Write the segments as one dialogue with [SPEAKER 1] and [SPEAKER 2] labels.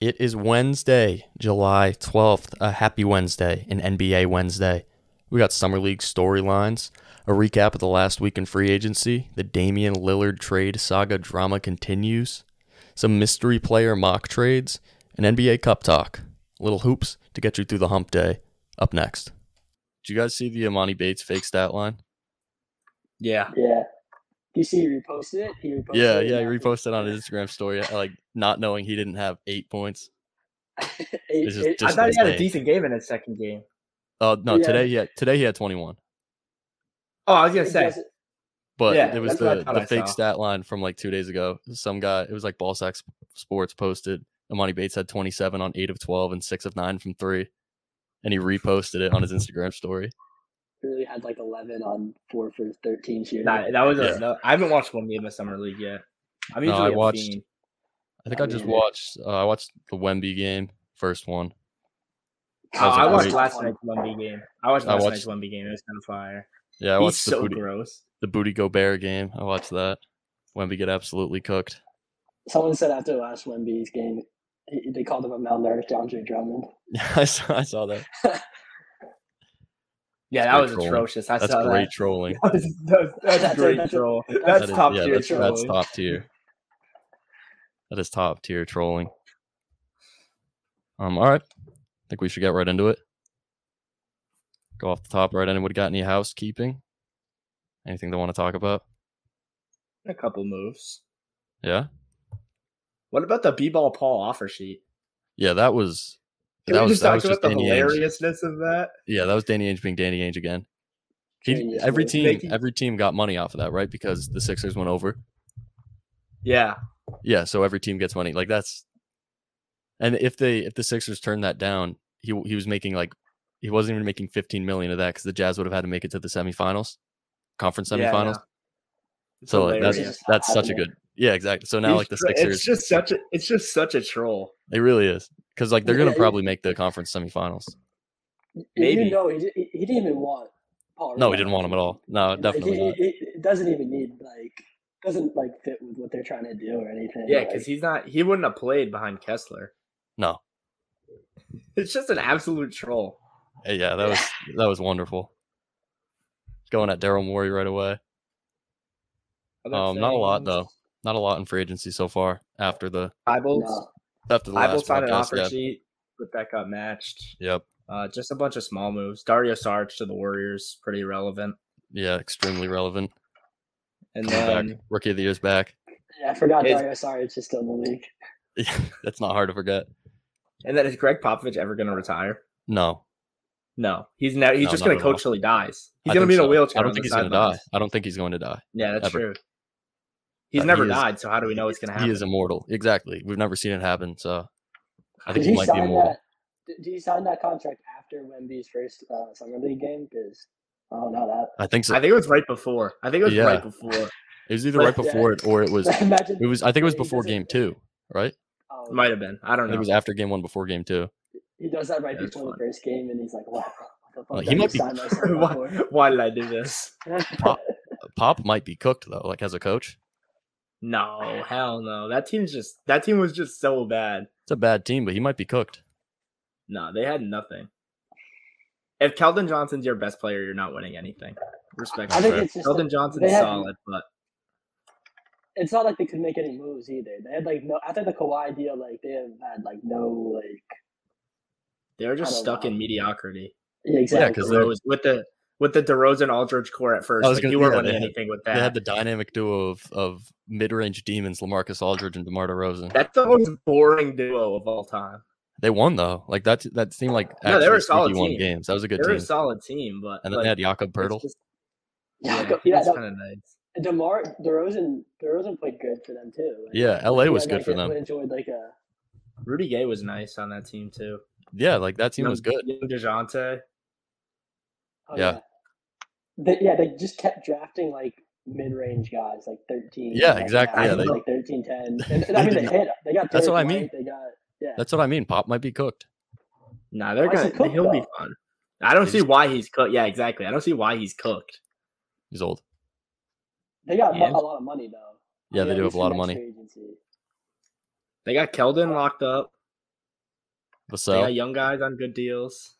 [SPEAKER 1] It is Wednesday, July 12th, a happy Wednesday, an NBA Wednesday. We got Summer League storylines, a recap of the last week in free agency, the Damian Lillard trade saga drama continues, some mystery player mock trades, an NBA Cup talk, little hoops to get you through the hump day. Up next. Did you guys see the Amani Bates fake stat line?
[SPEAKER 2] Yeah.
[SPEAKER 3] Yeah. Do you see he reposted it? He reposted
[SPEAKER 1] Yeah,
[SPEAKER 3] it
[SPEAKER 1] yeah, he
[SPEAKER 3] and
[SPEAKER 1] reposted on his Instagram story, like not knowing he didn't have eight points.
[SPEAKER 3] it-
[SPEAKER 1] It's just-
[SPEAKER 3] it-
[SPEAKER 2] I
[SPEAKER 1] just-
[SPEAKER 2] thought he had a
[SPEAKER 1] insane.
[SPEAKER 2] decent game in his second game.
[SPEAKER 1] Uh, no,
[SPEAKER 3] Yeah.
[SPEAKER 1] today he had, today he had 21.
[SPEAKER 2] Oh, I was
[SPEAKER 3] it
[SPEAKER 2] gonna say
[SPEAKER 3] doesn't-
[SPEAKER 1] But
[SPEAKER 2] Yeah,
[SPEAKER 1] it was
[SPEAKER 3] that's what I
[SPEAKER 1] the,
[SPEAKER 2] thought
[SPEAKER 1] the
[SPEAKER 2] I
[SPEAKER 1] fake
[SPEAKER 2] saw.
[SPEAKER 1] stat line from like two days ago. Some guy, it was like Ball Sack Sp- Sports posted. Amani Bates had 27 on 8 of 12 and 6 of 9 from 3. And he reposted it on his Instagram story.
[SPEAKER 3] really had like 11 on 4 for 13 shooting.
[SPEAKER 2] nah, that was.
[SPEAKER 1] Yeah.
[SPEAKER 2] A, no, I haven't watched one game of summer league yet. I'm
[SPEAKER 1] No,
[SPEAKER 2] usually
[SPEAKER 1] I
[SPEAKER 2] a
[SPEAKER 1] watched-
[SPEAKER 2] fiend.
[SPEAKER 1] I think
[SPEAKER 3] I
[SPEAKER 1] I just
[SPEAKER 3] mean-
[SPEAKER 1] watched uh, I watched the Wemby game, first one. That
[SPEAKER 2] Oh,
[SPEAKER 1] was a
[SPEAKER 2] I watched
[SPEAKER 1] great-
[SPEAKER 2] last night's Wemby game. I watched
[SPEAKER 1] I
[SPEAKER 2] last
[SPEAKER 1] watched-
[SPEAKER 2] night's Wemby game. It was kind of fire.
[SPEAKER 1] Yeah, I
[SPEAKER 2] He's
[SPEAKER 1] watched the,
[SPEAKER 2] so
[SPEAKER 1] booty,
[SPEAKER 2] gross.
[SPEAKER 1] the Booty Gobert game. I watched that. Wemby get absolutely cooked.
[SPEAKER 3] Someone said after last Wemby's game, he, they called him a malnourished Andre Drummond.
[SPEAKER 1] I saw, I saw that.
[SPEAKER 2] Yeah,
[SPEAKER 1] That's
[SPEAKER 2] that
[SPEAKER 1] great
[SPEAKER 2] was
[SPEAKER 1] trolling.
[SPEAKER 2] atrocious. I
[SPEAKER 1] That's
[SPEAKER 2] saw
[SPEAKER 1] great trolling.
[SPEAKER 2] that. That was- That's, that's
[SPEAKER 3] That's-
[SPEAKER 2] great
[SPEAKER 3] that's-
[SPEAKER 2] troll. That's,
[SPEAKER 3] that
[SPEAKER 1] That is-
[SPEAKER 2] top
[SPEAKER 1] yeah,
[SPEAKER 2] tier
[SPEAKER 1] that's,
[SPEAKER 2] trolling.
[SPEAKER 1] that's top tier. That is top tier trolling. Um, all right. I think we should get right into it. Go off the top right. Anybody got any housekeeping? Anything they want to talk about?
[SPEAKER 2] A couple moves.
[SPEAKER 1] Yeah.
[SPEAKER 2] What about the b-ball Paul offer sheet?
[SPEAKER 1] Yeah, that was
[SPEAKER 2] Can
[SPEAKER 1] that
[SPEAKER 2] we
[SPEAKER 1] was
[SPEAKER 2] just
[SPEAKER 1] that
[SPEAKER 2] talk
[SPEAKER 1] was
[SPEAKER 2] about
[SPEAKER 1] just
[SPEAKER 2] the
[SPEAKER 1] Danny Ainge.
[SPEAKER 2] hilariousness of that?
[SPEAKER 1] Yeah, that was Danny Ainge being Danny Ainge again. He,
[SPEAKER 3] Genius
[SPEAKER 1] every
[SPEAKER 3] move.
[SPEAKER 1] team
[SPEAKER 2] Making-
[SPEAKER 1] every team got money off of that, right? Because the Sixers went over.
[SPEAKER 2] Yeah,
[SPEAKER 1] Yeah, so every team gets money. Like that's, and if they if the Sixers turned that down, he w- he was making like he wasn't even making fifteen million of that because the Jazz would have had to make it to the semifinals, conference
[SPEAKER 2] Yeah, I know.
[SPEAKER 1] semifinals.
[SPEAKER 2] It's
[SPEAKER 1] so like,
[SPEAKER 2] hilarious.
[SPEAKER 1] that's that's such a
[SPEAKER 3] Happening.
[SPEAKER 1] good yeah exactly. So now
[SPEAKER 2] He's
[SPEAKER 1] like the
[SPEAKER 2] tr-
[SPEAKER 1] Sixers,
[SPEAKER 2] It's just such a it's just such a troll.
[SPEAKER 1] it really is because like they're gonna
[SPEAKER 3] Yeah, it-
[SPEAKER 1] probably make the conference semifinals.
[SPEAKER 2] Maybe.
[SPEAKER 3] You know, he, di- he, he didn't even want Paul.
[SPEAKER 1] No,
[SPEAKER 3] Reed
[SPEAKER 1] we didn't want him at all. No,
[SPEAKER 3] Like, he-
[SPEAKER 1] definitely not.
[SPEAKER 3] he- he- It doesn't even need like doesn't like fit with what they're trying to do or anything.
[SPEAKER 2] Yeah,
[SPEAKER 3] like,
[SPEAKER 2] because he's not he wouldn't have played behind Kessler.
[SPEAKER 1] No,
[SPEAKER 2] It's just an absolute troll.
[SPEAKER 1] Uh, yeah, that was that was wonderful. Going at Daryl Morey right away.
[SPEAKER 2] I'm
[SPEAKER 1] Um, not a lot
[SPEAKER 2] saying-
[SPEAKER 1] though. Not a lot in free agency so far. After the
[SPEAKER 2] Bibles,
[SPEAKER 3] No.
[SPEAKER 1] after the
[SPEAKER 2] Bibles
[SPEAKER 1] last
[SPEAKER 2] signed an
[SPEAKER 1] podcast,
[SPEAKER 2] offer
[SPEAKER 1] yeah.
[SPEAKER 2] sheet, but that got matched.
[SPEAKER 1] Yep.
[SPEAKER 2] Uh, just a bunch of small moves. Dario Sarge to the Warriors, pretty relevant.
[SPEAKER 1] Yeah, extremely relevant.
[SPEAKER 2] And
[SPEAKER 1] Coming
[SPEAKER 2] then
[SPEAKER 1] back, rookie of the year's back.
[SPEAKER 3] yeah, I forgot
[SPEAKER 2] It's-
[SPEAKER 3] Dario Saric is still in the league.
[SPEAKER 1] That's not hard to forget.
[SPEAKER 2] and then is Greg Popovich ever going to retire?
[SPEAKER 1] No,
[SPEAKER 2] No, he's now he's
[SPEAKER 1] No,
[SPEAKER 2] just
[SPEAKER 1] not
[SPEAKER 2] going
[SPEAKER 1] at
[SPEAKER 2] to
[SPEAKER 1] all.
[SPEAKER 2] coach till he dies. He's
[SPEAKER 1] I
[SPEAKER 2] going to
[SPEAKER 1] think
[SPEAKER 2] be in
[SPEAKER 1] so.
[SPEAKER 2] a wheelchair.
[SPEAKER 1] I don't
[SPEAKER 2] on
[SPEAKER 1] think
[SPEAKER 2] the
[SPEAKER 1] he's going to die.
[SPEAKER 2] sidelines.
[SPEAKER 1] I don't think he's going to die.
[SPEAKER 2] Yeah, that's
[SPEAKER 1] Ever.
[SPEAKER 2] true. He's
[SPEAKER 1] Uh,
[SPEAKER 2] never
[SPEAKER 1] he is-
[SPEAKER 2] died, so how do we know it's going to happen?
[SPEAKER 1] He is immortal. Exactly. We've never seen it happen. So I
[SPEAKER 3] Did
[SPEAKER 1] think he
[SPEAKER 3] he
[SPEAKER 1] might be
[SPEAKER 3] sign
[SPEAKER 1] immortal.
[SPEAKER 3] that? Did did he sign that contract after Wemby's first uh, summer league game? Because I don't know that.
[SPEAKER 1] I think so.
[SPEAKER 2] I think it was right before. I think it was
[SPEAKER 1] Yeah.
[SPEAKER 2] right before.
[SPEAKER 1] it was either
[SPEAKER 2] but-
[SPEAKER 1] right before it or it was.
[SPEAKER 3] Imagine
[SPEAKER 1] It was. I think it was
[SPEAKER 3] he does
[SPEAKER 1] before
[SPEAKER 3] it-
[SPEAKER 1] game two, right?
[SPEAKER 3] oh,
[SPEAKER 2] It might have been. I
[SPEAKER 1] I
[SPEAKER 2] don't
[SPEAKER 1] think it
[SPEAKER 2] know.
[SPEAKER 1] was after game one, before game two.
[SPEAKER 3] He does that right
[SPEAKER 2] That's
[SPEAKER 3] before the
[SPEAKER 2] fine.
[SPEAKER 3] first game, and he's like, "Wow, what the fuck
[SPEAKER 1] Like,
[SPEAKER 3] did
[SPEAKER 1] Uh, he
[SPEAKER 3] I
[SPEAKER 1] might
[SPEAKER 3] just
[SPEAKER 1] be-
[SPEAKER 3] sign myself
[SPEAKER 2] why,
[SPEAKER 3] up for?"
[SPEAKER 2] why did I do this?
[SPEAKER 1] Pop might be cooked though. Like as a coach,
[SPEAKER 2] No, hell no. That team's just that team was just so bad.
[SPEAKER 1] it's a bad team, but he might be cooked.
[SPEAKER 2] No, they had nothing. If Keldon Johnson's your best player, you're not winning anything. Respect.
[SPEAKER 3] I think it's just
[SPEAKER 2] Keldon
[SPEAKER 3] that
[SPEAKER 2] Johnson's
[SPEAKER 3] they had-
[SPEAKER 2] solid, but
[SPEAKER 3] it's not like they could make any moves either. They had like no after the Kawhi deal, like they have had like no like
[SPEAKER 2] they were
[SPEAKER 3] I
[SPEAKER 2] just
[SPEAKER 3] don't
[SPEAKER 2] stuck
[SPEAKER 3] know.
[SPEAKER 2] in mediocrity.
[SPEAKER 3] yeah,
[SPEAKER 1] Yeah,
[SPEAKER 3] exactly.
[SPEAKER 1] because
[SPEAKER 2] DeRozan- with the with the DeRozan Aldridge core at first,
[SPEAKER 1] I was
[SPEAKER 2] like
[SPEAKER 1] gonna-
[SPEAKER 2] you weren't
[SPEAKER 1] yeah,
[SPEAKER 2] winning
[SPEAKER 1] they had-
[SPEAKER 2] anything with
[SPEAKER 1] they
[SPEAKER 2] that.
[SPEAKER 1] had the dynamic duo of of mid range demons, Lamarcus Aldridge and Demar Derozan.
[SPEAKER 2] That's the most boring duo of all time.
[SPEAKER 1] They won though. Like that. That seemed like
[SPEAKER 2] No, they were a
[SPEAKER 1] sneaky
[SPEAKER 2] solid
[SPEAKER 1] won
[SPEAKER 2] team.
[SPEAKER 1] games. That was a good
[SPEAKER 2] They're
[SPEAKER 1] team.
[SPEAKER 2] a solid team, but
[SPEAKER 1] and then
[SPEAKER 2] like,
[SPEAKER 1] they had Jakob
[SPEAKER 2] it's
[SPEAKER 1] Pertl.
[SPEAKER 2] just-
[SPEAKER 3] yeah,
[SPEAKER 2] yeah,
[SPEAKER 3] go- yeah,
[SPEAKER 2] it's
[SPEAKER 3] no,
[SPEAKER 2] kind of nice.
[SPEAKER 3] Demar Derozan Derozan played good for them too. Like,
[SPEAKER 1] Yeah, LA
[SPEAKER 3] he
[SPEAKER 1] was
[SPEAKER 3] had,
[SPEAKER 1] good
[SPEAKER 3] like,
[SPEAKER 1] for
[SPEAKER 3] a-
[SPEAKER 1] them.
[SPEAKER 3] Enjoyed like a
[SPEAKER 2] Rudy Gay was nice on that team too.
[SPEAKER 1] Yeah, like that team was good.
[SPEAKER 2] Young Dejounte.
[SPEAKER 3] oh,
[SPEAKER 1] Yeah.
[SPEAKER 3] They, yeah, they just kept drafting like mid-range guys, like thirteen.
[SPEAKER 1] Yeah,
[SPEAKER 3] like,
[SPEAKER 1] exactly,
[SPEAKER 2] yeah,
[SPEAKER 3] Like,
[SPEAKER 2] they-
[SPEAKER 3] like 13, 10. And, and I
[SPEAKER 1] They
[SPEAKER 3] mean, they
[SPEAKER 1] did
[SPEAKER 3] hit. They got.
[SPEAKER 1] That's
[SPEAKER 3] Derrick
[SPEAKER 1] what I
[SPEAKER 3] White,
[SPEAKER 1] mean.
[SPEAKER 3] They got. Yeah.
[SPEAKER 1] That's what I mean. Pop might be cooked.
[SPEAKER 2] Nah, they're
[SPEAKER 3] Why is
[SPEAKER 2] gonna.
[SPEAKER 3] he cooked,
[SPEAKER 2] he'll be
[SPEAKER 3] though?
[SPEAKER 2] fun. I don't
[SPEAKER 1] They
[SPEAKER 2] see
[SPEAKER 1] just-
[SPEAKER 2] why he's cooked. Yeah, exactly. I don't see why he's cooked.
[SPEAKER 1] He's old.
[SPEAKER 3] They got mo-
[SPEAKER 2] And-
[SPEAKER 3] a lot of money though.
[SPEAKER 1] Yeah, they
[SPEAKER 3] at
[SPEAKER 1] do have a
[SPEAKER 3] least for
[SPEAKER 1] lot of
[SPEAKER 3] next
[SPEAKER 1] money.
[SPEAKER 3] free agency.
[SPEAKER 2] They got Keldon locked up.
[SPEAKER 1] What's
[SPEAKER 2] They
[SPEAKER 1] up?
[SPEAKER 2] got young guys on good deals.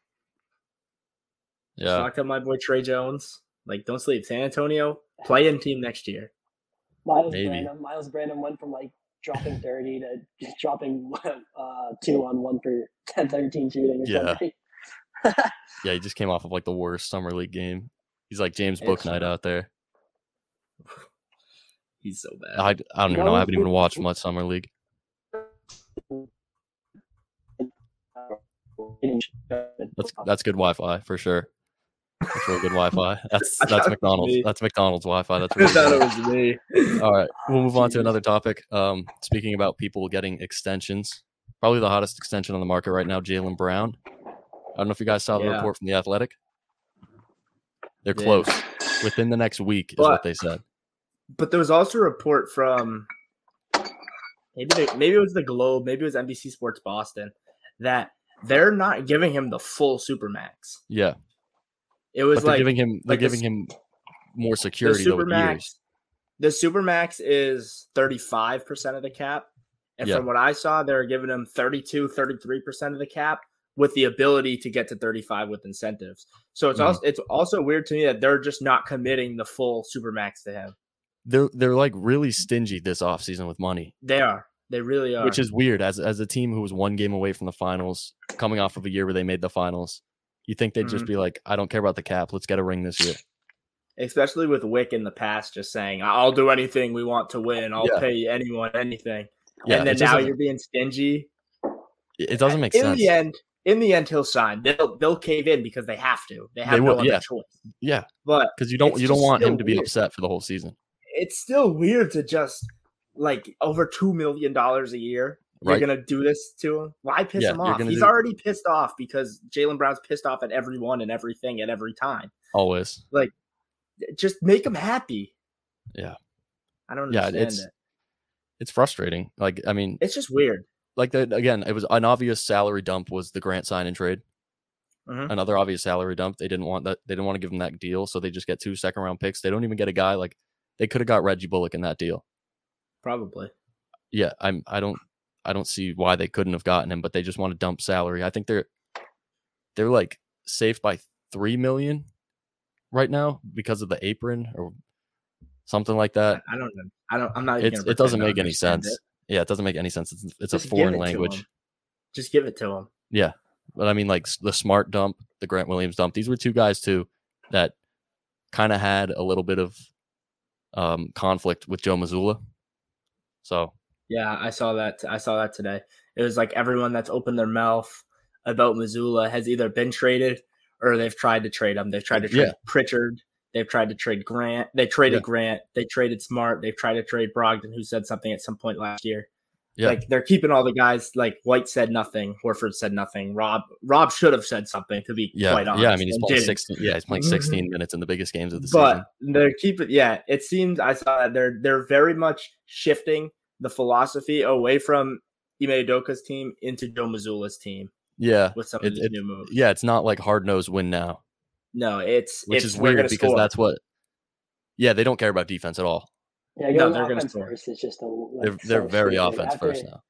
[SPEAKER 1] Yeah.
[SPEAKER 2] Talked up my boy Trey Jones. Like, don't sleep. San Antonio, play in team next year.
[SPEAKER 3] Miles
[SPEAKER 1] Maybe.
[SPEAKER 3] Brandon. Miles Brandon went from like dropping thirty to just dropping uh, two on one for 10, 13 shooting. Or
[SPEAKER 1] Yeah.
[SPEAKER 3] something.
[SPEAKER 1] Yeah, he just came off of like the worst summer league game. He's like James
[SPEAKER 2] It's-
[SPEAKER 1] Booknight out there.
[SPEAKER 2] He's so bad.
[SPEAKER 1] I, I don't even
[SPEAKER 3] What
[SPEAKER 1] know. I
[SPEAKER 3] was
[SPEAKER 1] haven't
[SPEAKER 3] the-
[SPEAKER 1] even watched much summer league. That's that's good Wi-Fi for sure. That's real good Wi-Fi. That's
[SPEAKER 2] I
[SPEAKER 1] that's
[SPEAKER 2] gotta
[SPEAKER 1] McDonald's.
[SPEAKER 2] be-
[SPEAKER 1] That's McDonald's Wi-Fi. That's
[SPEAKER 2] I
[SPEAKER 1] really
[SPEAKER 2] thought
[SPEAKER 1] good.
[SPEAKER 2] it was me.
[SPEAKER 1] All right, we'll move on to
[SPEAKER 3] Jeez.
[SPEAKER 1] another topic. Um, speaking about people getting extensions, probably the hottest extension on the market right now, Jalen Brown. I don't know if you guys saw the
[SPEAKER 2] Yeah.
[SPEAKER 1] report from the Athletic. They're
[SPEAKER 2] Yeah.
[SPEAKER 1] close. Within the next week is what
[SPEAKER 2] But-
[SPEAKER 1] they said.
[SPEAKER 2] But there was also a report from maybe they, maybe it was the Globe, maybe it was NBC Sports Boston, that they're not giving him the full supermax.
[SPEAKER 1] Yeah,
[SPEAKER 2] It
[SPEAKER 1] but
[SPEAKER 2] was
[SPEAKER 1] they're
[SPEAKER 2] like
[SPEAKER 1] giving him they're
[SPEAKER 2] like this-
[SPEAKER 1] giving him more security though with years.
[SPEAKER 2] The supermax is 35% of the cap. And
[SPEAKER 1] Yeah.
[SPEAKER 2] from what I saw, they were giving him 32, 33% of the cap with the ability to get to 35 with incentives. So it's
[SPEAKER 1] Mhm.
[SPEAKER 2] also it's also weird to me that they're just not committing the full supermax to him.
[SPEAKER 1] They're they're like really stingy this offseason with money,
[SPEAKER 2] They are. They really are.
[SPEAKER 1] which is weird. As as a team who was one game away from the finals, coming off of a year where they made the finals, you think they'd just
[SPEAKER 2] Mhm.
[SPEAKER 1] be like, I don't care about the cap. Let's get a ring this year.
[SPEAKER 2] especially with Wick in the past just saying, I'll do anything we want to win. I'll
[SPEAKER 1] Yeah.
[SPEAKER 2] pay anyone anything.
[SPEAKER 1] Yeah,
[SPEAKER 2] and
[SPEAKER 1] it
[SPEAKER 2] then
[SPEAKER 1] just
[SPEAKER 2] now
[SPEAKER 1] doesn't-
[SPEAKER 2] you're being stingy.
[SPEAKER 1] it it doesn't make
[SPEAKER 2] in
[SPEAKER 1] sense.
[SPEAKER 2] the end, in the end he'll sign. They'll they'll cave in because they have to. They have
[SPEAKER 1] They
[SPEAKER 2] no
[SPEAKER 1] will,
[SPEAKER 2] other
[SPEAKER 1] yeah.
[SPEAKER 2] choice.
[SPEAKER 1] Yeah,
[SPEAKER 2] But
[SPEAKER 1] because you don't
[SPEAKER 2] It's
[SPEAKER 1] you don't
[SPEAKER 2] just
[SPEAKER 1] want him
[SPEAKER 2] still
[SPEAKER 1] to be
[SPEAKER 2] weird.
[SPEAKER 1] upset for the whole season,
[SPEAKER 2] it's still weird to just like over two million dollars a year.
[SPEAKER 1] right?
[SPEAKER 2] You're gonna do this to him. Why piss
[SPEAKER 1] Yeah,
[SPEAKER 2] him
[SPEAKER 1] you're
[SPEAKER 2] off?
[SPEAKER 1] gonna
[SPEAKER 2] He's
[SPEAKER 1] do-
[SPEAKER 2] already pissed off because Jalen Brown's pissed off at everyone and everything at every time.
[SPEAKER 1] Always.
[SPEAKER 2] Just make him happy.
[SPEAKER 1] Yeah.
[SPEAKER 2] I don't
[SPEAKER 1] Yeah,
[SPEAKER 2] understand
[SPEAKER 1] it's-
[SPEAKER 2] it.
[SPEAKER 1] It's frustrating. Like I mean,
[SPEAKER 2] It's just weird.
[SPEAKER 1] like the, again, it was an obvious salary dump was the Grant sign and trade.
[SPEAKER 2] Mhm.
[SPEAKER 1] Another obvious salary dump. They didn't want that. They didn't want to give him that deal, so they just get two second round picks. They don't even get a guy like they could have got Reggie Bullock in that deal.
[SPEAKER 2] Probably.
[SPEAKER 1] Yeah, I'm. I don't. I don't see why they couldn't have gotten him, but they just want to dump salary. I think they're they're like safe by three million right now because of the apron or something like that.
[SPEAKER 2] I I don't know. I don't. I'm not. even
[SPEAKER 1] it's,
[SPEAKER 2] gonna
[SPEAKER 1] it doesn't
[SPEAKER 2] pretend I
[SPEAKER 1] make any
[SPEAKER 2] understand
[SPEAKER 1] sense.
[SPEAKER 2] it.
[SPEAKER 1] Yeah, it doesn't make any sense. It's, it's a
[SPEAKER 2] Just give it
[SPEAKER 1] foreign
[SPEAKER 2] to
[SPEAKER 1] language.
[SPEAKER 2] him. Just give it to him.
[SPEAKER 1] But I mean, like s- the Smart dump, the Grant Williams dump. These were two guys too that kind of had a little bit of um, conflict with Joe Missoula. So
[SPEAKER 2] Yeah, I saw that. I saw that today. It was like everyone that's opened their mouth about Missoula has either been traded or they've tried to trade him. They've tried to trade
[SPEAKER 1] Yeah.
[SPEAKER 2] Pritchard. They've tried to trade Grant. They traded
[SPEAKER 1] Yeah.
[SPEAKER 2] Grant. They traded Smart. They've tried to trade Brogdon, who said something at some point last year.
[SPEAKER 1] Yeah.
[SPEAKER 2] Like they're keeping all the guys. Like White said nothing. Horford said nothing. Rob Rob should have said something. To be
[SPEAKER 1] yeah,
[SPEAKER 2] quite honest,
[SPEAKER 1] yeah. I mean, he's
[SPEAKER 2] and
[SPEAKER 1] playing
[SPEAKER 2] didn't. Mm-hmm.
[SPEAKER 1] sixteen. Yeah, he's playing sixteen minutes in the biggest games of the season.
[SPEAKER 2] but they're keeping yeah it seems i saw that they're they're very much shifting the philosophy away from Ime Doka's team into Joe Missoula's team
[SPEAKER 1] Yeah,
[SPEAKER 2] with some
[SPEAKER 1] It-
[SPEAKER 2] of these
[SPEAKER 1] it-
[SPEAKER 2] new moves.
[SPEAKER 1] yeah. It's not like hard nosed win now,
[SPEAKER 2] No, it's
[SPEAKER 1] which
[SPEAKER 2] it's,
[SPEAKER 1] is
[SPEAKER 2] we're
[SPEAKER 1] weird
[SPEAKER 2] gonna
[SPEAKER 1] because
[SPEAKER 2] score.
[SPEAKER 1] that's what. Yeah, they don't care about defense at all.
[SPEAKER 3] Yeah,
[SPEAKER 2] No,
[SPEAKER 3] going
[SPEAKER 2] they're gonna
[SPEAKER 3] offense
[SPEAKER 2] score.
[SPEAKER 3] first is just a, like,
[SPEAKER 1] They're
[SPEAKER 3] so
[SPEAKER 1] they're very
[SPEAKER 3] stupid.
[SPEAKER 1] offense
[SPEAKER 3] after,
[SPEAKER 1] first now.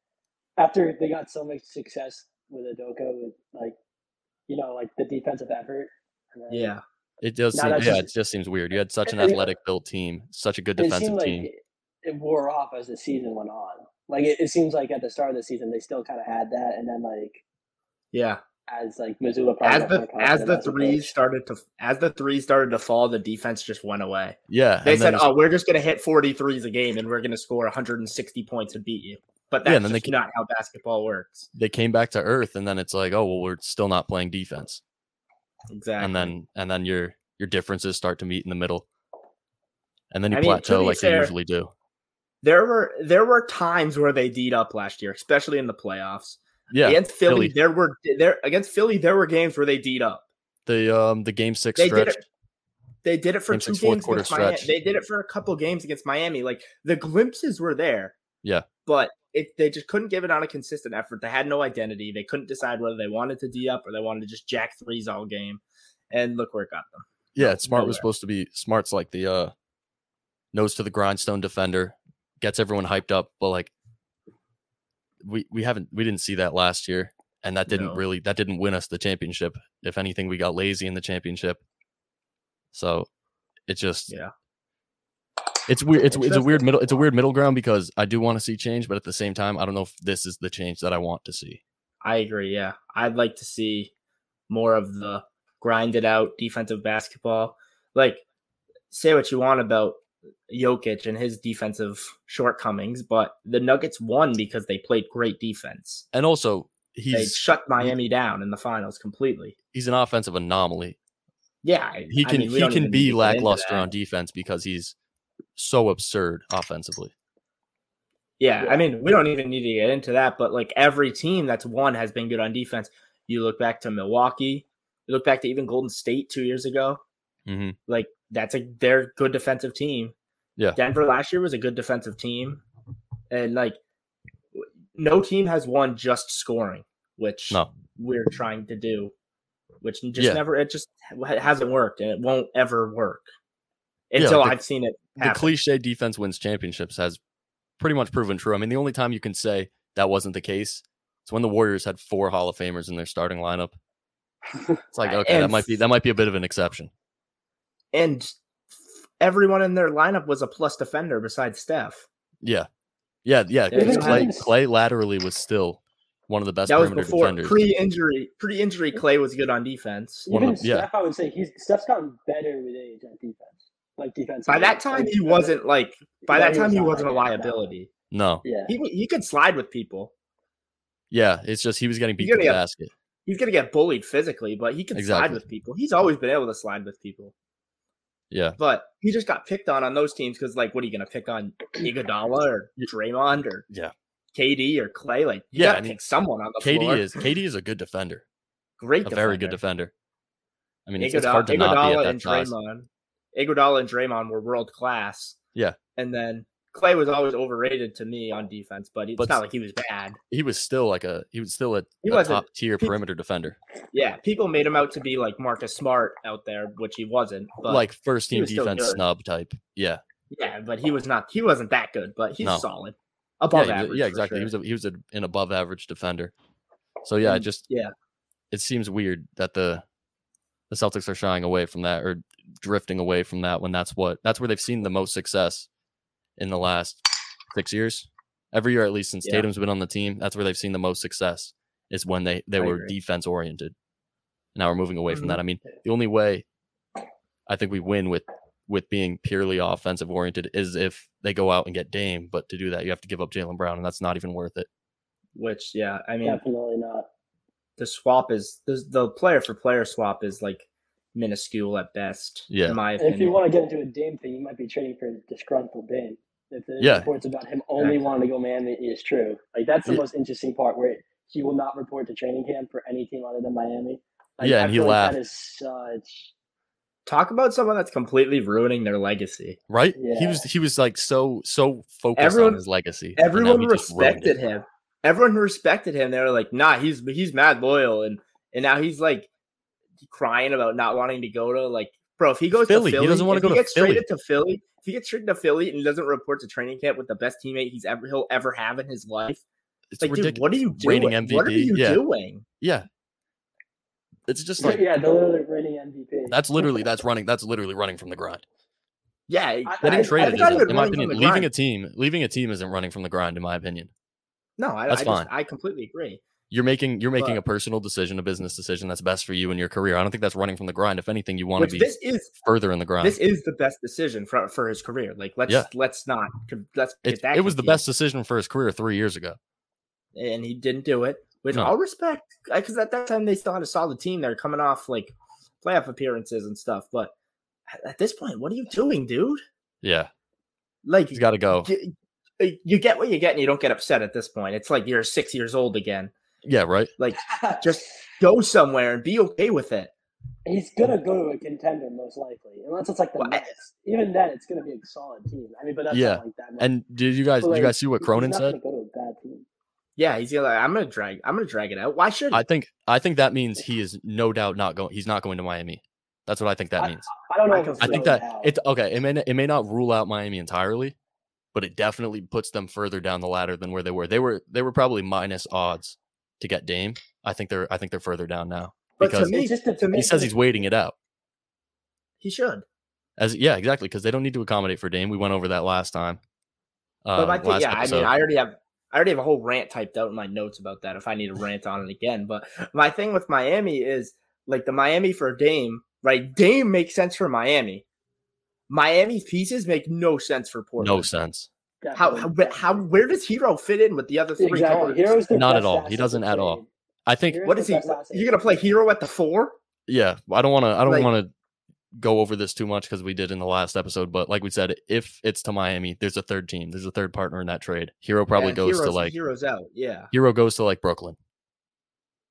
[SPEAKER 3] After they got so much success with Adoka, with like, you know, like the defensive effort. and then-
[SPEAKER 2] yeah
[SPEAKER 1] It does.
[SPEAKER 3] Now
[SPEAKER 1] Seem, yeah,
[SPEAKER 3] that's
[SPEAKER 1] it
[SPEAKER 3] just-
[SPEAKER 1] just seems weird. You had such an
[SPEAKER 3] And- and-
[SPEAKER 1] athletic built team, such a good
[SPEAKER 3] and it seemed
[SPEAKER 1] defensive
[SPEAKER 3] like
[SPEAKER 1] team.
[SPEAKER 3] it, it wore off as the season went on. Like it, it seems like at the start of the season they still kind of had that, and then like
[SPEAKER 2] yeah
[SPEAKER 3] as like Missoula probably
[SPEAKER 2] as
[SPEAKER 3] got
[SPEAKER 2] the
[SPEAKER 3] more
[SPEAKER 2] as
[SPEAKER 3] confident
[SPEAKER 2] the
[SPEAKER 3] as a
[SPEAKER 2] threes
[SPEAKER 3] coach.
[SPEAKER 2] started to as the threes started to fall the defense just went away
[SPEAKER 1] Yeah,
[SPEAKER 2] they
[SPEAKER 1] and then
[SPEAKER 2] said
[SPEAKER 1] it's-
[SPEAKER 2] oh we're just gonna hit 43s a game and we're gonna score 160 points and beat you but
[SPEAKER 1] Yeah,
[SPEAKER 2] that's
[SPEAKER 1] and then they
[SPEAKER 2] just
[SPEAKER 1] keep-
[SPEAKER 2] not how basketball works
[SPEAKER 1] they came back to earth, and then it's like, oh well, we're still not playing defense,
[SPEAKER 2] exactly
[SPEAKER 1] and then and then your your differences start to meet in the middle, and then you
[SPEAKER 2] I mean, to
[SPEAKER 1] plateau
[SPEAKER 2] be
[SPEAKER 1] like they
[SPEAKER 2] fair-
[SPEAKER 1] usually do.
[SPEAKER 2] there were there were times where they D'd up last year especially in the playoffs
[SPEAKER 1] Yeah,
[SPEAKER 2] against Philly,
[SPEAKER 1] Philly.
[SPEAKER 2] there were there against Philly there were games where they D'd up.
[SPEAKER 1] the um the game six
[SPEAKER 2] They did
[SPEAKER 1] stretch.
[SPEAKER 2] it They did it for
[SPEAKER 1] Game
[SPEAKER 2] two
[SPEAKER 1] six, fourth
[SPEAKER 2] games
[SPEAKER 1] quarter
[SPEAKER 2] against Miami.
[SPEAKER 1] stretch.
[SPEAKER 2] They did it for a couple games against Miami. Like the glimpses were there.
[SPEAKER 1] Yeah.
[SPEAKER 2] But it, they just couldn't give it on a consistent effort. They had no identity. They couldn't decide whether they wanted to D up or they wanted to just jack threes all game. And look where it got them.
[SPEAKER 1] Yeah, Smart was
[SPEAKER 2] nowhere.
[SPEAKER 1] supposed to be Smart's like the uh nose to the grindstone defender, gets everyone hyped up, but like we we haven't we didn't see that last year. and that didn't
[SPEAKER 2] No.
[SPEAKER 1] really that didn't win us the championship. If anything, we got lazy in the championship. So it just
[SPEAKER 2] Yeah.
[SPEAKER 1] It's weird. It's,
[SPEAKER 2] It's
[SPEAKER 1] it's a
[SPEAKER 2] just-
[SPEAKER 1] weird middle. It's a weird middle ground because I do want to see change, but at the same time, I don't know if this is the change that I want to see.
[SPEAKER 2] I agree. Yeah, I'd like to see more of the grinded out defensive basketball. Like, say what you want about Jokic and his defensive shortcomings, but the Nuggets won because they played great defense.
[SPEAKER 1] And also,
[SPEAKER 2] they
[SPEAKER 1] he's
[SPEAKER 2] shut Miami down in the finals completely.
[SPEAKER 1] he's an offensive anomaly.
[SPEAKER 2] Yeah, I-
[SPEAKER 1] He
[SPEAKER 2] I
[SPEAKER 1] can
[SPEAKER 2] mean, we
[SPEAKER 1] he
[SPEAKER 2] don't
[SPEAKER 1] can
[SPEAKER 2] even need
[SPEAKER 1] be
[SPEAKER 2] to get into
[SPEAKER 1] lackluster
[SPEAKER 2] that.
[SPEAKER 1] on defense because he's so absurd offensively.
[SPEAKER 2] Yeah,
[SPEAKER 3] Yeah.
[SPEAKER 2] I mean, we don't even need to get into that, but like every team that's won has been good on defense. You look back to Milwaukee, you look back to even Golden State two years ago.
[SPEAKER 1] hmm
[SPEAKER 2] Like that's a they're a good defensive team.
[SPEAKER 1] Yeah.
[SPEAKER 2] Denver last year was a good defensive team. And like w- no team has won just scoring, which
[SPEAKER 1] No,
[SPEAKER 2] we're trying to do, which just
[SPEAKER 1] Yeah.
[SPEAKER 2] never it just ha- hasn't worked and it won't ever work.
[SPEAKER 1] Yeah,
[SPEAKER 2] Until
[SPEAKER 1] the-
[SPEAKER 2] I've seen it
[SPEAKER 1] the
[SPEAKER 2] happen.
[SPEAKER 1] cliche defense wins championships has pretty much proven true. I mean, the only time you can say that wasn't the case is when the Warriors had four Hall of Famers in their starting lineup. It's like
[SPEAKER 2] Uh,
[SPEAKER 1] okay, that
[SPEAKER 2] and-
[SPEAKER 1] might be that might be a bit of an exception.
[SPEAKER 2] and everyone in their lineup was a plus defender besides Steph.
[SPEAKER 1] Yeah, yeah, yeah.
[SPEAKER 2] Yeah,
[SPEAKER 1] Because
[SPEAKER 2] yeah.
[SPEAKER 1] Clay, Clay laterally was still one of the best
[SPEAKER 2] that was
[SPEAKER 1] perimeter
[SPEAKER 2] before
[SPEAKER 1] defenders.
[SPEAKER 2] pre-injury. Pre-injury, Clay was good on defense.
[SPEAKER 1] one
[SPEAKER 3] Even
[SPEAKER 1] of the- yeah.
[SPEAKER 3] Steph, I would say he's Steph's gotten better with age at defense. Like defense.
[SPEAKER 2] By that time, he wasn't like. By
[SPEAKER 3] Yeah,
[SPEAKER 2] that
[SPEAKER 3] he
[SPEAKER 2] time,
[SPEAKER 3] was
[SPEAKER 2] he
[SPEAKER 3] not
[SPEAKER 2] wasn't a
[SPEAKER 3] like that.
[SPEAKER 2] liability.
[SPEAKER 1] no,
[SPEAKER 3] Yeah.
[SPEAKER 2] He he could slide with people.
[SPEAKER 1] yeah, it's just he was getting beat
[SPEAKER 2] You're
[SPEAKER 1] to the
[SPEAKER 2] gonna get-
[SPEAKER 1] basket.
[SPEAKER 2] He's gonna get bullied physically, but he can slide
[SPEAKER 1] Exactly.
[SPEAKER 2] with people. He's always been able to slide with people,
[SPEAKER 1] Yeah,
[SPEAKER 2] but he just got picked on on those teams because, like, what are you gonna pick on Iguodala or Draymond or
[SPEAKER 1] Yeah.
[SPEAKER 2] KD or Clay? Like, you
[SPEAKER 1] Yeah,
[SPEAKER 2] gotta
[SPEAKER 1] I mean,
[SPEAKER 2] pick someone on the
[SPEAKER 1] KD
[SPEAKER 2] floor.
[SPEAKER 1] is KD is a good defender,
[SPEAKER 2] great,
[SPEAKER 1] a very good
[SPEAKER 2] defender.
[SPEAKER 1] defender. I mean, it's, it's hard to
[SPEAKER 2] Iguodala-
[SPEAKER 1] not be
[SPEAKER 2] Iguodala
[SPEAKER 1] at that
[SPEAKER 2] and
[SPEAKER 1] size.
[SPEAKER 2] Draymond. Iguodala and Draymond were world class.
[SPEAKER 1] Yeah.
[SPEAKER 2] And then Clay was always overrated to me on defense, but it's
[SPEAKER 1] But-
[SPEAKER 2] not like he was bad.
[SPEAKER 1] He was still like a he was still a,
[SPEAKER 2] He
[SPEAKER 1] a
[SPEAKER 2] wasn't-
[SPEAKER 1] top tier
[SPEAKER 2] he-
[SPEAKER 1] perimeter defender,
[SPEAKER 2] Yeah, people made him out to be like Marcus Smart out there, which he wasn't. But
[SPEAKER 1] like first team
[SPEAKER 2] was still
[SPEAKER 1] defense
[SPEAKER 2] good.
[SPEAKER 1] snub type. Yeah,
[SPEAKER 2] yeah, but he was not. He wasn't that good, but he's
[SPEAKER 1] No.
[SPEAKER 2] solid,
[SPEAKER 1] yeah,
[SPEAKER 2] above
[SPEAKER 1] he was-
[SPEAKER 2] average.
[SPEAKER 1] yeah,
[SPEAKER 2] for
[SPEAKER 1] exactly. He
[SPEAKER 2] sure.
[SPEAKER 1] was a, he was a, an above average defender. So yeah, it
[SPEAKER 2] Mm,
[SPEAKER 1] just
[SPEAKER 2] yeah.
[SPEAKER 1] it seems weird that the the Celtics are shying away from that or drifting away from that when that's what that's where they've seen the most success in the last six years. Every year, at least since
[SPEAKER 2] Yeah.
[SPEAKER 1] Tatum's been on the team, that's where they've seen the most success is when they they
[SPEAKER 2] I
[SPEAKER 1] were
[SPEAKER 2] agree.
[SPEAKER 1] defense oriented. Now we're moving away from
[SPEAKER 2] Mhm.
[SPEAKER 1] that. I mean, the only way I think we win with with being purely offensive oriented is if they go out and get Dame. But to do that, you have to give up Jalen Brown, and that's not even worth it.
[SPEAKER 2] Which yeah, I mean,
[SPEAKER 3] Definitely not.
[SPEAKER 2] the swap is the the player for player swap is like minuscule at best.
[SPEAKER 1] Yeah.
[SPEAKER 2] In my
[SPEAKER 3] And
[SPEAKER 2] opinion.
[SPEAKER 3] if you want to get into a Dame thing, you might be trading for a disgruntled Dame. If the
[SPEAKER 1] Yeah.
[SPEAKER 3] reports about him only wanting to go Miami is true, like that's the
[SPEAKER 1] Yeah.
[SPEAKER 3] most interesting part where he will not report to training camp for any team other than Miami. Like,
[SPEAKER 1] Yeah,
[SPEAKER 3] I
[SPEAKER 1] and he
[SPEAKER 3] feel like
[SPEAKER 1] laughed.
[SPEAKER 3] That is such.
[SPEAKER 2] Talk about someone that's completely ruining their legacy.
[SPEAKER 1] Right? He
[SPEAKER 3] Yeah.
[SPEAKER 1] was he was like so so focused
[SPEAKER 2] Everyone-
[SPEAKER 1] on his legacy. and now
[SPEAKER 2] everyone
[SPEAKER 1] he just ruined
[SPEAKER 2] respected
[SPEAKER 1] it.
[SPEAKER 2] him. Everyone who respected him, they were like, "Nah, he's he's mad loyal," and and now he's like crying about not wanting to go to like, bro. If he goes
[SPEAKER 1] Philly,
[SPEAKER 2] to
[SPEAKER 1] he
[SPEAKER 2] Philly,
[SPEAKER 1] doesn't wanna
[SPEAKER 2] if
[SPEAKER 1] go
[SPEAKER 2] he
[SPEAKER 1] to
[SPEAKER 2] gets traded to Philly. If he gets traded to Philly and he doesn't report to training camp with the best teammate he's ever he'll ever have in his life,
[SPEAKER 1] It's
[SPEAKER 2] like,
[SPEAKER 1] ridiculous.
[SPEAKER 2] dude, what are you doing?
[SPEAKER 1] Reigning
[SPEAKER 2] What are
[SPEAKER 1] MVP,
[SPEAKER 2] you
[SPEAKER 1] yeah.
[SPEAKER 2] doing?
[SPEAKER 1] yeah. It's just like
[SPEAKER 3] yeah, the literally reigning MVP.
[SPEAKER 1] that's literally that's running that's literally running from the grind.
[SPEAKER 2] Yeah,
[SPEAKER 1] Getting
[SPEAKER 3] I- I
[SPEAKER 1] traded
[SPEAKER 3] think I
[SPEAKER 1] isn't,
[SPEAKER 2] would
[SPEAKER 1] in my
[SPEAKER 2] run from
[SPEAKER 1] opinion,
[SPEAKER 2] the
[SPEAKER 1] leaving
[SPEAKER 2] grind.
[SPEAKER 1] a team leaving a team isn't running from the grind, in my opinion.
[SPEAKER 2] no, I,
[SPEAKER 1] That's
[SPEAKER 2] I
[SPEAKER 1] fine.
[SPEAKER 2] Just, I completely agree.
[SPEAKER 1] You're making you're making
[SPEAKER 2] But-
[SPEAKER 1] a personal decision, a business decision that's best for you and your career. I don't think that's running from the grind. If anything, you want
[SPEAKER 2] Which
[SPEAKER 1] to be
[SPEAKER 2] this is
[SPEAKER 1] further in the grind.
[SPEAKER 2] this is the best decision for for his career. Like let's
[SPEAKER 1] Yeah.
[SPEAKER 2] let's not con- let's get
[SPEAKER 1] it,
[SPEAKER 2] that.
[SPEAKER 1] it was the
[SPEAKER 2] confused.
[SPEAKER 1] best decision for his career three years ago.
[SPEAKER 2] and he didn't do it. With
[SPEAKER 1] No.
[SPEAKER 2] all respect, because at that time they still had a solid team. They're coming off like playoff appearances and stuff. But at- at this point, what are you doing, dude?
[SPEAKER 1] Yeah,
[SPEAKER 2] Like,
[SPEAKER 1] he's got to go.
[SPEAKER 2] you, you get what you get, and you don't get upset at this point. It's like you're six years old again.
[SPEAKER 1] Yeah, right.
[SPEAKER 2] Just go somewhere and be okay with it.
[SPEAKER 3] He's gonna go to a contender most likely, unless it's like the
[SPEAKER 2] Well, I-
[SPEAKER 3] Nets. Even then, it's gonna be a solid team. I mean, but that's
[SPEAKER 1] Yeah,
[SPEAKER 3] not like that. much.
[SPEAKER 1] And did you guys
[SPEAKER 3] But,
[SPEAKER 1] did you
[SPEAKER 3] like,
[SPEAKER 1] guys see what
[SPEAKER 3] he's
[SPEAKER 1] Cronin
[SPEAKER 3] not
[SPEAKER 1] said?
[SPEAKER 3] gonna Go to a bad team.
[SPEAKER 2] Yeah, he's gonna. I'm gonna drag. I'm gonna drag it out. Why should?
[SPEAKER 1] I think I think that means he is no doubt not going. He's not going to Miami. That's what I think that means.
[SPEAKER 3] I don't know.
[SPEAKER 2] I
[SPEAKER 3] if
[SPEAKER 2] can-
[SPEAKER 3] it's
[SPEAKER 1] I think
[SPEAKER 3] really
[SPEAKER 1] that
[SPEAKER 3] bad.
[SPEAKER 1] it's okay. It may n- it may not rule out Miami entirely, but it definitely puts them further down the ladder than where they were. They were they were probably minus odds to get Dame. I think they're I think they're further down now
[SPEAKER 2] But to
[SPEAKER 1] because
[SPEAKER 2] me,
[SPEAKER 3] It's just a-
[SPEAKER 2] to me,
[SPEAKER 1] he says he's waiting it out.
[SPEAKER 2] he should.
[SPEAKER 1] As yeah, exactly because they don't need to accommodate for Dame. We went over that last time. Uh,
[SPEAKER 2] but I think,
[SPEAKER 1] last
[SPEAKER 2] yeah, I
[SPEAKER 1] episode.
[SPEAKER 2] mean, I already have, I already have a whole rant typed out in my notes about that. If I need to rant on it again, but my thing with Miami is like the Miami for Dame, right? Dame makes sense for Miami. Miami's pieces make no sense for Portland.
[SPEAKER 1] no sense.
[SPEAKER 2] How,
[SPEAKER 3] Definitely.
[SPEAKER 2] how, but how, where does Hero fit in with the other three
[SPEAKER 3] exactly?
[SPEAKER 2] guards?
[SPEAKER 3] Hero's their
[SPEAKER 1] Not at
[SPEAKER 3] best
[SPEAKER 1] all. He
[SPEAKER 3] asset to
[SPEAKER 1] doesn't at all.
[SPEAKER 3] trade.
[SPEAKER 1] I think
[SPEAKER 3] Hero's
[SPEAKER 2] what
[SPEAKER 3] their
[SPEAKER 2] is he?
[SPEAKER 3] best asset
[SPEAKER 2] You're gonna play Hero at the four?
[SPEAKER 1] yeah i don't want to i don't
[SPEAKER 2] Like-
[SPEAKER 1] want to go over this too much because we did in the last episode but like we said if it's to miami there's a third team there's a third partner in that trade hero probably
[SPEAKER 2] Yeah,
[SPEAKER 1] goes to
[SPEAKER 2] Hero's-
[SPEAKER 1] like
[SPEAKER 2] Hero's out. Yeah,
[SPEAKER 1] hero goes to like brooklyn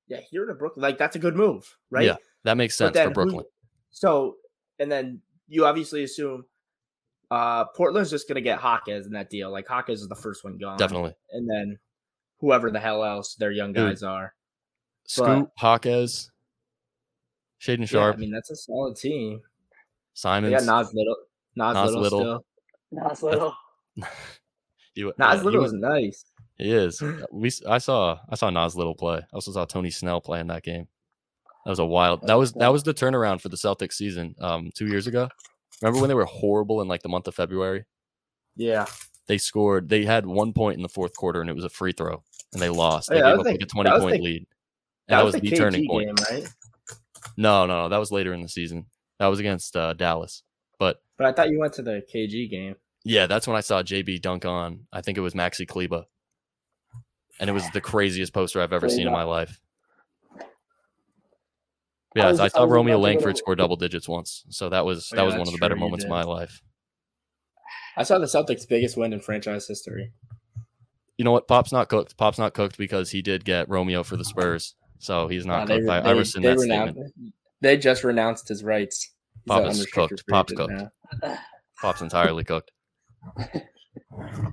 [SPEAKER 2] yeah. Hero to Brooklyn, like that's a good move, right?
[SPEAKER 1] Yeah. that makes sense
[SPEAKER 2] But then
[SPEAKER 1] for
[SPEAKER 2] who-
[SPEAKER 1] brooklyn
[SPEAKER 2] so, and then you obviously assume uh Portland's just gonna get Hawkins in that deal. Like Hawkins is the first one gone,
[SPEAKER 1] definitely
[SPEAKER 2] And then whoever the hell else their young
[SPEAKER 1] Dude,
[SPEAKER 2] guys are.
[SPEAKER 1] scoot hawkes shaden
[SPEAKER 2] Yeah,
[SPEAKER 1] sharp
[SPEAKER 2] I mean, that's a solid team. They
[SPEAKER 1] simons
[SPEAKER 2] got Nas Little. Nas,
[SPEAKER 1] Nas
[SPEAKER 2] Little,
[SPEAKER 1] Little.
[SPEAKER 2] still.
[SPEAKER 3] Nas Little.
[SPEAKER 1] You- uh,
[SPEAKER 2] Nas
[SPEAKER 1] he
[SPEAKER 2] Little
[SPEAKER 1] was-
[SPEAKER 2] is nice.
[SPEAKER 1] he is Uh, we s- i saw i saw nas little play i also saw tony snell play in that game that was a wild that
[SPEAKER 2] Oh,
[SPEAKER 1] was that
[SPEAKER 2] wow.
[SPEAKER 1] was the turnaround for the celtics season um two years ago remember when they were horrible in like the month of february
[SPEAKER 2] Yeah.
[SPEAKER 1] they scored they had one point in the fourth quarter and it was a free throw and they lost
[SPEAKER 2] Oh,
[SPEAKER 1] they
[SPEAKER 2] yeah, that
[SPEAKER 1] gave
[SPEAKER 2] was
[SPEAKER 1] up like
[SPEAKER 2] the-
[SPEAKER 1] a 20
[SPEAKER 2] that was
[SPEAKER 1] point
[SPEAKER 2] the-
[SPEAKER 1] lead and that was the,
[SPEAKER 2] KG
[SPEAKER 1] turning point
[SPEAKER 2] game, right?
[SPEAKER 1] no no no that was later in the season that was against uh, dallas but
[SPEAKER 2] But I thought you went to the KG game.
[SPEAKER 1] yeah that's when i saw jb dunk on i think it was maxi kleba and it was the craziest poster i've ever seen in
[SPEAKER 3] Kleba.
[SPEAKER 1] my life yeah
[SPEAKER 3] was-
[SPEAKER 1] i,
[SPEAKER 3] I
[SPEAKER 1] saw
[SPEAKER 3] was
[SPEAKER 1] romeo
[SPEAKER 3] about to go to-
[SPEAKER 1] langford score double digits once so that was
[SPEAKER 2] Oh,
[SPEAKER 1] that
[SPEAKER 2] yeah,
[SPEAKER 1] was one
[SPEAKER 2] that's
[SPEAKER 1] of the better
[SPEAKER 2] true, you
[SPEAKER 1] moments of
[SPEAKER 2] did.
[SPEAKER 1] my life
[SPEAKER 2] I saw the Celtics' biggest win in franchise history.
[SPEAKER 1] you know what pop's not cooked pop's not cooked because he did get romeo for the spurs so he's not
[SPEAKER 2] Nah,
[SPEAKER 1] cooked I, I rescind that statement
[SPEAKER 2] renounced- they just renounced his rights. He's
[SPEAKER 1] Pop
[SPEAKER 2] an
[SPEAKER 1] is
[SPEAKER 2] unrestricted
[SPEAKER 1] cooked.
[SPEAKER 2] free
[SPEAKER 1] Pop's
[SPEAKER 2] agent
[SPEAKER 1] cooked.
[SPEAKER 2] now.
[SPEAKER 1] Pop's entirely cooked.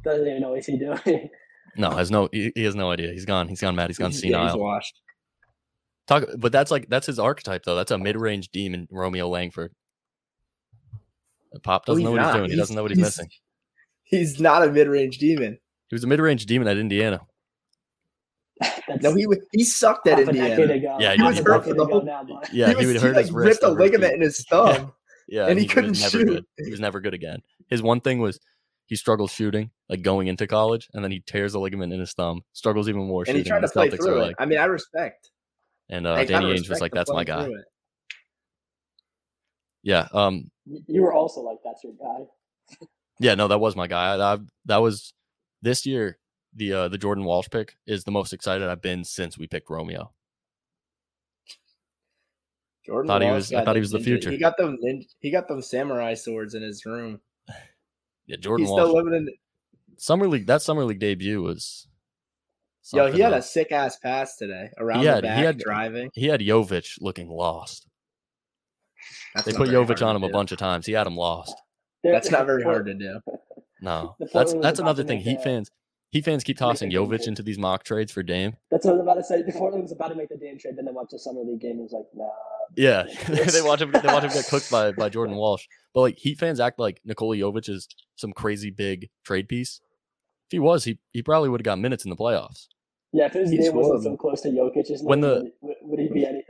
[SPEAKER 3] Doesn't even know what he's doing.
[SPEAKER 1] No, has no. He, he has no idea. He's gone. He's gone mad. He's gone
[SPEAKER 2] He's- yeah, he's
[SPEAKER 1] senile.
[SPEAKER 2] washed.
[SPEAKER 1] Talk, but that's like that's his archetype though. That's a mid-range demon, Romeo Langford. Uh, Pop doesn't
[SPEAKER 2] No,
[SPEAKER 1] know what
[SPEAKER 2] he's
[SPEAKER 1] he's
[SPEAKER 2] not.
[SPEAKER 1] doing. He doesn't
[SPEAKER 2] He's-
[SPEAKER 1] know what he's,
[SPEAKER 2] he's-
[SPEAKER 1] missing.
[SPEAKER 2] He's not a mid-range demon.
[SPEAKER 1] He was a mid-range demon at Indiana.
[SPEAKER 3] That's
[SPEAKER 2] No, he wa- he sucked at
[SPEAKER 3] half a decade
[SPEAKER 2] Indiana.
[SPEAKER 3] ago.
[SPEAKER 1] Yeah, he
[SPEAKER 3] Half
[SPEAKER 1] was
[SPEAKER 3] a
[SPEAKER 1] hurt
[SPEAKER 2] for
[SPEAKER 3] decade
[SPEAKER 2] the
[SPEAKER 3] ago
[SPEAKER 2] whole-
[SPEAKER 3] now, but-
[SPEAKER 1] Yeah, he,
[SPEAKER 2] was-
[SPEAKER 1] would hurt
[SPEAKER 2] like,
[SPEAKER 1] his wrist.
[SPEAKER 2] ripped a
[SPEAKER 1] every
[SPEAKER 2] ligament
[SPEAKER 1] week.
[SPEAKER 2] in his thumb.
[SPEAKER 1] Yeah,
[SPEAKER 2] and he
[SPEAKER 1] was
[SPEAKER 2] couldn't
[SPEAKER 1] never
[SPEAKER 2] shoot.
[SPEAKER 1] Good. He was never good again. His one thing was he struggled shooting, like going into college, and then he tears a ligament in his thumb. Struggles even more
[SPEAKER 2] and
[SPEAKER 1] shooting.
[SPEAKER 2] he tried to
[SPEAKER 1] the
[SPEAKER 2] play
[SPEAKER 1] Celtics
[SPEAKER 2] through
[SPEAKER 1] are
[SPEAKER 2] it.
[SPEAKER 1] like,
[SPEAKER 2] I mean, I respect.
[SPEAKER 1] and uh,
[SPEAKER 2] I kinda
[SPEAKER 1] Danny Ainge was
[SPEAKER 2] respect
[SPEAKER 1] like,
[SPEAKER 2] the
[SPEAKER 1] "That's my
[SPEAKER 2] play
[SPEAKER 1] guy."
[SPEAKER 2] through it.
[SPEAKER 1] Yeah. Um.
[SPEAKER 3] You- You were also like, that's your guy.
[SPEAKER 1] Yeah, no, that was my guy. I, I, that was this year. The uh, the Jordan Walsh pick is the most excited I've been since we picked Romeo.
[SPEAKER 2] Jordan
[SPEAKER 1] Thought he
[SPEAKER 2] Wall's
[SPEAKER 1] was- I
[SPEAKER 2] got
[SPEAKER 1] thought he
[SPEAKER 2] them
[SPEAKER 1] was the
[SPEAKER 2] ninja-
[SPEAKER 1] future.
[SPEAKER 2] He got them. nin- He got them samurai swords in his room.
[SPEAKER 1] Yeah, Jordan
[SPEAKER 2] he's
[SPEAKER 1] Walsh.
[SPEAKER 2] still living in.
[SPEAKER 1] summer league. That summer league debut was.
[SPEAKER 2] Yo, he
[SPEAKER 1] something
[SPEAKER 2] had a
[SPEAKER 1] else.
[SPEAKER 2] sick ass pass today around
[SPEAKER 1] He
[SPEAKER 2] the
[SPEAKER 1] had- he
[SPEAKER 2] back
[SPEAKER 1] had-
[SPEAKER 2] driving.
[SPEAKER 1] he had Jovic looking lost.
[SPEAKER 2] That's
[SPEAKER 1] They
[SPEAKER 2] not
[SPEAKER 1] put
[SPEAKER 2] very
[SPEAKER 1] Jovic
[SPEAKER 2] hard
[SPEAKER 1] on
[SPEAKER 2] to
[SPEAKER 1] him a
[SPEAKER 2] do.
[SPEAKER 1] bunch of times. He had him lost.
[SPEAKER 3] They're-
[SPEAKER 2] That's not very
[SPEAKER 3] Port-
[SPEAKER 2] hard to do.
[SPEAKER 1] No,
[SPEAKER 3] The
[SPEAKER 1] that's
[SPEAKER 3] Portland
[SPEAKER 1] that's
[SPEAKER 3] was about to
[SPEAKER 1] another thing.
[SPEAKER 3] make
[SPEAKER 1] Heat
[SPEAKER 3] a-
[SPEAKER 1] fans, Heat fans keep
[SPEAKER 3] a
[SPEAKER 1] tossing
[SPEAKER 3] move.
[SPEAKER 1] Jovic into these mock trades for Dame.
[SPEAKER 3] That's what I was about to say. Portland was about to make the damn trade, then they watched the summer league game and was like, nah.
[SPEAKER 1] Yeah, they watch him. They watch him get cooked by by Jordan Walsh. But like Heat fans act like Nikola Jovic is some crazy big trade piece. If he was, he he probably would have got minutes in the playoffs.
[SPEAKER 3] Yeah, if his
[SPEAKER 2] He's
[SPEAKER 3] name wasn't
[SPEAKER 2] horrible.
[SPEAKER 3] so close to Jokic's
[SPEAKER 1] When
[SPEAKER 3] name,
[SPEAKER 1] the-
[SPEAKER 3] would- would, would he be any?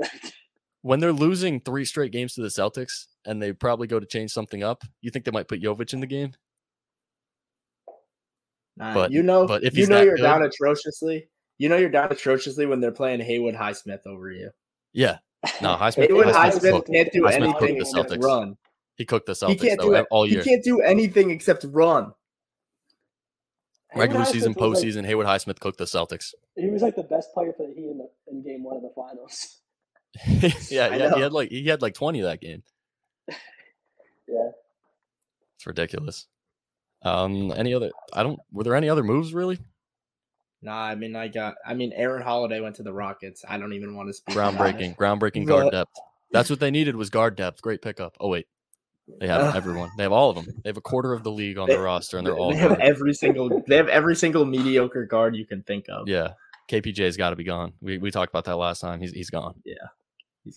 [SPEAKER 1] When they're losing three straight games to the Celtics and they probably go to change something up, you think they might put Jovic in the game?
[SPEAKER 2] Nah,
[SPEAKER 1] But-
[SPEAKER 2] you know,
[SPEAKER 1] but if
[SPEAKER 2] you
[SPEAKER 1] he's
[SPEAKER 2] know
[SPEAKER 1] that
[SPEAKER 2] you're
[SPEAKER 1] good-
[SPEAKER 2] down atrociously. You know you're down atrociously when they're playing Haywood Highsmith over you.
[SPEAKER 1] Yeah, no, Highsmith.
[SPEAKER 2] Haywood
[SPEAKER 1] Highsmith
[SPEAKER 3] Highsmith
[SPEAKER 2] Highsmith
[SPEAKER 1] cooked-
[SPEAKER 2] can't do
[SPEAKER 1] Highsmith cooked
[SPEAKER 2] anything
[SPEAKER 1] the
[SPEAKER 2] except
[SPEAKER 1] Celtics.
[SPEAKER 2] run.
[SPEAKER 1] he cooked the
[SPEAKER 2] He
[SPEAKER 1] Celtics
[SPEAKER 2] can't
[SPEAKER 1] though, eh,
[SPEAKER 2] do it
[SPEAKER 1] all
[SPEAKER 2] He
[SPEAKER 1] year.
[SPEAKER 2] can't do anything except run.
[SPEAKER 1] Regular
[SPEAKER 3] Hayward
[SPEAKER 1] season,
[SPEAKER 3] Highsmith was, like-
[SPEAKER 1] postseason, Hayward Highsmith cooked the Celtics.
[SPEAKER 3] he was like the best player for the Heat in, the, in game one of the finals.
[SPEAKER 1] yeah, he had,
[SPEAKER 2] I
[SPEAKER 1] he
[SPEAKER 2] know.
[SPEAKER 1] had like he had like twenty that game.
[SPEAKER 3] Yeah.
[SPEAKER 1] It's ridiculous. Um, any other? I don't. Were there any other moves really?
[SPEAKER 2] Nah, I mean, I got. I mean, Aaron Holiday went to the Rockets. I don't even want to speak. about it.
[SPEAKER 1] Groundbreaking, groundbreaking guard
[SPEAKER 2] But-
[SPEAKER 1] depth. That's what they needed was guard depth. Great pickup. Oh wait, they have
[SPEAKER 2] Ugh.
[SPEAKER 1] everyone. They have all of them. They have a quarter of the league on
[SPEAKER 2] They-
[SPEAKER 1] their roster, and
[SPEAKER 2] They
[SPEAKER 1] they're all.
[SPEAKER 2] they have
[SPEAKER 1] guard.
[SPEAKER 2] every single. They have every single mediocre guard you can think of.
[SPEAKER 1] yeah, KPJ's got to be gone. We we talked about that last time. He's he's gone.
[SPEAKER 2] He's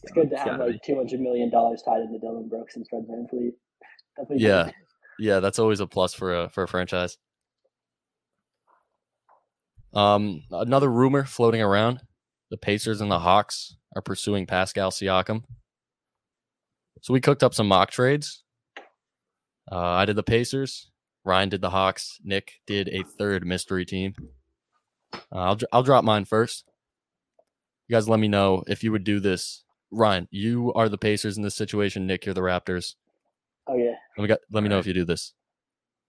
[SPEAKER 3] It's
[SPEAKER 2] gone.
[SPEAKER 3] good to
[SPEAKER 2] He's
[SPEAKER 3] have
[SPEAKER 2] gotta
[SPEAKER 3] like $200 million tied into Dylan Brooks and Fred Van Fleet.
[SPEAKER 1] Yeah, yeah, that's always a plus for a for a franchise. Um, another rumor floating around The Pacers and the Hawks are pursuing Pascal Siakam. So we cooked up some mock trades. Uh, I did the Pacers. Ryan did the Hawks. Nick did a third mystery team. Uh, I'll dr- I'll drop mine first. You guys, let me know if you would do this. Ryan, you are the Pacers in this situation. Nick, you're the Raptors.
[SPEAKER 3] Oh yeah.
[SPEAKER 1] Let me got, let me know if you do this.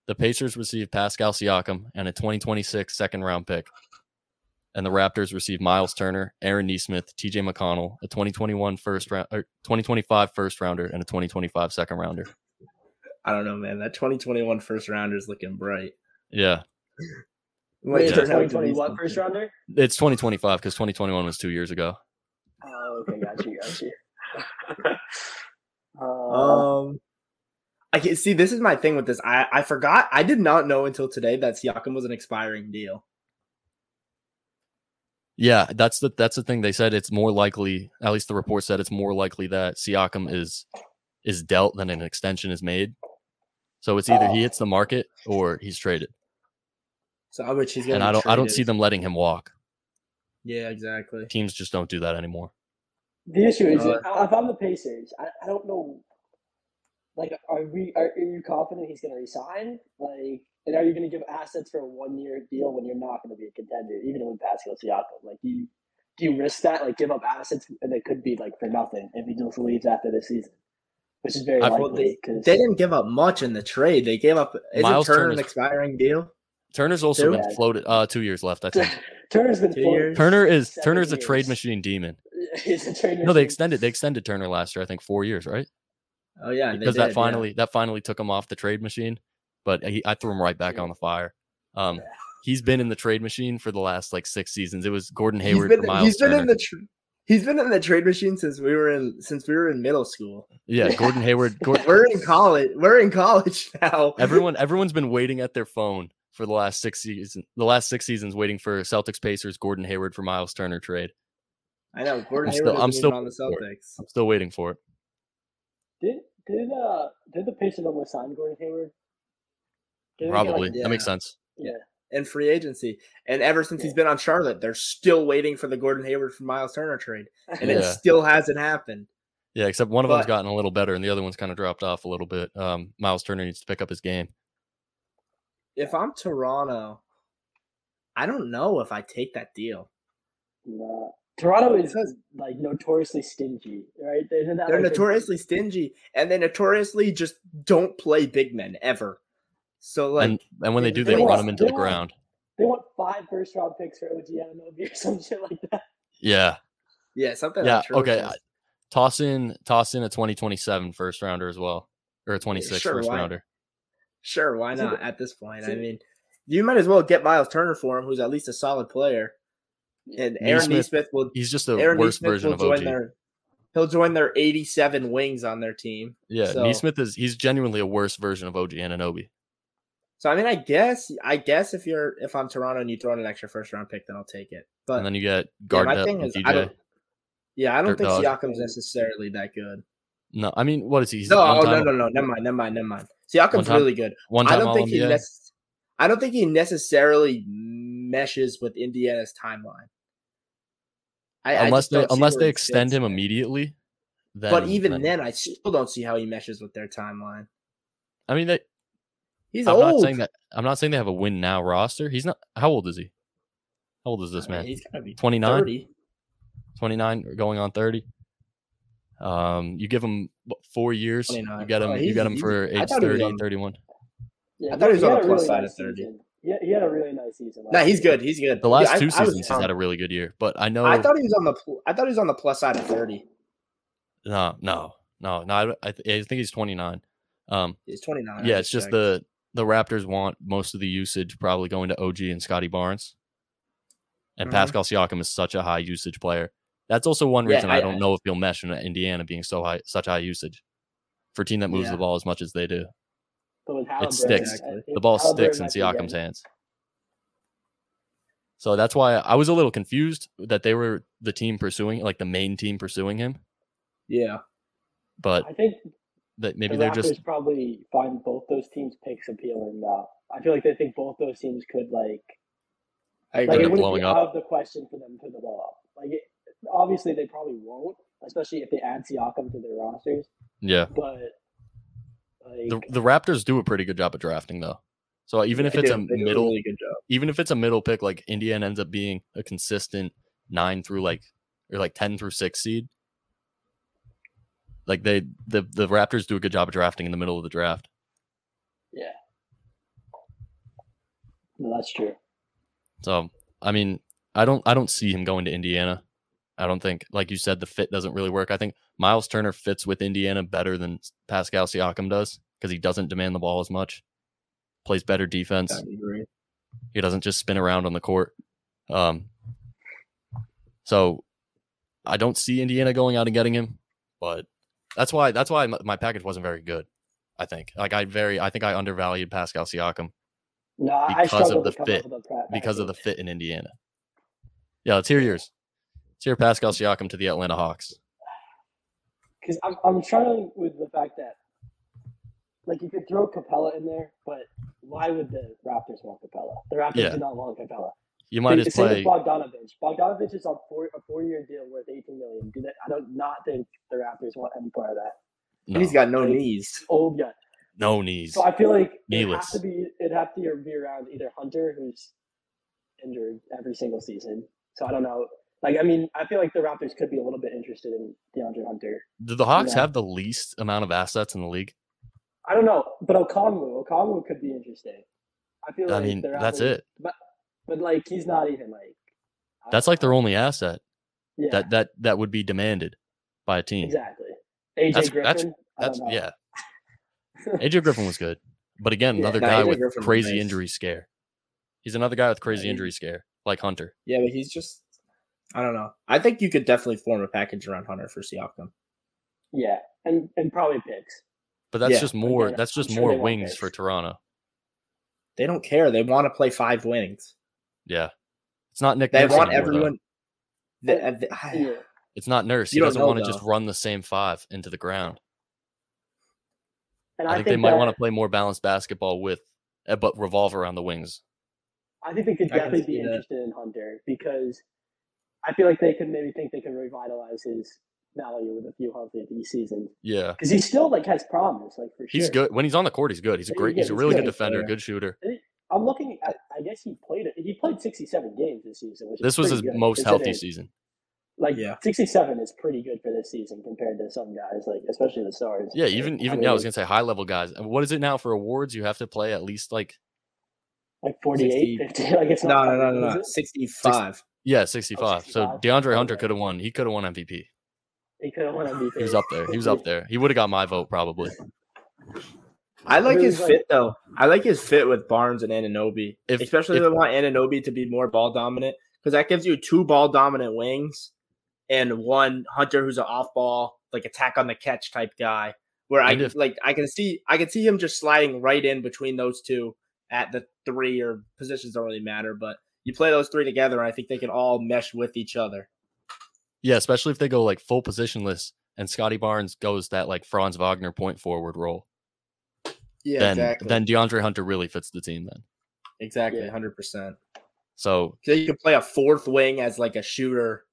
[SPEAKER 1] The Pacers receive Pascal Siakam and a 2026 second round pick. And the Raptors receive Miles Turner, Aaron Neesmith, TJ McConnell, a 2021 first round or 2025 first rounder and a 2025 second rounder.
[SPEAKER 2] I don't know, man. That 2021 first rounder is looking bright.
[SPEAKER 1] Yeah.
[SPEAKER 2] Might
[SPEAKER 3] Wait,
[SPEAKER 1] yeah.
[SPEAKER 3] it's a
[SPEAKER 2] turn out to be
[SPEAKER 3] 2021 first
[SPEAKER 2] something.
[SPEAKER 3] rounder.
[SPEAKER 1] It's 2025 because 2021 was 2 years ago.
[SPEAKER 3] Oh, okay, got you, got you. uh,
[SPEAKER 2] Um, I can see this is my thing with this. I I forgot. I did not know until today that Siakam was an expiring deal.
[SPEAKER 1] Yeah, that's the that's the thing they said it's more likely, at least the report said it's more likely that Siakam is is dealt than an extension is made. So it's either he hits the market or he's traded.
[SPEAKER 2] So I which he's gonna.
[SPEAKER 1] And
[SPEAKER 2] be
[SPEAKER 1] I don't I don't
[SPEAKER 2] traded.
[SPEAKER 1] see them letting him walk.
[SPEAKER 2] Yeah, exactly.
[SPEAKER 1] Teams just don't do that anymore.
[SPEAKER 3] the issue is,
[SPEAKER 2] uh,
[SPEAKER 3] I- if I'm the Pacers, I, I don't know. Like, are we? Are, are you confident he's going to resign? Like, and are you going to give assets for a one-year deal when you're not going to be a contender, even with Pascal Siakam? Like, do you do you risk that? Like, give up assets, and it could be like for nothing if he just leaves after this season, which is very
[SPEAKER 1] I-
[SPEAKER 2] Well, they,
[SPEAKER 3] likely. 'cause-
[SPEAKER 2] they didn't give up much in the trade. They gave up. Isn't
[SPEAKER 1] Miles
[SPEAKER 2] Turner an
[SPEAKER 1] Turner's-
[SPEAKER 2] expiring deal?
[SPEAKER 1] Turner's also
[SPEAKER 2] Two?
[SPEAKER 1] been floated uh 2 years left, I think.
[SPEAKER 3] Turner's been
[SPEAKER 2] Two
[SPEAKER 3] full-
[SPEAKER 2] years?
[SPEAKER 1] Turner is
[SPEAKER 3] Seven
[SPEAKER 1] Turner's a trade
[SPEAKER 3] years.
[SPEAKER 1] machine demon.
[SPEAKER 3] He's a trainer.
[SPEAKER 1] No, they extended they extended Turner last year, I think 4 years, right?
[SPEAKER 2] Oh yeah, they
[SPEAKER 1] because
[SPEAKER 2] did,
[SPEAKER 1] that
[SPEAKER 2] yeah.
[SPEAKER 1] finally that finally took him off the trade machine. But he, I threw him right back on the fire. Um, he's been in the trade machine for the last like six seasons. It was Gordon Hayward
[SPEAKER 2] he's
[SPEAKER 1] for
[SPEAKER 2] been,
[SPEAKER 1] Miles
[SPEAKER 2] he's been
[SPEAKER 1] Turner.
[SPEAKER 2] in the. Tr- He's been in the trade machine since we were in since we were in middle school.
[SPEAKER 1] yeah, Gordon Hayward. Gor-
[SPEAKER 2] We're in college. We're in college now.
[SPEAKER 1] everyone everyone's been waiting at their phone for the last six seasons. The last six seasons waiting for Celtics Pacers Gordon Hayward for Miles Turner trade.
[SPEAKER 2] I know. Gordon
[SPEAKER 1] I'm
[SPEAKER 2] Hayward
[SPEAKER 1] still-
[SPEAKER 2] isn't
[SPEAKER 1] I'm
[SPEAKER 2] even
[SPEAKER 1] still-
[SPEAKER 2] on the Celtics.
[SPEAKER 1] I'm still waiting for it.
[SPEAKER 3] Did did uh did the Pacers almost sign Gordon Hayward? Did they get, like,
[SPEAKER 1] Probably that makes
[SPEAKER 2] yeah.
[SPEAKER 1] sense.
[SPEAKER 3] yeah.
[SPEAKER 2] in free agency. And ever since he's been on Charlotte, they're still waiting for the Gordon Hayward for Miles Turner trade, and it
[SPEAKER 1] Yeah.
[SPEAKER 2] still hasn't happened.
[SPEAKER 1] Yeah, except one of them's
[SPEAKER 2] But-
[SPEAKER 1] gotten a little better and the other one's kind of dropped off a little bit. Um, Miles Turner needs to pick up his game.
[SPEAKER 2] If I'm Toronto, I don't know if I take that deal.
[SPEAKER 3] Nah. Toronto is like notoriously stingy, right? Isn't
[SPEAKER 2] They're
[SPEAKER 3] that like, their-
[SPEAKER 2] notoriously stingy, and they notoriously just don't play big men ever. So like,
[SPEAKER 1] and and when they
[SPEAKER 2] they-
[SPEAKER 1] do,
[SPEAKER 2] they
[SPEAKER 1] they, run
[SPEAKER 2] lost-
[SPEAKER 1] him into
[SPEAKER 3] they
[SPEAKER 1] the
[SPEAKER 3] lost.
[SPEAKER 1] ground.
[SPEAKER 3] They want five first round picks for OG Ananobi or some shit like that.
[SPEAKER 1] Yeah.
[SPEAKER 2] yeah, something.
[SPEAKER 1] yeah okay
[SPEAKER 2] atrocious.
[SPEAKER 1] I- toss in toss in a 2027 first rounder as well or a 26
[SPEAKER 2] sure,
[SPEAKER 1] first
[SPEAKER 2] why not?
[SPEAKER 1] rounder
[SPEAKER 2] Sure, why
[SPEAKER 3] See,
[SPEAKER 2] not?
[SPEAKER 3] the-
[SPEAKER 2] At this point, I
[SPEAKER 3] see-
[SPEAKER 2] mean, you might as well get Miles Turner for him, who's at least a solid player. And Aaron
[SPEAKER 1] Nesmith-
[SPEAKER 2] Neesmith will
[SPEAKER 1] he's just the
[SPEAKER 2] Aaron
[SPEAKER 1] worst
[SPEAKER 2] Neesmith
[SPEAKER 1] version
[SPEAKER 2] will
[SPEAKER 1] of
[SPEAKER 2] join
[SPEAKER 1] og
[SPEAKER 2] Their, he'll join their 87 wings on their team.
[SPEAKER 1] yeah
[SPEAKER 2] so-
[SPEAKER 1] Neesmith is he's genuinely a worse version of og ananobi
[SPEAKER 2] So I mean, I guess I guess if you're if I'm Toronto and you throw in an extra first round pick, then I'll take it. But
[SPEAKER 1] and then you get
[SPEAKER 2] yeah,
[SPEAKER 1] guard
[SPEAKER 2] my thing is I don't. Yeah, I don't
[SPEAKER 1] Dirt
[SPEAKER 2] think
[SPEAKER 1] dog.
[SPEAKER 2] Siakam's necessarily that good.
[SPEAKER 1] no i mean what is he he's
[SPEAKER 2] No,
[SPEAKER 1] one
[SPEAKER 2] oh,
[SPEAKER 1] time,
[SPEAKER 2] no, no, no. Never mind, never mind, never mind. Siakam's
[SPEAKER 1] time-
[SPEAKER 2] really good.
[SPEAKER 1] one
[SPEAKER 2] I
[SPEAKER 1] time
[SPEAKER 2] don't think he
[SPEAKER 1] All-NBA?
[SPEAKER 2] nec- I don't think he necessarily meshes with Indiana's timeline. I, I
[SPEAKER 1] unless
[SPEAKER 2] just don't
[SPEAKER 1] they
[SPEAKER 2] see
[SPEAKER 1] unless
[SPEAKER 2] where
[SPEAKER 1] they
[SPEAKER 2] he
[SPEAKER 1] extend
[SPEAKER 2] fits.
[SPEAKER 1] him immediately then,
[SPEAKER 2] But even
[SPEAKER 1] then-
[SPEAKER 2] then, I still don't see how he meshes with their timeline.
[SPEAKER 1] i mean they,
[SPEAKER 2] He's
[SPEAKER 1] i'm
[SPEAKER 2] old.
[SPEAKER 1] not saying that i'm not saying they have a win now roster he's not how old is he how old is this
[SPEAKER 2] I mean,
[SPEAKER 1] man
[SPEAKER 2] He's gotta be
[SPEAKER 1] 29
[SPEAKER 2] 30.
[SPEAKER 1] 29 or going on 30 um you give him what, four years
[SPEAKER 2] 29.
[SPEAKER 1] you get him
[SPEAKER 2] Oh,
[SPEAKER 1] you
[SPEAKER 2] he's-
[SPEAKER 1] get him
[SPEAKER 2] he's-
[SPEAKER 1] for
[SPEAKER 2] I
[SPEAKER 1] age
[SPEAKER 2] thought he was
[SPEAKER 1] 30
[SPEAKER 2] on-
[SPEAKER 1] 31
[SPEAKER 3] Yeah,
[SPEAKER 2] I thought he was on
[SPEAKER 3] had
[SPEAKER 2] the
[SPEAKER 3] a
[SPEAKER 2] plus
[SPEAKER 3] really
[SPEAKER 2] side
[SPEAKER 3] nice
[SPEAKER 2] of 30.
[SPEAKER 3] season. Yeah, he had a really nice season.
[SPEAKER 2] No,
[SPEAKER 3] last
[SPEAKER 2] he's
[SPEAKER 3] year.
[SPEAKER 2] good. He's good.
[SPEAKER 1] the last
[SPEAKER 2] I-
[SPEAKER 1] two
[SPEAKER 2] I was
[SPEAKER 1] seasons he's had a really good year but i know
[SPEAKER 2] I thought he was on the. pl- I thought he was on the plus side of thirty.
[SPEAKER 1] no no no no I- I, th- I think he's 29 um
[SPEAKER 2] He's twenty nine.
[SPEAKER 1] yeah it's just the the raptors want most of the usage probably going to og and scotty barnes and
[SPEAKER 2] Mhm.
[SPEAKER 1] pascal siakam is such a high usage player that's also one
[SPEAKER 2] Yeah,
[SPEAKER 1] reason I,
[SPEAKER 2] I-
[SPEAKER 1] don't know if he'll mesh in indiana being so high such high usage for a team that moves
[SPEAKER 2] Yeah.
[SPEAKER 1] the ball as much as they do
[SPEAKER 3] But with Halliburton,
[SPEAKER 1] sticks.
[SPEAKER 3] I-
[SPEAKER 1] the ball
[SPEAKER 3] Halliburton
[SPEAKER 1] sticks in
[SPEAKER 3] might be getting-
[SPEAKER 1] Siakam's hands. So that's why I was a little confused that they were the team pursuing, like the main team pursuing him.
[SPEAKER 2] Yeah,
[SPEAKER 1] But
[SPEAKER 3] I think
[SPEAKER 1] that maybe
[SPEAKER 3] the
[SPEAKER 1] they're
[SPEAKER 3] Raptors
[SPEAKER 1] just
[SPEAKER 3] probably find both those teams picks appealing now. I feel like they think both those teams could like
[SPEAKER 2] I
[SPEAKER 3] like
[SPEAKER 1] End
[SPEAKER 2] agree.
[SPEAKER 3] it
[SPEAKER 1] up
[SPEAKER 3] wouldn't
[SPEAKER 1] blowing
[SPEAKER 3] be
[SPEAKER 1] up.
[SPEAKER 3] out of the question for them to the ball up. Like, it, obviously, they probably won't, especially if they add Siakam to their rosters.
[SPEAKER 1] Yeah.
[SPEAKER 3] But like,
[SPEAKER 1] The, the Raptors do a pretty good job of drafting though. So even if
[SPEAKER 2] They
[SPEAKER 1] it's
[SPEAKER 2] do-
[SPEAKER 1] a
[SPEAKER 2] they do
[SPEAKER 1] middle
[SPEAKER 2] really good job.
[SPEAKER 1] even if it's a middle pick, like Indiana ends up being a consistent nine through like or like ten through six seed. Like they the the Raptors do a good job of drafting in the middle of the draft.
[SPEAKER 3] yeah, no, that's true.
[SPEAKER 1] So I mean, I don't I don't see him going to Indiana. I don't think like you said the fit doesn't really work. I think Miles Turner fits with Indiana better than Pascal Siakam does because he doesn't demand the ball as much. Plays better defense.
[SPEAKER 2] I agree.
[SPEAKER 1] He doesn't just spin around on the court. Um, so I don't see Indiana going out and getting him, but that's why that's why my, my package wasn't very good. I think like I very I think I undervalued Pascal Siakam
[SPEAKER 3] No, I- I
[SPEAKER 1] Because of
[SPEAKER 3] struggled
[SPEAKER 1] the
[SPEAKER 3] to come up
[SPEAKER 1] fit.
[SPEAKER 3] with a pra-
[SPEAKER 1] because of the
[SPEAKER 3] package.
[SPEAKER 1] fit in Indiana. Yeah, let's hear yours. Let's hear Pascal Siakam to the Atlanta Hawks.
[SPEAKER 3] because I'm, I'm struggling with the fact that like you could throw Capella in there, but why would the Raptors want Capella? The Raptors
[SPEAKER 1] Yeah.
[SPEAKER 3] do not want Capella.
[SPEAKER 1] You might
[SPEAKER 3] They-
[SPEAKER 1] as
[SPEAKER 3] same
[SPEAKER 1] play.
[SPEAKER 3] with Bogdanovich. Bogdanovich is on four, a four year deal worth 18 million. Do that? I don't not think the Raptors want any part of that.
[SPEAKER 1] No,
[SPEAKER 2] And he's got no knees.
[SPEAKER 3] Old guy.
[SPEAKER 1] no knees.
[SPEAKER 3] So I feel like it
[SPEAKER 1] Needless.
[SPEAKER 3] has to be it have to be around either Hunter, who's injured every single season. So I don't know. Like I mean, I feel like the Raptors could be a little bit interested in DeAndre Hunter.
[SPEAKER 1] Do the Hawks
[SPEAKER 3] Yeah.
[SPEAKER 1] have the least amount of assets in the league?
[SPEAKER 3] I don't know, but Okonwu, Okonwu could be interesting. I feel
[SPEAKER 1] I
[SPEAKER 3] like
[SPEAKER 1] mean,
[SPEAKER 3] they're
[SPEAKER 1] that's
[SPEAKER 3] having-
[SPEAKER 1] it.
[SPEAKER 3] But like, he's not even like. I
[SPEAKER 1] That's
[SPEAKER 3] don't
[SPEAKER 1] like
[SPEAKER 3] know.
[SPEAKER 1] their only asset
[SPEAKER 3] yeah,
[SPEAKER 1] that that that would be demanded by a team.
[SPEAKER 3] exactly. AJ
[SPEAKER 1] That's-
[SPEAKER 3] Griffin.
[SPEAKER 1] that's-
[SPEAKER 3] I don't
[SPEAKER 1] That's
[SPEAKER 3] know.
[SPEAKER 1] yeah. AJ Griffin was good, but again,
[SPEAKER 3] Yeah.
[SPEAKER 1] another
[SPEAKER 2] No,
[SPEAKER 1] guy
[SPEAKER 2] A.J.
[SPEAKER 1] with
[SPEAKER 2] Griffin was
[SPEAKER 1] crazy
[SPEAKER 2] nice.
[SPEAKER 1] injury scare. He's another guy with crazy
[SPEAKER 2] he-
[SPEAKER 1] injury scare, like Hunter.
[SPEAKER 2] Yeah, but he's just I don't know. I think you could definitely form a package around Hunter for Siakam.
[SPEAKER 3] Yeah, and and probably picks.
[SPEAKER 1] But that's
[SPEAKER 2] Yeah,
[SPEAKER 1] just more.
[SPEAKER 3] again,
[SPEAKER 1] That's
[SPEAKER 3] I'm
[SPEAKER 1] just
[SPEAKER 3] sure they
[SPEAKER 1] more
[SPEAKER 3] want
[SPEAKER 1] wings for
[SPEAKER 3] picks.
[SPEAKER 1] Toronto.
[SPEAKER 2] They don't care. They want to play five wings.
[SPEAKER 1] Yeah, it's not Nick.
[SPEAKER 2] They
[SPEAKER 1] Nurse
[SPEAKER 2] want
[SPEAKER 1] anymore, though.
[SPEAKER 2] everyone. The- the-
[SPEAKER 3] Yeah.
[SPEAKER 1] It's not Nurse.
[SPEAKER 2] You
[SPEAKER 1] he
[SPEAKER 2] don't
[SPEAKER 1] doesn't
[SPEAKER 2] know,
[SPEAKER 1] want to just
[SPEAKER 2] though.
[SPEAKER 1] run the same five into the ground.
[SPEAKER 3] And
[SPEAKER 1] I,
[SPEAKER 3] I,
[SPEAKER 1] think, they might
[SPEAKER 3] that-
[SPEAKER 1] want to play more balanced basketball with, eh, but revolve around the wings.
[SPEAKER 3] I think they could
[SPEAKER 2] I can
[SPEAKER 3] definitely be
[SPEAKER 2] see that.
[SPEAKER 3] interested in Hunter because I feel like they could maybe think they can revitalize his value with a few healthy these seasons
[SPEAKER 1] Yeah,
[SPEAKER 3] because he still like has promise like for
[SPEAKER 1] he's
[SPEAKER 3] sure.
[SPEAKER 1] good when he's on the court. He's good. He's a
[SPEAKER 3] Yeah,
[SPEAKER 1] great.
[SPEAKER 3] yeah,
[SPEAKER 1] he's a
[SPEAKER 3] he's
[SPEAKER 1] really
[SPEAKER 3] good.
[SPEAKER 1] good defender. Good shooter.
[SPEAKER 3] I'm looking at. I guess he played it. He played 67 games this season. Which is
[SPEAKER 1] This was
[SPEAKER 3] pretty
[SPEAKER 1] his
[SPEAKER 3] good,
[SPEAKER 1] most healthy
[SPEAKER 3] considering-
[SPEAKER 1] season.
[SPEAKER 3] Like
[SPEAKER 2] Yeah.
[SPEAKER 3] 67 is pretty good for this season compared to some guys, like especially the stars.
[SPEAKER 1] Yeah,
[SPEAKER 3] Like,
[SPEAKER 1] even
[SPEAKER 3] I
[SPEAKER 1] even
[SPEAKER 3] mean,
[SPEAKER 1] yeah, I was gonna say high level guys. And What is it now for awards? You have to play at least like
[SPEAKER 3] like
[SPEAKER 2] 60.
[SPEAKER 3] 48, 50. Like it's
[SPEAKER 2] No,
[SPEAKER 3] not
[SPEAKER 2] no, no,
[SPEAKER 3] is
[SPEAKER 2] no, no.
[SPEAKER 3] it?
[SPEAKER 2] Sixty-five.
[SPEAKER 1] yeah, sixty five. So
[SPEAKER 3] 65.
[SPEAKER 1] DeAndre
[SPEAKER 2] Oh,
[SPEAKER 1] Hunter
[SPEAKER 3] Okay.
[SPEAKER 1] could have won. He could have won MVP.
[SPEAKER 3] He could have won MVP.
[SPEAKER 1] He was up there. He was up there. He would have got my vote probably.
[SPEAKER 2] I like
[SPEAKER 3] Really
[SPEAKER 2] his
[SPEAKER 3] like-
[SPEAKER 2] fit though. I like his fit with Barnes and Ananobi.
[SPEAKER 1] If-
[SPEAKER 2] Especially
[SPEAKER 1] if-
[SPEAKER 2] if I want Ananobi to be more ball dominant because that gives you two ball dominant wings and one Hunter who's an off ball like attack on the catch type guy. Where I
[SPEAKER 1] And if-
[SPEAKER 2] like I can see I can see him just sliding right in between those two at the three or positions don't really matter, but you play those three together, and I think they can all mesh with each other.
[SPEAKER 1] Yeah, especially if they go like full positionless and Scotty Barnes goes that like Franz Wagner point forward role.
[SPEAKER 2] Yeah,
[SPEAKER 1] then then DeAndre Hunter really fits the team then.
[SPEAKER 2] exactly,
[SPEAKER 3] Yeah.
[SPEAKER 2] hundred percent.
[SPEAKER 1] So
[SPEAKER 2] So you can play a fourth wing as like a shooter.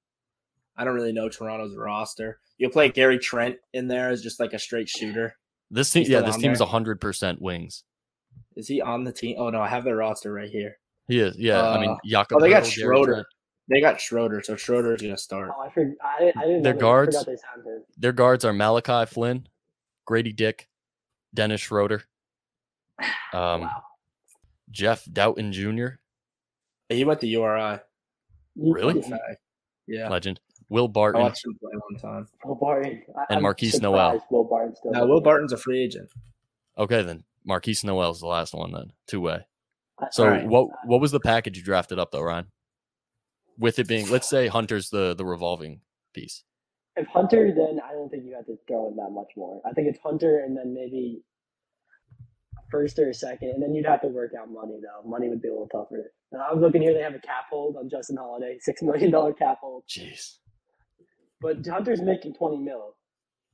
[SPEAKER 2] I don't really know Toronto's roster. You can play Gary Trent in there as just like a straight shooter.
[SPEAKER 1] this team
[SPEAKER 2] He's
[SPEAKER 1] yeah,
[SPEAKER 2] still
[SPEAKER 1] this
[SPEAKER 2] on
[SPEAKER 1] team is
[SPEAKER 2] there.
[SPEAKER 1] hundred percent wings.
[SPEAKER 2] Is he on the team? Oh no, I have their roster right here.
[SPEAKER 1] He is, yeah. I mean
[SPEAKER 2] Uh,
[SPEAKER 1] Jakob
[SPEAKER 2] Oh, they got
[SPEAKER 1] Pertl, Gary
[SPEAKER 2] Schroeder.
[SPEAKER 1] Trent.
[SPEAKER 2] They got Schroeder, so Schroeder's gonna start.
[SPEAKER 3] Oh, I, forgot, I, I didn't
[SPEAKER 1] Their
[SPEAKER 3] know
[SPEAKER 1] guards-
[SPEAKER 3] They, I forgot they signed him.
[SPEAKER 1] Their guards are Malachi Flynn, Grady Dick, Dennis Schroeder, um,
[SPEAKER 3] wow.
[SPEAKER 1] Jeff Doughton Jr.
[SPEAKER 2] He went to URI.
[SPEAKER 3] You-
[SPEAKER 1] really?
[SPEAKER 3] you-
[SPEAKER 2] Yeah,
[SPEAKER 1] legend. Will
[SPEAKER 2] I
[SPEAKER 1] Barton.
[SPEAKER 2] watched him play one time.
[SPEAKER 3] Will Barton. I,
[SPEAKER 1] And
[SPEAKER 3] I'm
[SPEAKER 1] Marquise Noel.
[SPEAKER 3] surprised Will Barton still.
[SPEAKER 2] Now
[SPEAKER 3] doesn't
[SPEAKER 2] Will
[SPEAKER 3] get-
[SPEAKER 2] Barton's a free agent.
[SPEAKER 1] Okay, then Marquise Noel's the last one then, two way.
[SPEAKER 3] I-
[SPEAKER 1] So
[SPEAKER 2] Alright.
[SPEAKER 1] what what was the package you drafted up though, Ryan? With it being, let's say Hunter's the the revolving piece.
[SPEAKER 3] If Hunter, then I don't think you have to throw in that much more. I think it's Hunter, and then maybe first or second, and then you'd have to work out money though. Money would be a little tougher. And I was looking here; they have a cap hold on Justin Holiday, six million dollar cap hold.
[SPEAKER 1] Jeez.
[SPEAKER 3] But Hunter's making twenty mil.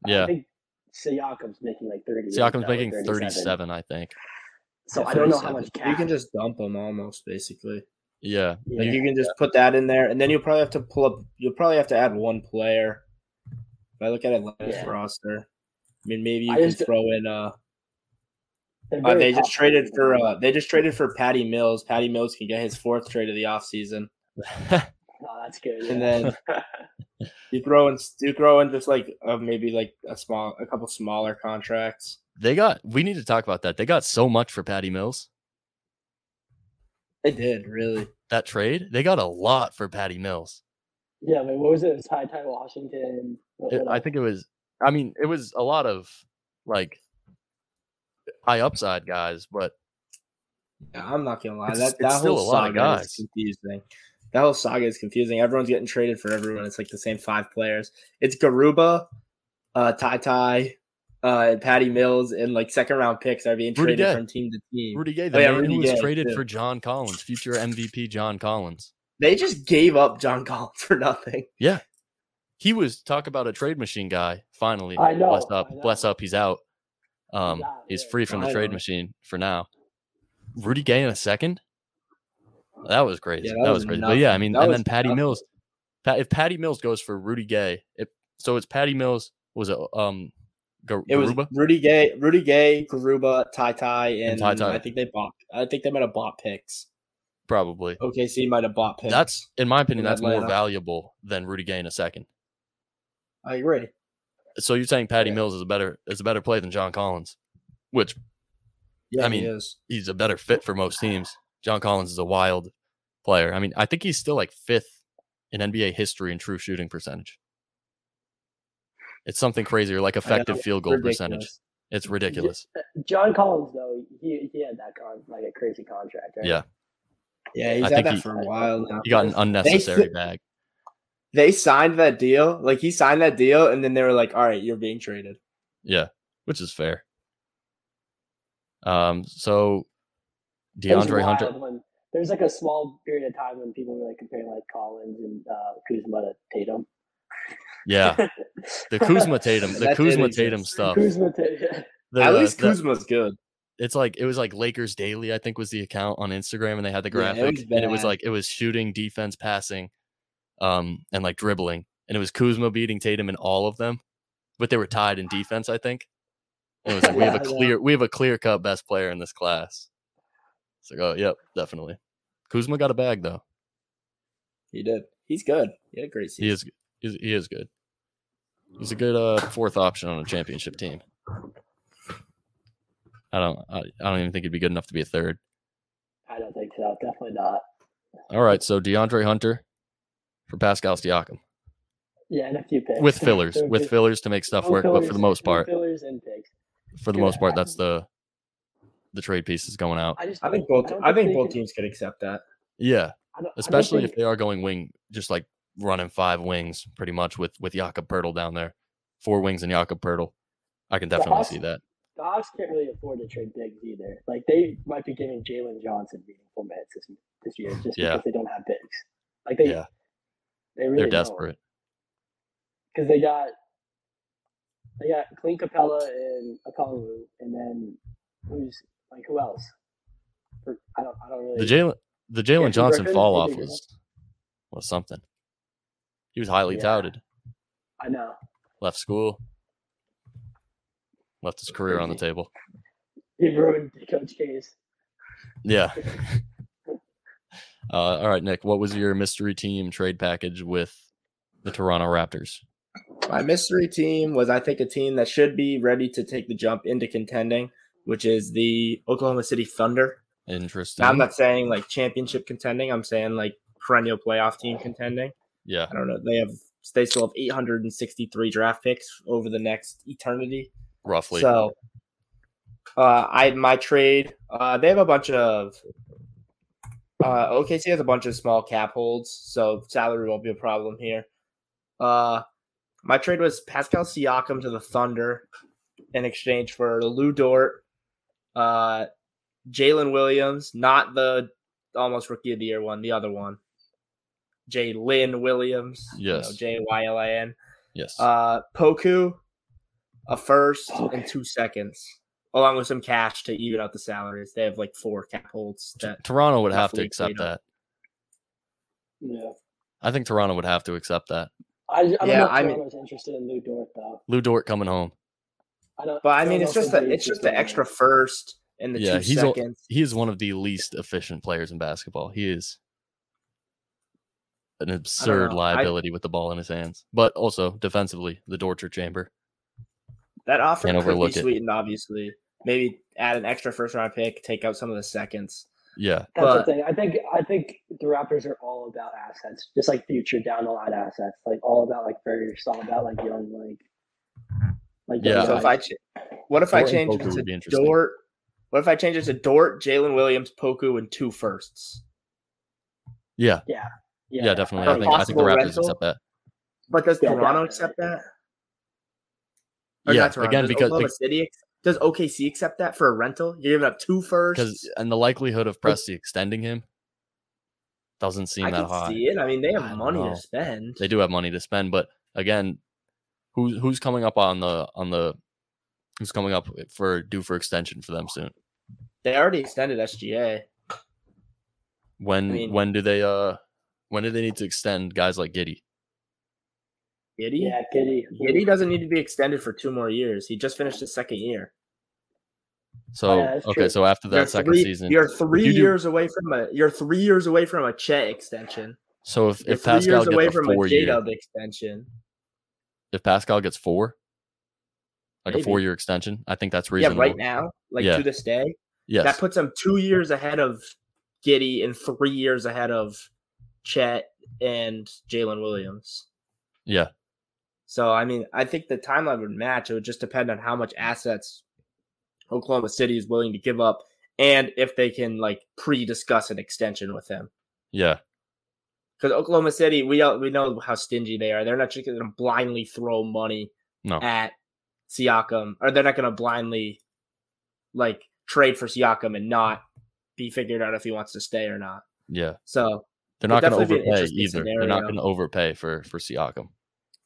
[SPEAKER 3] I
[SPEAKER 1] Yeah,
[SPEAKER 3] think Siakam's making like thirty.
[SPEAKER 1] Siakam's
[SPEAKER 3] now,
[SPEAKER 1] making
[SPEAKER 3] or
[SPEAKER 1] 37, I think.
[SPEAKER 3] So
[SPEAKER 2] Yeah,
[SPEAKER 3] I don't know how
[SPEAKER 2] 37.
[SPEAKER 3] much cap.
[SPEAKER 2] You can just dump him almost basically.
[SPEAKER 1] Yeah.
[SPEAKER 2] Like you can just put that in there, and then you'll probably have to pull up. You'll probably have to add one player. If I look at Atlanta's
[SPEAKER 3] Yeah.
[SPEAKER 2] roster, I mean maybe you
[SPEAKER 3] I
[SPEAKER 2] can
[SPEAKER 3] just-
[SPEAKER 2] throw in. Uh,
[SPEAKER 3] They're
[SPEAKER 2] uh,
[SPEAKER 3] very
[SPEAKER 2] they just
[SPEAKER 3] tough.
[SPEAKER 2] traded for. Uh, they just traded for Patty Mills. Patty Mills can get his fourth trade of the offseason.
[SPEAKER 3] No, Oh, that's good.
[SPEAKER 2] and
[SPEAKER 3] yeah.
[SPEAKER 2] then you throw in you throw in just like uh, maybe like a small a couple smaller contracts.
[SPEAKER 1] they got we need to talk about that. They got so much for Patty Mills.
[SPEAKER 2] They did really.
[SPEAKER 1] That trade, they got a lot for Patty Mills.
[SPEAKER 3] yeah, I mean, what was it? It was High Tide Washington. what-
[SPEAKER 1] It-
[SPEAKER 3] what
[SPEAKER 1] I
[SPEAKER 3] else?
[SPEAKER 1] think it was. I mean, it was a lot of like high upside guys, but
[SPEAKER 2] Yeah, I'm not gonna lie.
[SPEAKER 1] It's-
[SPEAKER 2] that
[SPEAKER 1] it's
[SPEAKER 2] that
[SPEAKER 1] still
[SPEAKER 2] whole
[SPEAKER 1] a lot of
[SPEAKER 2] saga
[SPEAKER 1] guys.
[SPEAKER 2] is confusing. That whole saga is confusing. Everyone's getting traded for everyone. It's like the same five players. It's Garuba, uh, Tai Tai, uh, and Patty Mills, and like second round picks are being
[SPEAKER 1] Rudy
[SPEAKER 2] traded
[SPEAKER 1] Gay.
[SPEAKER 2] from team to team.
[SPEAKER 1] Rudy Gay,
[SPEAKER 2] Oh,
[SPEAKER 1] the
[SPEAKER 2] yeah,
[SPEAKER 1] man
[SPEAKER 2] Rudy
[SPEAKER 1] who was
[SPEAKER 2] Gay,
[SPEAKER 1] traded
[SPEAKER 2] too.
[SPEAKER 1] for John Collins, future MVP John Collins.
[SPEAKER 2] They just gave up John Collins for nothing.
[SPEAKER 1] He was talk about a trade machine guy. Finally,
[SPEAKER 3] I know,
[SPEAKER 1] bless up,
[SPEAKER 3] I
[SPEAKER 1] bless
[SPEAKER 3] know.
[SPEAKER 1] up. He's out. Um,
[SPEAKER 3] out,
[SPEAKER 1] he's
[SPEAKER 3] yeah.
[SPEAKER 1] free from the
[SPEAKER 2] I
[SPEAKER 1] trade
[SPEAKER 2] know.
[SPEAKER 1] machine for now. Rudy Gay in a second. That was crazy.
[SPEAKER 2] that
[SPEAKER 1] that,
[SPEAKER 2] was
[SPEAKER 1] was crazy. But yeah, I
[SPEAKER 2] nothing.
[SPEAKER 1] mean,
[SPEAKER 2] That
[SPEAKER 1] and
[SPEAKER 2] was
[SPEAKER 1] then Patty
[SPEAKER 2] nothing.
[SPEAKER 1] Mills. Pat, if Patty Mills goes for Rudy Gay, it, so it's Patty Mills. Was it um, Gar-
[SPEAKER 2] It was
[SPEAKER 1] Garuba?
[SPEAKER 2] Rudy Gay, Rudy Gay, Garuba, Tai Tai, and,
[SPEAKER 1] Tai Tai.
[SPEAKER 2] I think they bought. I think they might have bought picks.
[SPEAKER 1] Probably.
[SPEAKER 2] OKC might have bought picks.
[SPEAKER 1] That's, in my opinion,
[SPEAKER 2] in
[SPEAKER 1] that's more
[SPEAKER 2] Atlanta.
[SPEAKER 1] valuable than Rudy Gay in a second.
[SPEAKER 2] I agree.
[SPEAKER 1] So you're saying Patty
[SPEAKER 2] Yeah.
[SPEAKER 1] Mills is a better is a better play than John Collins, which
[SPEAKER 2] Yeah,
[SPEAKER 1] I
[SPEAKER 2] he
[SPEAKER 1] mean,
[SPEAKER 2] is.
[SPEAKER 1] he's a better fit for most teams. John Collins is a wild player. I mean, I think he's still like fifth in NBA history in true shooting percentage. It's something crazy, or like effective field goal percentage.
[SPEAKER 2] Ridiculous.
[SPEAKER 1] It's ridiculous.
[SPEAKER 3] John Collins though, he he had that con like a crazy contract. Right?
[SPEAKER 1] Yeah.
[SPEAKER 2] Yeah, he's
[SPEAKER 1] I
[SPEAKER 2] had
[SPEAKER 1] think
[SPEAKER 2] that
[SPEAKER 1] he-
[SPEAKER 2] for a while now.
[SPEAKER 1] He got an unnecessary
[SPEAKER 2] fit-
[SPEAKER 1] bag.
[SPEAKER 2] they signed that deal. Like he signed that deal, and then they were like, "All right, you're being traded."
[SPEAKER 1] Yeah, which is fair. Um, so
[SPEAKER 3] It was
[SPEAKER 1] DeAndre
[SPEAKER 3] wild
[SPEAKER 1] Hunter.
[SPEAKER 3] When, there's like a small period of time when people were like comparing like Collins and uh, Kuzma to Tatum.
[SPEAKER 1] Yeah, the Kuzma Tatum,
[SPEAKER 2] That
[SPEAKER 1] the
[SPEAKER 2] did
[SPEAKER 1] Kuzma
[SPEAKER 2] exist.
[SPEAKER 1] Tatum stuff.
[SPEAKER 3] Kuzma Tatum.
[SPEAKER 1] The- uh,
[SPEAKER 2] At least
[SPEAKER 1] the-
[SPEAKER 2] Kuzma's good.
[SPEAKER 1] it's like it was like Lakers Daily, I think was the account on Instagram, and they had the
[SPEAKER 2] Yeah, it
[SPEAKER 1] graphic,
[SPEAKER 2] was
[SPEAKER 1] and it was
[SPEAKER 2] bad.
[SPEAKER 1] like it was shooting, defense, passing, um, and like dribbling, and it was Kuzma beating Tatum in all of them, but they were tied in defense, I think. And it was like we have a
[SPEAKER 2] Yeah, yeah.
[SPEAKER 1] clear, we have a clear cut best player in this class. It's like, oh, yep, definitely. Kuzma got a bag though.
[SPEAKER 2] He did. He's good. He had a great
[SPEAKER 1] He
[SPEAKER 2] season.
[SPEAKER 1] is, he's, he is good. He's a good uh, fourth option on a championship team. I don't, I, I don't even think he'd be good enough to be a third.
[SPEAKER 3] I don't think so. Definitely not.
[SPEAKER 1] All right, so DeAndre Hunter for Pascal Siakam
[SPEAKER 3] Yeah, and a few picks
[SPEAKER 1] with fillers,
[SPEAKER 3] So
[SPEAKER 1] with
[SPEAKER 3] just-
[SPEAKER 1] fillers to make stuff
[SPEAKER 3] no
[SPEAKER 1] work. But for
[SPEAKER 3] fillers,
[SPEAKER 1] the most
[SPEAKER 3] no
[SPEAKER 1] part,
[SPEAKER 3] fillers and picks.
[SPEAKER 1] for the
[SPEAKER 3] dude,
[SPEAKER 1] most part,
[SPEAKER 3] I-
[SPEAKER 1] that's the the trade pieces going out.
[SPEAKER 3] I just
[SPEAKER 2] I think both.
[SPEAKER 3] don't
[SPEAKER 2] I think
[SPEAKER 3] they
[SPEAKER 2] both
[SPEAKER 3] can-
[SPEAKER 2] teams could accept that.
[SPEAKER 1] Yeah,
[SPEAKER 3] I don't- I don't
[SPEAKER 1] especially if
[SPEAKER 3] think-
[SPEAKER 1] they are going wing, just like running five wings, pretty much with with Jakob Pertl down there, four wings and Jakob Pertl. I can
[SPEAKER 3] The
[SPEAKER 1] definitely
[SPEAKER 3] Hawks-
[SPEAKER 1] see that.
[SPEAKER 3] the Hawks can't really afford to trade bigs either. Like they might be giving Jalen Johnson meaningful minutes this, this year just
[SPEAKER 1] Yeah.
[SPEAKER 3] because they don't have bigs. Like they
[SPEAKER 1] Yeah,
[SPEAKER 3] they really
[SPEAKER 1] they're desperate.
[SPEAKER 3] because they got they got Clint Capella and Akalu, and then who's like who else? For, I don't I don't really.
[SPEAKER 1] The Jalen the Jalen
[SPEAKER 3] Griffin
[SPEAKER 1] Johnson
[SPEAKER 3] Griffin,
[SPEAKER 1] fall
[SPEAKER 3] Griffin
[SPEAKER 1] off
[SPEAKER 3] Griffin.
[SPEAKER 1] was was something. He was highly
[SPEAKER 3] Yeah.
[SPEAKER 1] touted.
[SPEAKER 3] I know.
[SPEAKER 1] Left school, left his career on the
[SPEAKER 3] Crazy.
[SPEAKER 1] table.
[SPEAKER 3] He ruined Coach K's.
[SPEAKER 1] Yeah. uh, all right, Nick. What was your mystery team trade package with the Toronto Raptors?
[SPEAKER 2] My mystery team was, I think, a team that should be ready to take the jump into contending, which is the Oklahoma City Thunder.
[SPEAKER 1] Interesting.
[SPEAKER 2] Now, I'm not saying like championship contending. I'm saying like perennial playoff team contending.
[SPEAKER 1] yeah,
[SPEAKER 2] I don't know. They have they still have 863 draft picks over the next eternity.
[SPEAKER 1] roughly.
[SPEAKER 2] So, uh, I my trade. Uh, they have a bunch of. Uh, OKC has a bunch of small cap holds, so salary won't be a problem here. Uh, my trade was Pascal Siakam to the Thunder in exchange for Lou Dort, uh, Jalen Williams, not the almost rookie of the year one, the other one, Jay Lynn Williams,
[SPEAKER 1] Yes.
[SPEAKER 2] J Y L I N,
[SPEAKER 1] yes.
[SPEAKER 2] uh, Poku, a first
[SPEAKER 3] Okay.
[SPEAKER 2] and two seconds, along with some cash to even out the salaries. They have like four cap holds. That
[SPEAKER 1] Toronto would have to
[SPEAKER 2] roughly
[SPEAKER 1] accept
[SPEAKER 2] equated.
[SPEAKER 1] that.
[SPEAKER 3] Yeah.
[SPEAKER 1] I think Toronto would have to accept that.
[SPEAKER 3] I, I don't
[SPEAKER 2] Yeah,
[SPEAKER 3] know if
[SPEAKER 2] I mean-
[SPEAKER 3] Toronto's interested in Lou Dort though.
[SPEAKER 1] Lou Dort coming home.
[SPEAKER 3] I don't.
[SPEAKER 2] But I
[SPEAKER 3] don't
[SPEAKER 2] mean,
[SPEAKER 3] know
[SPEAKER 2] it's
[SPEAKER 3] if
[SPEAKER 2] just
[SPEAKER 3] they'd
[SPEAKER 2] the
[SPEAKER 3] be
[SPEAKER 2] it's just
[SPEAKER 3] interested
[SPEAKER 2] the
[SPEAKER 3] in
[SPEAKER 2] extra
[SPEAKER 3] that.
[SPEAKER 2] first and the
[SPEAKER 1] Yeah,
[SPEAKER 2] two
[SPEAKER 1] he's al-
[SPEAKER 2] seconds.
[SPEAKER 1] He is one of the least efficient players in basketball. He is an absurd
[SPEAKER 2] know. I-
[SPEAKER 1] liability with the ball in his hands, but also defensively, the torture chamber.
[SPEAKER 2] That offer
[SPEAKER 1] Can't
[SPEAKER 2] could
[SPEAKER 1] overlook
[SPEAKER 2] be
[SPEAKER 1] it.
[SPEAKER 2] sweetened, obviously. Maybe add an extra first round pick, take out some of the seconds.
[SPEAKER 1] Yeah,
[SPEAKER 3] That's
[SPEAKER 2] but-
[SPEAKER 3] the thing. I think I think the Raptors are all about assets, just like future down the line assets, like all about like various, all about like young, like like young
[SPEAKER 1] Yeah.
[SPEAKER 2] So if I,
[SPEAKER 3] guys.
[SPEAKER 2] ch- what if I
[SPEAKER 1] Dort and
[SPEAKER 2] change
[SPEAKER 1] Poku would be
[SPEAKER 2] it to
[SPEAKER 1] interesting.
[SPEAKER 2] Dort? What if I change it to Dort, Jalen Williams, Poku, and two firsts?
[SPEAKER 1] yeah,
[SPEAKER 3] yeah,
[SPEAKER 1] yeah, definitely.
[SPEAKER 2] For
[SPEAKER 1] I think I think the
[SPEAKER 2] possible
[SPEAKER 1] Raptors
[SPEAKER 2] rental?
[SPEAKER 1] accept that.
[SPEAKER 2] But does
[SPEAKER 3] Yeah,
[SPEAKER 2] Toronto
[SPEAKER 3] definitely.
[SPEAKER 2] accept that?
[SPEAKER 1] yeah,
[SPEAKER 2] not Toronto,
[SPEAKER 1] again
[SPEAKER 2] does
[SPEAKER 1] because
[SPEAKER 2] Oklahoma City ex- does OKC accept that for a rental? You're giving up two firsts.
[SPEAKER 1] because and the likelihood of Presti extending him doesn't seem
[SPEAKER 2] I
[SPEAKER 1] that
[SPEAKER 2] can
[SPEAKER 1] high.
[SPEAKER 2] see it. I mean, they
[SPEAKER 1] I
[SPEAKER 2] have
[SPEAKER 1] don't
[SPEAKER 2] money
[SPEAKER 1] know.
[SPEAKER 2] to spend.
[SPEAKER 1] They do have money to spend, but again, who's who's coming up on the on the who's coming up for due for extension for them soon?
[SPEAKER 2] They already extended SGA.
[SPEAKER 1] When
[SPEAKER 2] I mean-
[SPEAKER 1] when do they uh when do they need to extend guys like Giddy?
[SPEAKER 2] Giddy?
[SPEAKER 3] yeah, Giddy.
[SPEAKER 2] Giddy doesn't need to be extended for two more years. He just finished his second year. Oh,
[SPEAKER 1] So
[SPEAKER 3] yeah, that's
[SPEAKER 1] okay,
[SPEAKER 3] true.
[SPEAKER 1] so after
[SPEAKER 2] You're
[SPEAKER 1] that second
[SPEAKER 2] three-
[SPEAKER 1] season,
[SPEAKER 2] You're three
[SPEAKER 1] you do-
[SPEAKER 2] years away from a you're three years away from a Chet extension.
[SPEAKER 1] so if,
[SPEAKER 2] You're
[SPEAKER 1] if
[SPEAKER 2] three
[SPEAKER 1] Pascal
[SPEAKER 2] years away
[SPEAKER 1] gets a
[SPEAKER 2] from a
[SPEAKER 1] four
[SPEAKER 2] J
[SPEAKER 1] year,
[SPEAKER 2] Dub extension.
[SPEAKER 1] if Pascal gets four, like a
[SPEAKER 2] Maybe.
[SPEAKER 1] four year extension, I think that's
[SPEAKER 2] Yeah,
[SPEAKER 1] reasonable.
[SPEAKER 2] right now, like
[SPEAKER 1] Yeah.
[SPEAKER 2] to this day.
[SPEAKER 1] yes,
[SPEAKER 2] That puts him two years ahead of Giddy and three years ahead of Chet and Jalen Williams.
[SPEAKER 1] yeah,
[SPEAKER 2] So I mean, I think the timeline would match. It would just depend on how much assets Oklahoma City is willing to give up and if they can like pre-discuss an extension with him.
[SPEAKER 1] yeah,
[SPEAKER 2] Because Oklahoma City, we all, we know how stingy they are. They're not just going to blindly throw money
[SPEAKER 1] No.
[SPEAKER 2] at Siakam, or they're not going to blindly like trade for Siakam and not be figured out if he wants to stay or not.
[SPEAKER 1] yeah.
[SPEAKER 2] So,
[SPEAKER 1] They're
[SPEAKER 2] Would
[SPEAKER 1] not going to
[SPEAKER 2] definitely be an
[SPEAKER 1] overpay
[SPEAKER 2] interesting
[SPEAKER 1] either. They're not
[SPEAKER 2] scenario.
[SPEAKER 1] going to overpay for for Siakam.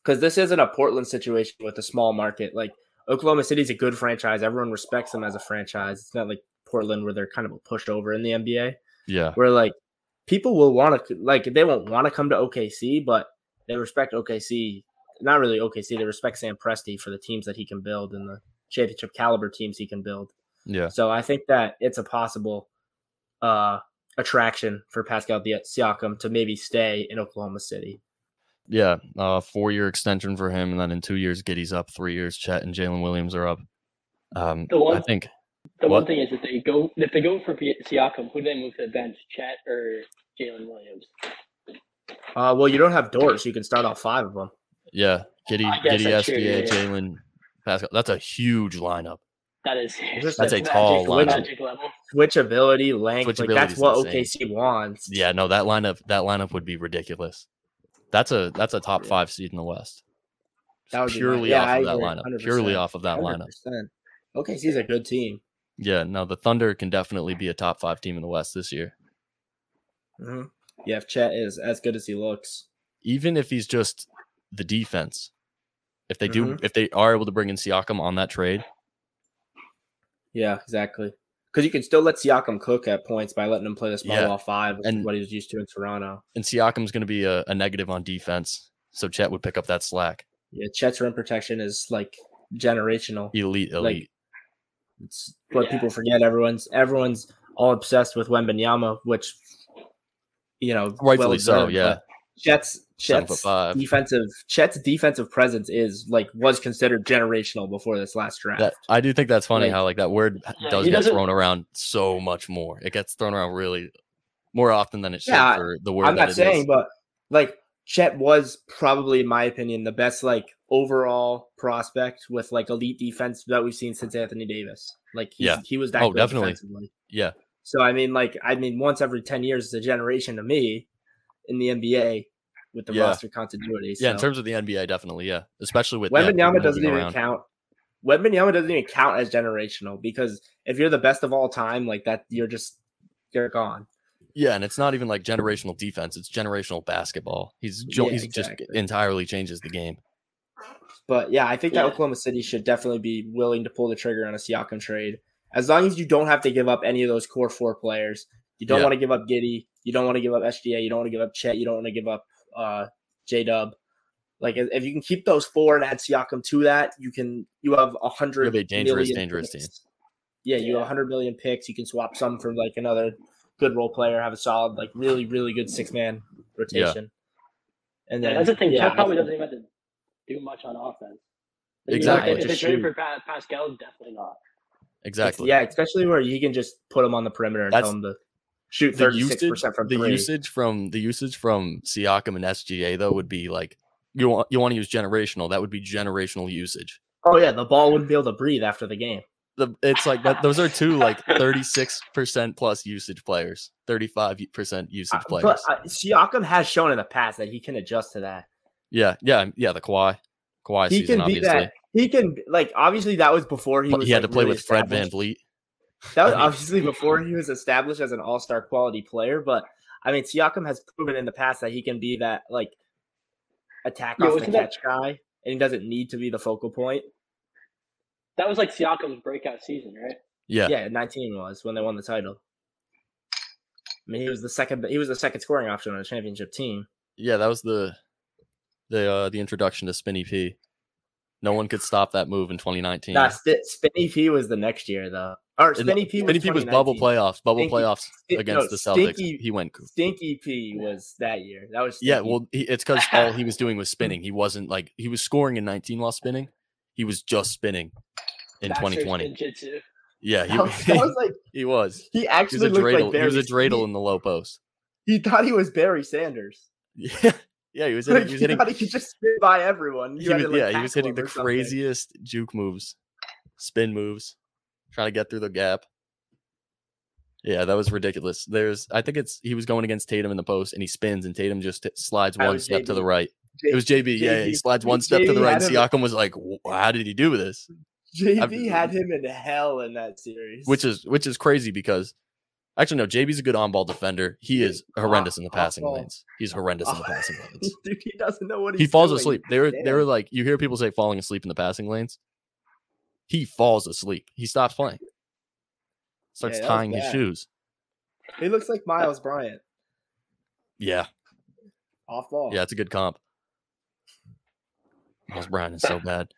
[SPEAKER 2] because this isn't a Portland situation with a small market, like Oklahoma City's a good franchise. Everyone respects them as a franchise. It's not like Portland where they're kind of pushed over in the NBA.
[SPEAKER 1] Yeah,
[SPEAKER 2] where like people will want to like they won't want to come to OKC, but they respect OKC. Not really OKC. They respect Sam Presti for the teams that he can build and the championship caliber teams he can build.
[SPEAKER 1] yeah,
[SPEAKER 2] So I think that it's a possible uh attraction for Pascal Dia- Siakam to maybe stay in Oklahoma City.
[SPEAKER 1] yeah. Uh, four year extension for him, and then in two years, Giddy's up. Three years, Chet and Jalen Williams are up. Um,
[SPEAKER 3] The one-
[SPEAKER 1] I think
[SPEAKER 3] The
[SPEAKER 1] What?
[SPEAKER 3] one thing is if they go if they go for P- Siakam, who do they move to the bench? Chet or Jalen Williams?
[SPEAKER 2] Uh well, you don't have doors. You can start all five of them.
[SPEAKER 1] yeah, Giddy,
[SPEAKER 3] I guess
[SPEAKER 1] Giddy,
[SPEAKER 3] that's true,
[SPEAKER 1] SGA,
[SPEAKER 3] yeah, yeah.
[SPEAKER 1] Jalen, Pascal. That's a huge lineup.
[SPEAKER 3] That is
[SPEAKER 2] That's
[SPEAKER 1] a tall lineup.
[SPEAKER 3] magic level.
[SPEAKER 2] Switchability, length, like that's
[SPEAKER 1] Switchability's
[SPEAKER 2] what
[SPEAKER 1] insane.
[SPEAKER 2] OKC wants.
[SPEAKER 1] Yeah, no, that lineup that lineup would be ridiculous. That's a that's a top five seed in the West.
[SPEAKER 2] That would be my-
[SPEAKER 1] purely
[SPEAKER 2] yeah,
[SPEAKER 1] off
[SPEAKER 2] I
[SPEAKER 1] of that
[SPEAKER 2] agree,
[SPEAKER 1] lineup.
[SPEAKER 2] 100%.
[SPEAKER 1] Purely off of that lineup.
[SPEAKER 2] 100%. OKC's a good team.
[SPEAKER 1] Yeah, no, the Thunder can definitely be a top five team in the West this year.
[SPEAKER 2] hmm Yeah, if Chet is as good as he looks,
[SPEAKER 1] Even if he's just the defense. If they do
[SPEAKER 2] Mm-hmm.
[SPEAKER 1] if they are able to bring in Siakam on that trade,
[SPEAKER 2] yeah, exactly. Because you can still let Siakam cook at points by letting him play the small
[SPEAKER 1] Yeah.
[SPEAKER 2] ball five, which
[SPEAKER 1] And-
[SPEAKER 2] is what he was used to in Toronto.
[SPEAKER 1] and Siakam's gonna be a, a negative on defense. So Chet would pick up that slack.
[SPEAKER 2] Yeah, Chet's rim protection is like generational.
[SPEAKER 1] Elite, elite.
[SPEAKER 2] Like- It's what
[SPEAKER 3] Yeah.
[SPEAKER 2] people forget. Everyone's everyone's all obsessed with Wembenyama, which you know,
[SPEAKER 1] Rightfully so,
[SPEAKER 2] well-deserved,
[SPEAKER 1] yeah.
[SPEAKER 2] but Chet's
[SPEAKER 1] Seven foot
[SPEAKER 2] Chet's
[SPEAKER 1] five.
[SPEAKER 2] defensive Chet's defensive presence is like was considered generational before this last draft.
[SPEAKER 1] That I do think that's funny
[SPEAKER 2] Like-
[SPEAKER 1] how like that word
[SPEAKER 3] Yeah,
[SPEAKER 1] does
[SPEAKER 3] he
[SPEAKER 1] get
[SPEAKER 3] doesn't-
[SPEAKER 1] thrown around so much more. It gets thrown around really more often than it should
[SPEAKER 2] Yeah,
[SPEAKER 1] for the word
[SPEAKER 2] I'm
[SPEAKER 1] that
[SPEAKER 2] not
[SPEAKER 1] it
[SPEAKER 2] saying,
[SPEAKER 1] is.
[SPEAKER 2] but like Chet was probably, in my opinion, the best like overall prospect with like elite defense that we've seen since Anthony Davis. Like, he's,
[SPEAKER 1] Yeah.
[SPEAKER 2] he was that
[SPEAKER 1] Oh,
[SPEAKER 2] good
[SPEAKER 1] definitely.
[SPEAKER 2] defensively.
[SPEAKER 1] yeah,
[SPEAKER 2] So I mean, like, I mean, once every ten years is a generation to me in the NBA with the
[SPEAKER 1] Yeah.
[SPEAKER 2] roster continuity. So.
[SPEAKER 1] yeah. In terms of the NBA, definitely, yeah. Especially with that
[SPEAKER 2] Wembanyama
[SPEAKER 1] moving
[SPEAKER 2] doesn't even
[SPEAKER 1] around.
[SPEAKER 2] count. Wembanyama doesn't even count as generational because if you're the best of all time, like that, you're just you're gone.
[SPEAKER 1] Yeah, and it's not even like generational defense; it's generational basketball. He's jo-
[SPEAKER 2] Yeah,
[SPEAKER 1] he's
[SPEAKER 2] exactly.
[SPEAKER 1] just entirely changes the game.
[SPEAKER 2] But yeah, I think that
[SPEAKER 3] Yeah.
[SPEAKER 2] Oklahoma City should definitely be willing to pull the trigger on a Siakam trade. As long as you don't have to give up any of those core four players, you don't
[SPEAKER 1] Yeah.
[SPEAKER 2] want to give up Giddy, You don't want to give up SGA. You don't want to give up Chet. You don't want to give up uh, J Dub. Like if if you can keep those four and add Siakam to that, you can you have a hundred.
[SPEAKER 1] You'll be a dangerous,
[SPEAKER 2] million
[SPEAKER 1] dangerous
[SPEAKER 2] picks.
[SPEAKER 1] team.
[SPEAKER 2] Yeah, you have
[SPEAKER 3] Yeah.
[SPEAKER 2] a hundred million picks. You can swap some for like another good role player. Have a solid, like really, really good six man rotation. And then
[SPEAKER 3] That's the thing.
[SPEAKER 2] yeah,
[SPEAKER 3] Chet probably doesn't even have to do much on offense. Like,
[SPEAKER 1] Exactly.
[SPEAKER 3] If they
[SPEAKER 2] Just
[SPEAKER 3] trade
[SPEAKER 2] shoot.
[SPEAKER 3] for pa- Pascal, definitely not.
[SPEAKER 1] Exactly.
[SPEAKER 2] Yeah, especially where you can just put him on the perimeter and
[SPEAKER 1] That's-
[SPEAKER 2] tell him to shoot
[SPEAKER 1] the
[SPEAKER 2] thirty six
[SPEAKER 1] usage
[SPEAKER 2] percent from
[SPEAKER 1] the
[SPEAKER 2] three.
[SPEAKER 1] usage from the usage from Siakam and SGA though would be like you want you want to use generational. That would be generational usage.
[SPEAKER 2] Oh yeah, the ball wouldn't be able to breathe after the game.
[SPEAKER 1] The, it's like that, those are two like 36% plus usage players, 35% usage
[SPEAKER 2] Uh,
[SPEAKER 1] players.
[SPEAKER 2] But uh, Siakam has shown in the past that he can adjust to that.
[SPEAKER 1] yeah, yeah, yeah. The Kawhi, Kawhi
[SPEAKER 2] He
[SPEAKER 1] season,
[SPEAKER 2] can be
[SPEAKER 1] obviously.
[SPEAKER 2] that. He can like obviously that was before he
[SPEAKER 1] But
[SPEAKER 2] was.
[SPEAKER 1] he had
[SPEAKER 2] like,
[SPEAKER 1] to play
[SPEAKER 2] really
[SPEAKER 1] with Fred Van
[SPEAKER 2] established.
[SPEAKER 1] Vliet.
[SPEAKER 2] That was
[SPEAKER 1] I mean-
[SPEAKER 2] obviously before he was established as an all star quality player. But I mean, Siakam has proven in the past that he can be that like attack
[SPEAKER 3] Yeah,
[SPEAKER 2] off the
[SPEAKER 3] wasn't that-
[SPEAKER 2] catch guy, and he doesn't need to be the focal point.
[SPEAKER 3] That was like Siakam's breakout season, right?
[SPEAKER 1] Yeah,
[SPEAKER 2] Yeah, 19 was when they won the title. I mean, he was the second. He was the second scoring option on a championship team.
[SPEAKER 1] yeah. That was the the uh, the introduction to Spinny P. No one could stop that move in 2019.
[SPEAKER 2] Nah, Sti- Spinny P was the next year though. Or
[SPEAKER 1] And
[SPEAKER 2] Spinny P was
[SPEAKER 1] Spinny P was bubble
[SPEAKER 2] 2019.
[SPEAKER 1] playoffs, bubble
[SPEAKER 2] Stinky-
[SPEAKER 1] playoffs
[SPEAKER 2] sti-
[SPEAKER 1] against
[SPEAKER 2] no,
[SPEAKER 1] the Celtics.
[SPEAKER 2] stinky-
[SPEAKER 1] he went
[SPEAKER 2] Stinky P was that year. That was
[SPEAKER 1] Yeah,
[SPEAKER 2] Stinky
[SPEAKER 1] well, he, it's because all he was doing was spinning. He wasn't like he was scoring in 19 while spinning. He was just spinning in
[SPEAKER 3] Masters
[SPEAKER 1] 2020.
[SPEAKER 3] Jujitsu.
[SPEAKER 1] Yeah,
[SPEAKER 2] P. that was,
[SPEAKER 1] he,
[SPEAKER 2] that was like
[SPEAKER 1] he was.
[SPEAKER 2] he
[SPEAKER 1] He was a
[SPEAKER 2] actually looked
[SPEAKER 1] dreidel.
[SPEAKER 2] like
[SPEAKER 1] he
[SPEAKER 2] Barry.
[SPEAKER 1] was a dreidel in the low post.
[SPEAKER 2] He, he thought he was Barry Sanders.
[SPEAKER 1] Yeah, yeah, he was hitting.
[SPEAKER 2] Like, he,
[SPEAKER 1] He was hitting.
[SPEAKER 2] thought he could just spin by everyone. You
[SPEAKER 1] He
[SPEAKER 2] had
[SPEAKER 1] was,
[SPEAKER 2] to, like,
[SPEAKER 1] yeah, he was
[SPEAKER 2] tackle
[SPEAKER 1] hitting
[SPEAKER 2] him
[SPEAKER 1] the
[SPEAKER 2] or something.
[SPEAKER 1] craziest juke moves, spin moves, trying to get through the gap. Yeah, that was ridiculous. There's, I think it's he was going against Tatum in the post, and he spins, and Tatum just t- slides
[SPEAKER 2] Oh,
[SPEAKER 1] one step to
[SPEAKER 2] JB.
[SPEAKER 1] the right. It was JB. Yeah, yeah, he
[SPEAKER 2] JB
[SPEAKER 1] slides one step to the
[SPEAKER 2] JB
[SPEAKER 1] right. And
[SPEAKER 2] had
[SPEAKER 1] Siakam
[SPEAKER 2] him-
[SPEAKER 1] was like, "Wh- "How did he do this?"
[SPEAKER 2] JB had him in hell in that series.
[SPEAKER 1] Which is which is crazy because actually no, JB's a good on-ball defender. He is horrendous in the passing
[SPEAKER 2] Off-ball.
[SPEAKER 1] lanes. He's horrendous in the
[SPEAKER 2] Off-
[SPEAKER 1] passing lanes.
[SPEAKER 2] dude, he doesn't know what he's
[SPEAKER 1] He falls
[SPEAKER 2] doing.
[SPEAKER 1] asleep. They were they were
[SPEAKER 2] Damn.
[SPEAKER 1] like you hear people say falling asleep in the passing lanes. He falls asleep. He stops playing. Starts
[SPEAKER 2] that was
[SPEAKER 1] tying his
[SPEAKER 2] bad.
[SPEAKER 1] shoes.
[SPEAKER 2] He looks like Miles Bryant
[SPEAKER 1] Yeah,
[SPEAKER 2] off ball.
[SPEAKER 1] yeah, it's a good comp. Miles Bryant is so bad.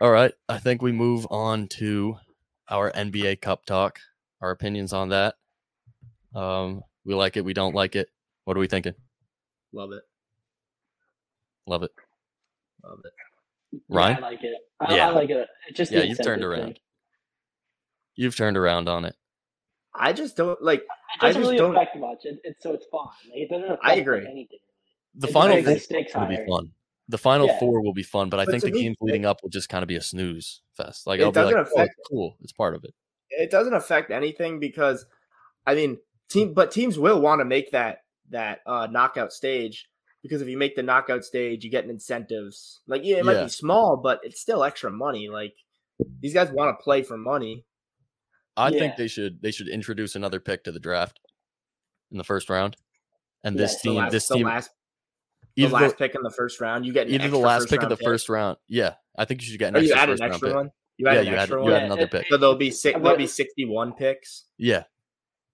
[SPEAKER 1] All right, I think we move on to our NBA Cup talk. Our opinions on that. Um, we like it. We don't like it. What are we thinking?
[SPEAKER 2] love it,
[SPEAKER 1] Love it.
[SPEAKER 2] love it.
[SPEAKER 1] Ryan?
[SPEAKER 3] Yeah, I like it. I,
[SPEAKER 1] Yeah.
[SPEAKER 3] I like it. It just
[SPEAKER 1] Yeah,
[SPEAKER 3] the
[SPEAKER 1] you've turned
[SPEAKER 3] incentive thing.
[SPEAKER 1] around. You've turned around on it.
[SPEAKER 2] I just don't like.
[SPEAKER 3] It
[SPEAKER 2] I
[SPEAKER 3] doesn't
[SPEAKER 2] just
[SPEAKER 3] really
[SPEAKER 2] don't-
[SPEAKER 3] affect much. It, it's so it's fine. Like, it doesn't affect
[SPEAKER 2] I agree.
[SPEAKER 3] anything.
[SPEAKER 1] The
[SPEAKER 3] It just
[SPEAKER 1] final
[SPEAKER 3] makes
[SPEAKER 1] four
[SPEAKER 3] the stakes
[SPEAKER 1] will be
[SPEAKER 3] higher.
[SPEAKER 1] fun. The final
[SPEAKER 3] Yeah.
[SPEAKER 1] four will be fun, but I
[SPEAKER 2] But
[SPEAKER 1] think
[SPEAKER 2] to
[SPEAKER 1] the
[SPEAKER 2] me,
[SPEAKER 1] games leading up will just kind of be a snooze fest. Like
[SPEAKER 2] It
[SPEAKER 1] I'll be like,
[SPEAKER 2] doesn't
[SPEAKER 1] oh,
[SPEAKER 2] affect-
[SPEAKER 1] cool, it's part of it.
[SPEAKER 2] It doesn't affect anything because, I mean, team. But teams will want to make that that uh, knockout stage because if you make the knockout stage, you get incentives. Like yeah, it might
[SPEAKER 1] Yeah.
[SPEAKER 2] be small, but it's still extra money. Like these guys want to play for money.
[SPEAKER 1] I
[SPEAKER 3] Yeah.
[SPEAKER 1] think they should they should introduce another pick to the draft in the first round, and
[SPEAKER 3] Yeah,
[SPEAKER 1] this
[SPEAKER 2] It's the
[SPEAKER 1] team,
[SPEAKER 2] last-
[SPEAKER 1] this
[SPEAKER 2] the
[SPEAKER 1] team,
[SPEAKER 2] last, the
[SPEAKER 1] either
[SPEAKER 2] last
[SPEAKER 1] the,
[SPEAKER 2] pick in the first round, you get an
[SPEAKER 1] either the
[SPEAKER 2] extra
[SPEAKER 1] last pick of
[SPEAKER 2] round
[SPEAKER 1] the first round. Yeah, I think you should get an
[SPEAKER 2] Or you
[SPEAKER 1] extra
[SPEAKER 2] add
[SPEAKER 1] first
[SPEAKER 2] an
[SPEAKER 1] round
[SPEAKER 2] extra
[SPEAKER 1] pick.
[SPEAKER 2] one. You add
[SPEAKER 1] Yeah,
[SPEAKER 2] an
[SPEAKER 1] you add,
[SPEAKER 2] extra
[SPEAKER 1] you
[SPEAKER 2] one.
[SPEAKER 1] add
[SPEAKER 3] Yeah,
[SPEAKER 1] another
[SPEAKER 3] it-
[SPEAKER 1] pick.
[SPEAKER 2] So there'll be six.
[SPEAKER 3] But-
[SPEAKER 2] There'll be sixty-one picks.
[SPEAKER 1] Yeah,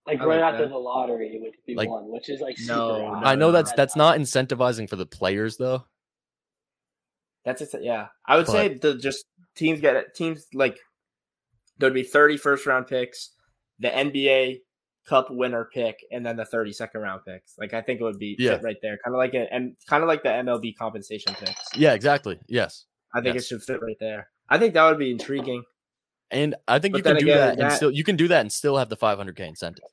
[SPEAKER 3] Like
[SPEAKER 2] I
[SPEAKER 3] right
[SPEAKER 2] like
[SPEAKER 3] after
[SPEAKER 2] that.
[SPEAKER 3] the lottery would be
[SPEAKER 1] Like-
[SPEAKER 3] one, which is like super
[SPEAKER 2] No,
[SPEAKER 3] odd.
[SPEAKER 2] no,
[SPEAKER 1] I know
[SPEAKER 2] no,
[SPEAKER 1] that's
[SPEAKER 3] Red
[SPEAKER 1] that's
[SPEAKER 3] Sox.
[SPEAKER 1] not incentivizing for the players though.
[SPEAKER 2] That's it. Yeah, I would
[SPEAKER 1] But-
[SPEAKER 2] say the just teams get teams like there'd be 30 first round picks, the NBA Cup winner pick, and then the 30 second round picks. Like I think it would be
[SPEAKER 1] Yeah.
[SPEAKER 2] fit right there, kind of like it, and kind of like the MLB compensation picks.
[SPEAKER 1] Yeah, exactly. Yes,
[SPEAKER 2] I think
[SPEAKER 1] Yes.
[SPEAKER 2] it should fit right there. I think that would be intriguing.
[SPEAKER 1] and I think
[SPEAKER 2] But
[SPEAKER 1] you can
[SPEAKER 2] then
[SPEAKER 1] do
[SPEAKER 2] again,
[SPEAKER 1] that, and
[SPEAKER 2] that-
[SPEAKER 1] still you can do that and still have the 500k incentive.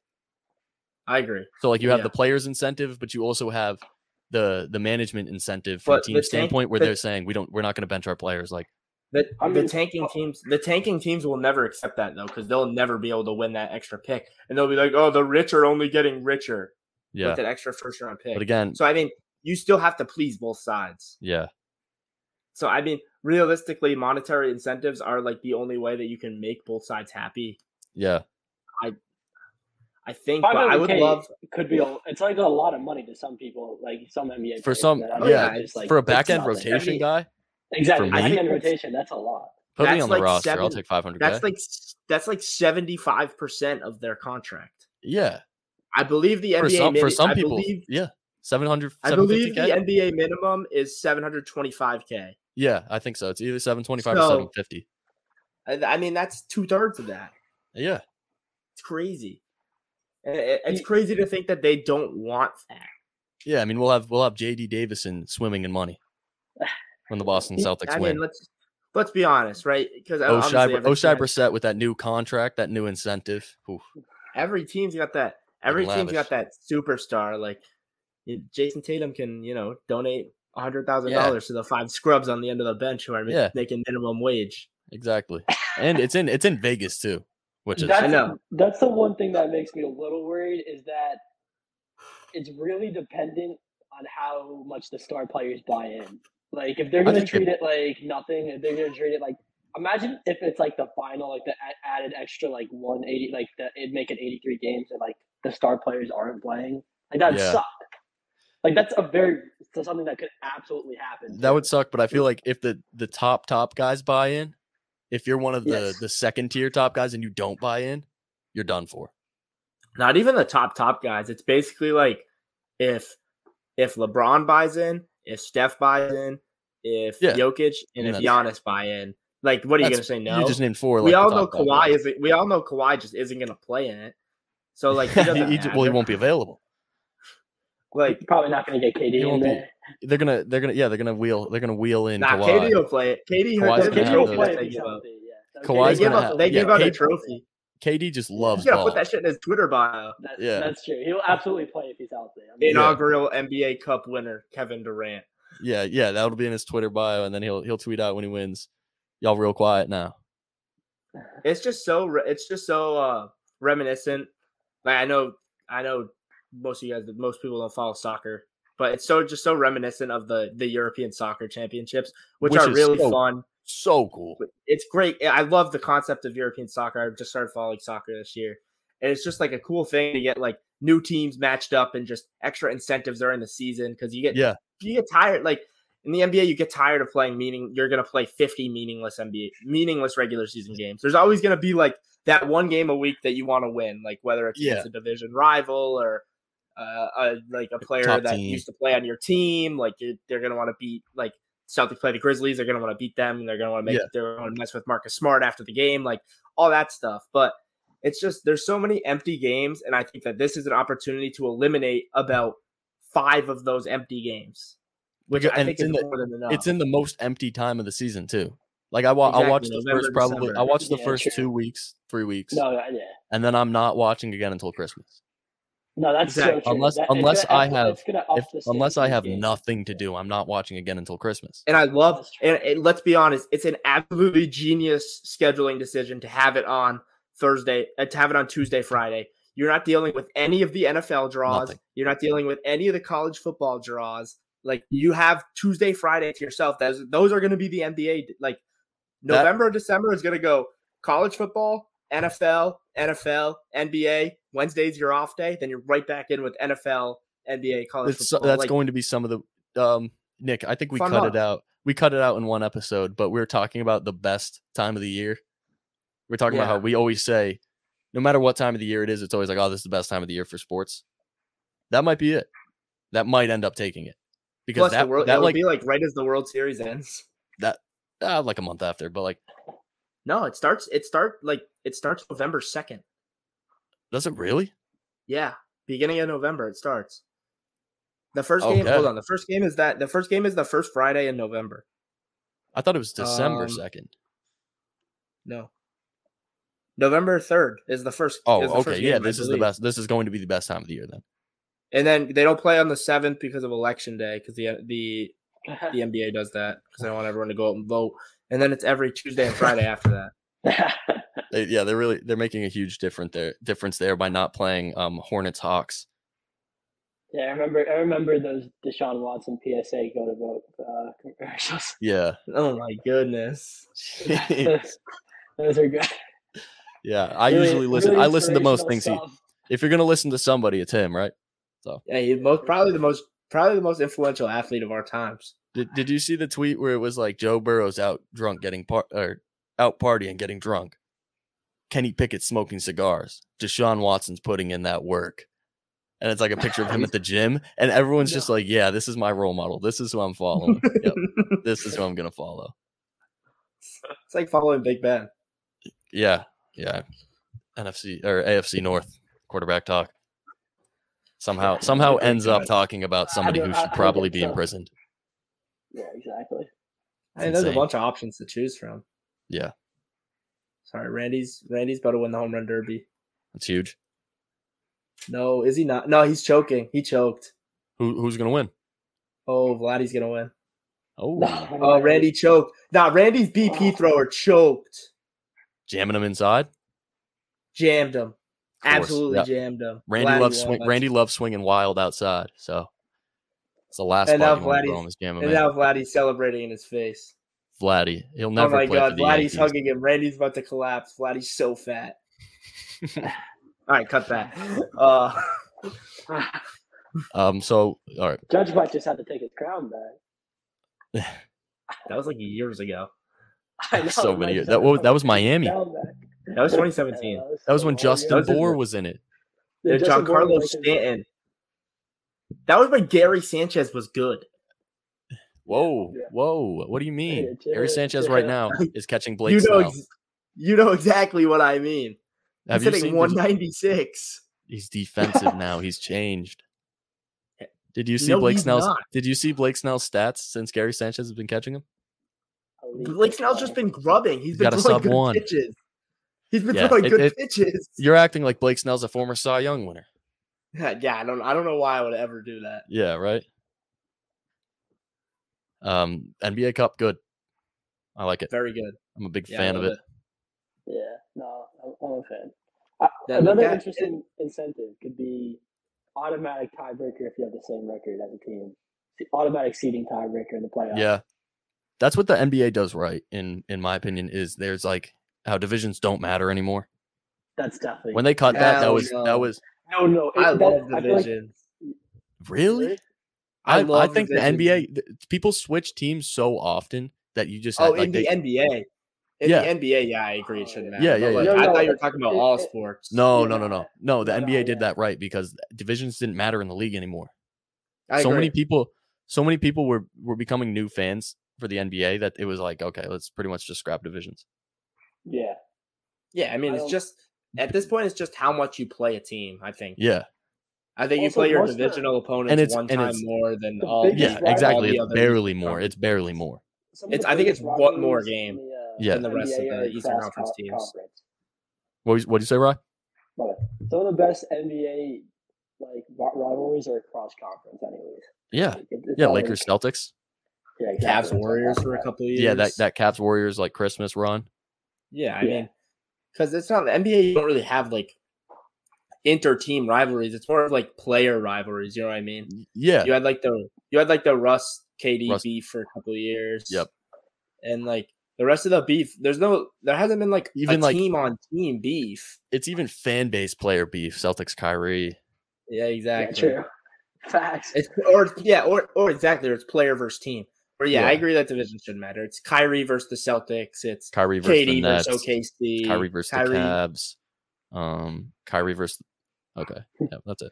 [SPEAKER 2] I agree.
[SPEAKER 1] So like you have
[SPEAKER 2] Yeah.
[SPEAKER 1] the players incentive, but you also have the the management incentive from
[SPEAKER 2] But
[SPEAKER 1] a
[SPEAKER 2] the
[SPEAKER 1] team
[SPEAKER 2] tank-
[SPEAKER 1] standpoint where
[SPEAKER 2] the-
[SPEAKER 1] they're saying we don't we're not going to bench our players. Like
[SPEAKER 2] The,
[SPEAKER 3] I
[SPEAKER 2] the
[SPEAKER 3] mean- oh.
[SPEAKER 2] tanking teams, the tanking teams will never accept that though, because they'll never be able to win that extra pick, and they'll be like, "Oh, the rich are only getting richer
[SPEAKER 1] yeah,
[SPEAKER 2] with that extra first round pick."
[SPEAKER 1] but again,
[SPEAKER 2] So I mean, you still have to please both sides.
[SPEAKER 1] yeah,
[SPEAKER 2] So I mean, realistically, monetary incentives are like the only way that you can make both sides happy.
[SPEAKER 1] yeah,
[SPEAKER 2] I think. But I would
[SPEAKER 3] 500K
[SPEAKER 2] love
[SPEAKER 3] It could be. A, it's like a lot of money to some people, like some NBA.
[SPEAKER 1] For
[SPEAKER 3] players
[SPEAKER 1] some-
[SPEAKER 3] that I don't
[SPEAKER 2] yeah,
[SPEAKER 3] know, just, like,
[SPEAKER 1] for a
[SPEAKER 3] it's
[SPEAKER 1] back end
[SPEAKER 3] nothing.
[SPEAKER 1] rotation
[SPEAKER 2] mean,
[SPEAKER 1] guy,
[SPEAKER 3] Exactly,
[SPEAKER 1] for me-
[SPEAKER 3] back end rotation. That's a lot.
[SPEAKER 1] put me
[SPEAKER 2] that's
[SPEAKER 1] on the
[SPEAKER 2] like
[SPEAKER 1] roster. I'll
[SPEAKER 2] seven-
[SPEAKER 1] take 500k.
[SPEAKER 2] that's like s- that's like seventy five percent of their contract.
[SPEAKER 1] yeah,
[SPEAKER 2] I believe the NBA
[SPEAKER 1] for some
[SPEAKER 2] mini-
[SPEAKER 1] for some
[SPEAKER 2] I
[SPEAKER 1] people.
[SPEAKER 2] believe-
[SPEAKER 1] yeah, 700
[SPEAKER 2] I believe the
[SPEAKER 1] 750K?
[SPEAKER 2] NBA minimum is 725k.
[SPEAKER 1] Yeah, I think so. It's either 725 or
[SPEAKER 2] So-
[SPEAKER 1] 750.
[SPEAKER 2] And I mean, that's two thirds of that.
[SPEAKER 1] Yeah.
[SPEAKER 2] It's crazy. And it- It's
[SPEAKER 3] Ye-
[SPEAKER 2] crazy to think that they don't want that.
[SPEAKER 1] Yeah, I mean we'll have we'll have JD Davison swimming in money when the Boston Celtics
[SPEAKER 2] I
[SPEAKER 1] win.
[SPEAKER 2] mean, let's let's be honest, right? Because
[SPEAKER 1] Oshai Oshai Brissett with that new contract, that new incentive. Oof.
[SPEAKER 2] every team's got that. Every team's
[SPEAKER 1] lavish.
[SPEAKER 2] got that superstar. Like you- Jason Tatum can, you know, donate hundred thousand dollars to the five scrubs on the end of the bench who are ma-
[SPEAKER 1] Yeah.
[SPEAKER 2] making minimum wage.
[SPEAKER 1] Exactly. And it's in it's in Vegas too, which is
[SPEAKER 3] That's,
[SPEAKER 2] I know.
[SPEAKER 3] That's the one thing that makes me a little worried is that it's really dependent on how much the star players buy in. Like if they're
[SPEAKER 1] I
[SPEAKER 3] going to
[SPEAKER 1] think they-
[SPEAKER 3] treat it like nothing, if they're going to treat it like imagine if it's like the final, like the a- added extra like one eighty, like the it'd make it eighty three games and like the star players aren't playing, like that'd
[SPEAKER 1] Yeah.
[SPEAKER 3] suck. Like that's a very that's something that could absolutely happen.
[SPEAKER 1] that would suck, but I feel like if the the top top guys buy in, if you're one of the
[SPEAKER 3] Yes.
[SPEAKER 1] the second tier top guys and you don't buy in, you're done for.
[SPEAKER 2] Not even the top top guys. It's basically like if if LeBron buys in, if Steph buys in, if
[SPEAKER 1] Yeah.
[SPEAKER 2] Jokic and if
[SPEAKER 1] That's-
[SPEAKER 2] Giannis buy in. Like, what are you
[SPEAKER 1] That's-
[SPEAKER 2] gonna say? No,
[SPEAKER 1] You just named four. Like,
[SPEAKER 2] we
[SPEAKER 1] the
[SPEAKER 2] all know
[SPEAKER 1] top
[SPEAKER 2] Kawhi
[SPEAKER 1] five guys.
[SPEAKER 2] isn't. We all know Kawhi just isn't gonna play in it. So like, he
[SPEAKER 1] He-
[SPEAKER 2] doesn't
[SPEAKER 1] he j- well, he
[SPEAKER 2] matter.
[SPEAKER 1] won't be available.
[SPEAKER 2] Like,
[SPEAKER 3] probably not going to get KD
[SPEAKER 1] It
[SPEAKER 3] in
[SPEAKER 1] won't be-
[SPEAKER 3] there.
[SPEAKER 1] They're gonna, they're gonna, yeah, they're gonna wheel, they're gonna wheel in
[SPEAKER 2] nah,
[SPEAKER 1] Kawhi.
[SPEAKER 2] KD will play it. KD,
[SPEAKER 1] Kawhi's gonna
[SPEAKER 2] heard- they'll give
[SPEAKER 1] have
[SPEAKER 2] you a
[SPEAKER 1] to-
[SPEAKER 2] trophy
[SPEAKER 3] Play
[SPEAKER 2] that
[SPEAKER 3] if
[SPEAKER 2] they
[SPEAKER 3] he's
[SPEAKER 2] give up.
[SPEAKER 3] healthy, yeah.
[SPEAKER 1] Kawhi's
[SPEAKER 2] They
[SPEAKER 1] Kawhi's
[SPEAKER 2] give
[SPEAKER 1] gonna
[SPEAKER 2] up.
[SPEAKER 1] have-
[SPEAKER 2] They
[SPEAKER 1] yeah,
[SPEAKER 2] give out a
[SPEAKER 1] KD
[SPEAKER 2] trophy.
[SPEAKER 1] KD just
[SPEAKER 2] He's
[SPEAKER 1] loves
[SPEAKER 2] gonna
[SPEAKER 1] ball.
[SPEAKER 2] put that shit in his Twitter bio.
[SPEAKER 3] That's,
[SPEAKER 1] Yeah.
[SPEAKER 3] that's true. He'll absolutely play if he's out there. I mean,
[SPEAKER 1] Yeah.
[SPEAKER 2] Inaugural NBA Cup winner Kevin Durant.
[SPEAKER 1] Yeah, yeah, that'll be in his Twitter bio, and then he'll he'll tweet out when he wins. Y'all real quiet now.
[SPEAKER 2] It's just so. re- It's just so uh, reminiscent. Like I know, I know, most of you guys, most people don't follow soccer, but it's so just so reminiscent of the the European soccer championships, which,
[SPEAKER 1] Which
[SPEAKER 2] are
[SPEAKER 1] is
[SPEAKER 2] really
[SPEAKER 1] so-
[SPEAKER 2] fun.
[SPEAKER 1] So cool.
[SPEAKER 2] but it's great. I love the concept of European soccer. I've just started following soccer this year, and it's just like a cool thing to get like new teams matched up and just extra incentives during the season because you get
[SPEAKER 1] Yeah.
[SPEAKER 2] you get tired like. In the NBA, you get tired of playing meaning. You're gonna play 50 meaningless NBA, meaningless regular season games. There's always gonna be like that one game a week that you want to win, like whether it's
[SPEAKER 1] Yeah.
[SPEAKER 2] against a division rival or uh, a, like a player
[SPEAKER 1] top
[SPEAKER 2] that
[SPEAKER 1] team.
[SPEAKER 2] used to play on your team. Like you're, they're gonna want to beat like Celtics play the Grizzlies. They're gonna want to beat them. And they're gonna want to make.
[SPEAKER 1] Yeah.
[SPEAKER 2] They're gonna mess with Marcus Smart after the game, like all that stuff. But it's just there's so many empty games, and I think that this is an opportunity to eliminate about five of those empty games, which
[SPEAKER 1] Because-
[SPEAKER 2] I
[SPEAKER 1] and
[SPEAKER 2] think
[SPEAKER 1] it's
[SPEAKER 2] is
[SPEAKER 1] in the-
[SPEAKER 2] more uh, than enough.
[SPEAKER 1] It's in the most empty time of the season too. Like I, wa- I
[SPEAKER 2] Exactly,
[SPEAKER 1] watched the
[SPEAKER 2] November,
[SPEAKER 1] first probably I
[SPEAKER 2] December.
[SPEAKER 1] watched the
[SPEAKER 3] Yeah,
[SPEAKER 1] first
[SPEAKER 3] true.
[SPEAKER 1] two weeks, three weeks,
[SPEAKER 3] no, yeah,
[SPEAKER 1] and then I'm not watching again until Christmas.
[SPEAKER 3] no, that's
[SPEAKER 2] Exactly.
[SPEAKER 3] so true.
[SPEAKER 1] Unless-
[SPEAKER 3] That- it's
[SPEAKER 1] unless
[SPEAKER 3] gonna
[SPEAKER 1] I
[SPEAKER 3] up-
[SPEAKER 1] have-
[SPEAKER 3] it's gonna up
[SPEAKER 1] If,
[SPEAKER 3] the stakes
[SPEAKER 1] unless
[SPEAKER 3] of
[SPEAKER 1] I
[SPEAKER 3] the
[SPEAKER 1] have
[SPEAKER 3] game.
[SPEAKER 1] nothing to do, I'm not watching again until Christmas.
[SPEAKER 2] and I love,
[SPEAKER 3] That's true.
[SPEAKER 2] and, and let's be honest, it's an absolutely genius scheduling decision to have it on Thursday, uh, to have it on Tuesday, Friday. You're not dealing with any of the NFL draws.
[SPEAKER 1] Nothing.
[SPEAKER 2] You're not dealing with any of the college football draws. Like you have Tuesday, Friday to yourself. Those those are going to be the NBA. d- Like
[SPEAKER 1] That-
[SPEAKER 2] November, December is going to go college football, NFL, NFL, NBA. Wednesday's your off day. Then you're right back in with NFL, NBA, college
[SPEAKER 1] That's,
[SPEAKER 2] football.
[SPEAKER 1] that's
[SPEAKER 2] Like,
[SPEAKER 1] going to be some of the um, Nick. I think we
[SPEAKER 2] Fun
[SPEAKER 1] cut it out. We cut it out in one episode, but we were talking about the best time of the year. We're talking about how
[SPEAKER 2] Yeah.
[SPEAKER 1] we always say, no matter what time of the year it is, it's always like, oh, this is the best time of the year for sports. That might be it. That might end up taking it because
[SPEAKER 2] plus
[SPEAKER 1] that
[SPEAKER 2] the world,
[SPEAKER 1] that
[SPEAKER 2] it'll
[SPEAKER 1] like
[SPEAKER 2] be like right as the World Series ends.
[SPEAKER 1] uh, like a month after, but like
[SPEAKER 2] No, it starts. It start like it starts November second.
[SPEAKER 1] does it really?
[SPEAKER 2] Yeah, beginning of November it starts. The first game. Hold
[SPEAKER 1] Okay.
[SPEAKER 2] on. The first game is that. The first game is the first Friday in November.
[SPEAKER 1] I thought it was December
[SPEAKER 2] Um,
[SPEAKER 1] second.
[SPEAKER 2] No. November third is the first.
[SPEAKER 1] Oh,
[SPEAKER 2] is the
[SPEAKER 1] okay,
[SPEAKER 2] first
[SPEAKER 1] yeah,
[SPEAKER 2] game, I
[SPEAKER 1] this is the
[SPEAKER 2] believe.
[SPEAKER 1] best. This is going to be the best time of the year then.
[SPEAKER 2] And then they don't play on the seventh because of election day because the the the NBA does that because they don't want everyone to go out and vote. And then it's every Tuesday and Friday after that.
[SPEAKER 1] They- yeah, they're really they're making a huge difference there difference there by not playing um Hornets Hawks.
[SPEAKER 3] yeah, I remember. I remember those Deshaun Watson PSA go to vote uh, commercials.
[SPEAKER 1] Yeah.
[SPEAKER 2] Oh my goodness.
[SPEAKER 3] those, those are good.
[SPEAKER 1] yeah. I
[SPEAKER 3] Really-
[SPEAKER 1] usually listen
[SPEAKER 3] really
[SPEAKER 1] I listen to most things
[SPEAKER 3] inspirational
[SPEAKER 1] he if you're gonna listen to somebody, it's him, right?
[SPEAKER 2] Yeah, he's most probably the most probably the most influential athlete of our times.
[SPEAKER 1] Did, did you see the tweet where it was like Joe Burrow's out drunk getting par- or out partying getting drunk? Kenny Pickett smoking cigars. Deshaun Watson's putting in that work. and it's like a picture of him at the gym, and everyone's just like, "Yeah, this is my role model. This is who I'm following. Yep, this is who I'm gonna follow."
[SPEAKER 2] It's like following Big Ben.
[SPEAKER 1] Yeah, yeah. NFC or AFC North quarterback talk. Somehow, somehow ends up talking about somebody who should probably be imprisoned.
[SPEAKER 3] Yeah, exactly.
[SPEAKER 1] It's
[SPEAKER 2] I mean, there's a
[SPEAKER 1] insane.
[SPEAKER 2] bunch of options to choose from.
[SPEAKER 1] Yeah.
[SPEAKER 2] Sorry, Randy's Randy's about to win the home run derby.
[SPEAKER 1] It's huge.
[SPEAKER 2] No, is he not? No, he's choking. He choked.
[SPEAKER 1] Who who's gonna win?
[SPEAKER 2] Oh, Vladdy's gonna win.
[SPEAKER 1] Oh,
[SPEAKER 2] Oh, Randy choked. Nah, Randy's BP
[SPEAKER 3] Oh.
[SPEAKER 2] thrower choked.
[SPEAKER 1] jamming him inside.
[SPEAKER 2] Jammed him.
[SPEAKER 1] course,
[SPEAKER 2] Absolutely
[SPEAKER 1] yeah.
[SPEAKER 2] jammed him.
[SPEAKER 1] Randy
[SPEAKER 2] Vladdy
[SPEAKER 1] loves
[SPEAKER 2] won.
[SPEAKER 1] swing. Randy loves swinging wild outside. So it's the last
[SPEAKER 2] And
[SPEAKER 1] part
[SPEAKER 2] now
[SPEAKER 1] you want to
[SPEAKER 2] Vladdy's-
[SPEAKER 1] throw him is jamming
[SPEAKER 2] And
[SPEAKER 1] him in.
[SPEAKER 2] now Vladdy's celebrating in his face.
[SPEAKER 1] Vladdy. He'll never
[SPEAKER 2] oh my
[SPEAKER 1] play
[SPEAKER 2] god,
[SPEAKER 1] for the
[SPEAKER 2] Vladdy's
[SPEAKER 1] Yankees.
[SPEAKER 2] hugging him. Randy's about to collapse. Vladdy's so fat. All right, cut that. Uh,
[SPEAKER 1] Um. So all right.
[SPEAKER 3] Judge might just have to take his crown back.
[SPEAKER 2] that was like years ago.
[SPEAKER 3] I know,
[SPEAKER 1] so
[SPEAKER 3] he
[SPEAKER 1] many.
[SPEAKER 3] might
[SPEAKER 1] years-
[SPEAKER 3] just
[SPEAKER 1] That
[SPEAKER 3] have to
[SPEAKER 1] was that
[SPEAKER 3] take
[SPEAKER 1] was
[SPEAKER 3] his
[SPEAKER 1] Miami.
[SPEAKER 3] crown back.
[SPEAKER 2] That was 2017.
[SPEAKER 3] Yeah,
[SPEAKER 1] That was
[SPEAKER 3] so
[SPEAKER 1] when
[SPEAKER 3] long ago.
[SPEAKER 1] Justin
[SPEAKER 2] That was-
[SPEAKER 1] Bohr was in it.
[SPEAKER 3] Uh, Yeah,
[SPEAKER 2] And John
[SPEAKER 3] Justin Bohr was
[SPEAKER 2] Carlos
[SPEAKER 3] like his-
[SPEAKER 2] Stanton. That was when Gary Sanchez was good.
[SPEAKER 1] Whoa,
[SPEAKER 3] Yeah.
[SPEAKER 1] whoa. What do you mean?
[SPEAKER 3] yeah,
[SPEAKER 1] Gary Sanchez right
[SPEAKER 3] yeah.
[SPEAKER 1] now is catching Blake
[SPEAKER 2] you know,
[SPEAKER 1] Snell.
[SPEAKER 2] ex- you know exactly what I mean.
[SPEAKER 1] Have
[SPEAKER 2] He's
[SPEAKER 1] you
[SPEAKER 2] hitting
[SPEAKER 1] seen? his-
[SPEAKER 2] 196.
[SPEAKER 1] He's defensive now. He's changed. Did you see
[SPEAKER 2] Eh, No,
[SPEAKER 1] Blake
[SPEAKER 2] he's
[SPEAKER 1] Snell's?
[SPEAKER 2] not.
[SPEAKER 1] Did you see Blake Snell's stats since Gary Sanchez has been catching him?
[SPEAKER 3] elite
[SPEAKER 2] Blake Snell's just been grubbing.
[SPEAKER 1] He's
[SPEAKER 2] He's
[SPEAKER 1] got
[SPEAKER 2] been
[SPEAKER 1] a
[SPEAKER 2] throwing
[SPEAKER 1] sub
[SPEAKER 2] good
[SPEAKER 1] one.
[SPEAKER 2] pitches. He's been
[SPEAKER 1] Yeah,
[SPEAKER 2] throwing
[SPEAKER 1] it-
[SPEAKER 2] good
[SPEAKER 1] it-
[SPEAKER 2] pitches.
[SPEAKER 1] You're acting like Blake Snell's a former Cy Young winner.
[SPEAKER 2] yeah, I don't. I don't know why I would ever do that.
[SPEAKER 1] Yeah, right. Um, NBA Cup, good. I like it.
[SPEAKER 2] Very good.
[SPEAKER 1] I'm a big
[SPEAKER 2] Yeah, I
[SPEAKER 1] fan of
[SPEAKER 2] love
[SPEAKER 1] it.
[SPEAKER 3] Yeah, no, I'm, I'm a fan. I,
[SPEAKER 2] That-
[SPEAKER 3] another
[SPEAKER 2] that-
[SPEAKER 3] interesting incentive could be automatic tiebreaker if you have the same record as a team. The automatic seeding tiebreaker in the playoffs.
[SPEAKER 1] Yeah. That's what the NBA does right, in in my opinion, is there's like how divisions don't matter anymore.
[SPEAKER 3] that's definitely
[SPEAKER 1] When they caught that, that
[SPEAKER 2] Hell
[SPEAKER 1] was that
[SPEAKER 2] no.
[SPEAKER 1] was
[SPEAKER 3] no, no. it-
[SPEAKER 2] I
[SPEAKER 3] that-
[SPEAKER 2] love
[SPEAKER 3] I feel like-
[SPEAKER 2] divisions.
[SPEAKER 1] really
[SPEAKER 2] I
[SPEAKER 1] I, I,
[SPEAKER 2] love
[SPEAKER 1] think the
[SPEAKER 2] divisions.
[SPEAKER 1] NBA th- people switch teams so often that you just
[SPEAKER 2] Oh,
[SPEAKER 1] had, like,
[SPEAKER 2] in
[SPEAKER 1] they-
[SPEAKER 2] the NBA. In
[SPEAKER 1] Yeah.
[SPEAKER 2] the NBA, yeah, I agree. It shouldn't matter.
[SPEAKER 1] Yeah,
[SPEAKER 2] But
[SPEAKER 1] yeah,
[SPEAKER 2] like,
[SPEAKER 1] yeah.
[SPEAKER 2] I
[SPEAKER 3] No,
[SPEAKER 2] thought you
[SPEAKER 3] no,
[SPEAKER 2] were talking about
[SPEAKER 3] it-
[SPEAKER 2] all
[SPEAKER 3] it-
[SPEAKER 2] sports.
[SPEAKER 1] no,
[SPEAKER 3] Yeah.
[SPEAKER 1] no, no, no, no. The
[SPEAKER 3] No,
[SPEAKER 1] NBA did
[SPEAKER 3] yeah.
[SPEAKER 1] that right because divisions didn't matter in the league anymore.
[SPEAKER 2] I
[SPEAKER 1] so
[SPEAKER 2] agree.
[SPEAKER 1] many people, so many people were were becoming new fans for the NBA that it was like, okay, let's pretty much just scrap divisions.
[SPEAKER 3] yeah,
[SPEAKER 2] Yeah, I mean,
[SPEAKER 3] I
[SPEAKER 2] it's
[SPEAKER 3] don't-
[SPEAKER 2] just at this point, it's just how much you play a team. I think.
[SPEAKER 1] Yeah,
[SPEAKER 2] I think
[SPEAKER 3] Also,
[SPEAKER 2] you play your
[SPEAKER 3] what's the-
[SPEAKER 2] divisional opponents
[SPEAKER 1] it's-
[SPEAKER 2] one
[SPEAKER 1] and
[SPEAKER 2] time
[SPEAKER 1] it's-
[SPEAKER 2] more than
[SPEAKER 3] the
[SPEAKER 2] all.
[SPEAKER 3] biggest
[SPEAKER 1] yeah,
[SPEAKER 2] the-
[SPEAKER 3] rival-
[SPEAKER 1] exactly.
[SPEAKER 2] all the
[SPEAKER 1] It's
[SPEAKER 2] other
[SPEAKER 1] barely
[SPEAKER 2] leagues.
[SPEAKER 1] more. It's barely more.
[SPEAKER 3] Some of the
[SPEAKER 2] It's- I think
[SPEAKER 3] biggest
[SPEAKER 2] it's one more
[SPEAKER 3] rivalries
[SPEAKER 2] game
[SPEAKER 3] in the, uh,
[SPEAKER 1] Yeah.
[SPEAKER 2] than the rest of
[SPEAKER 3] NBA
[SPEAKER 2] the
[SPEAKER 3] are
[SPEAKER 2] Eastern
[SPEAKER 3] cross
[SPEAKER 2] Conference
[SPEAKER 3] co-
[SPEAKER 2] teams.
[SPEAKER 3] conference.
[SPEAKER 1] What would you say, Rye?
[SPEAKER 3] But some of the best NBA like ri- rivalries are cross conference, anyways.
[SPEAKER 1] Yeah,
[SPEAKER 3] Like, it- it's
[SPEAKER 1] yeah.
[SPEAKER 3] always-
[SPEAKER 1] Lakers, Celtics.
[SPEAKER 3] Yeah, exactly.
[SPEAKER 2] Cavs Warriors for a couple of years.
[SPEAKER 1] Yeah, that that Cavs Warriors like Christmas run.
[SPEAKER 2] Yeah, I
[SPEAKER 3] Yeah.
[SPEAKER 2] mean, because it's not the NBA. You don't really have like inter-team rivalries. It's more of like player rivalries. You know what I mean?
[SPEAKER 1] Y- Yeah,
[SPEAKER 2] You had like the you had like the Russ KD
[SPEAKER 1] Russ-
[SPEAKER 2] beef for a couple of years.
[SPEAKER 1] Yep.
[SPEAKER 2] And like the rest of the beef, there's no there hasn't been like even
[SPEAKER 1] Even, like-
[SPEAKER 2] team on team beef.
[SPEAKER 1] it's even fan base player beef. Celtics, Kyrie.
[SPEAKER 2] Yeah,
[SPEAKER 3] Yeah,
[SPEAKER 2] exactly.
[SPEAKER 3] true. Facts.
[SPEAKER 2] It's or it's- yeah, or or exactly, or it's player versus team. Or yeah, I
[SPEAKER 1] Yeah.
[SPEAKER 2] agree that division shouldn't matter. It's Kyrie versus the Celtics. It's
[SPEAKER 1] Kyrie versus the
[SPEAKER 2] Katie
[SPEAKER 1] Nets.
[SPEAKER 2] versus OKC.
[SPEAKER 1] Kyrie versus the Cavs. Um, Kyrie versus. Okay, yeah, that's it.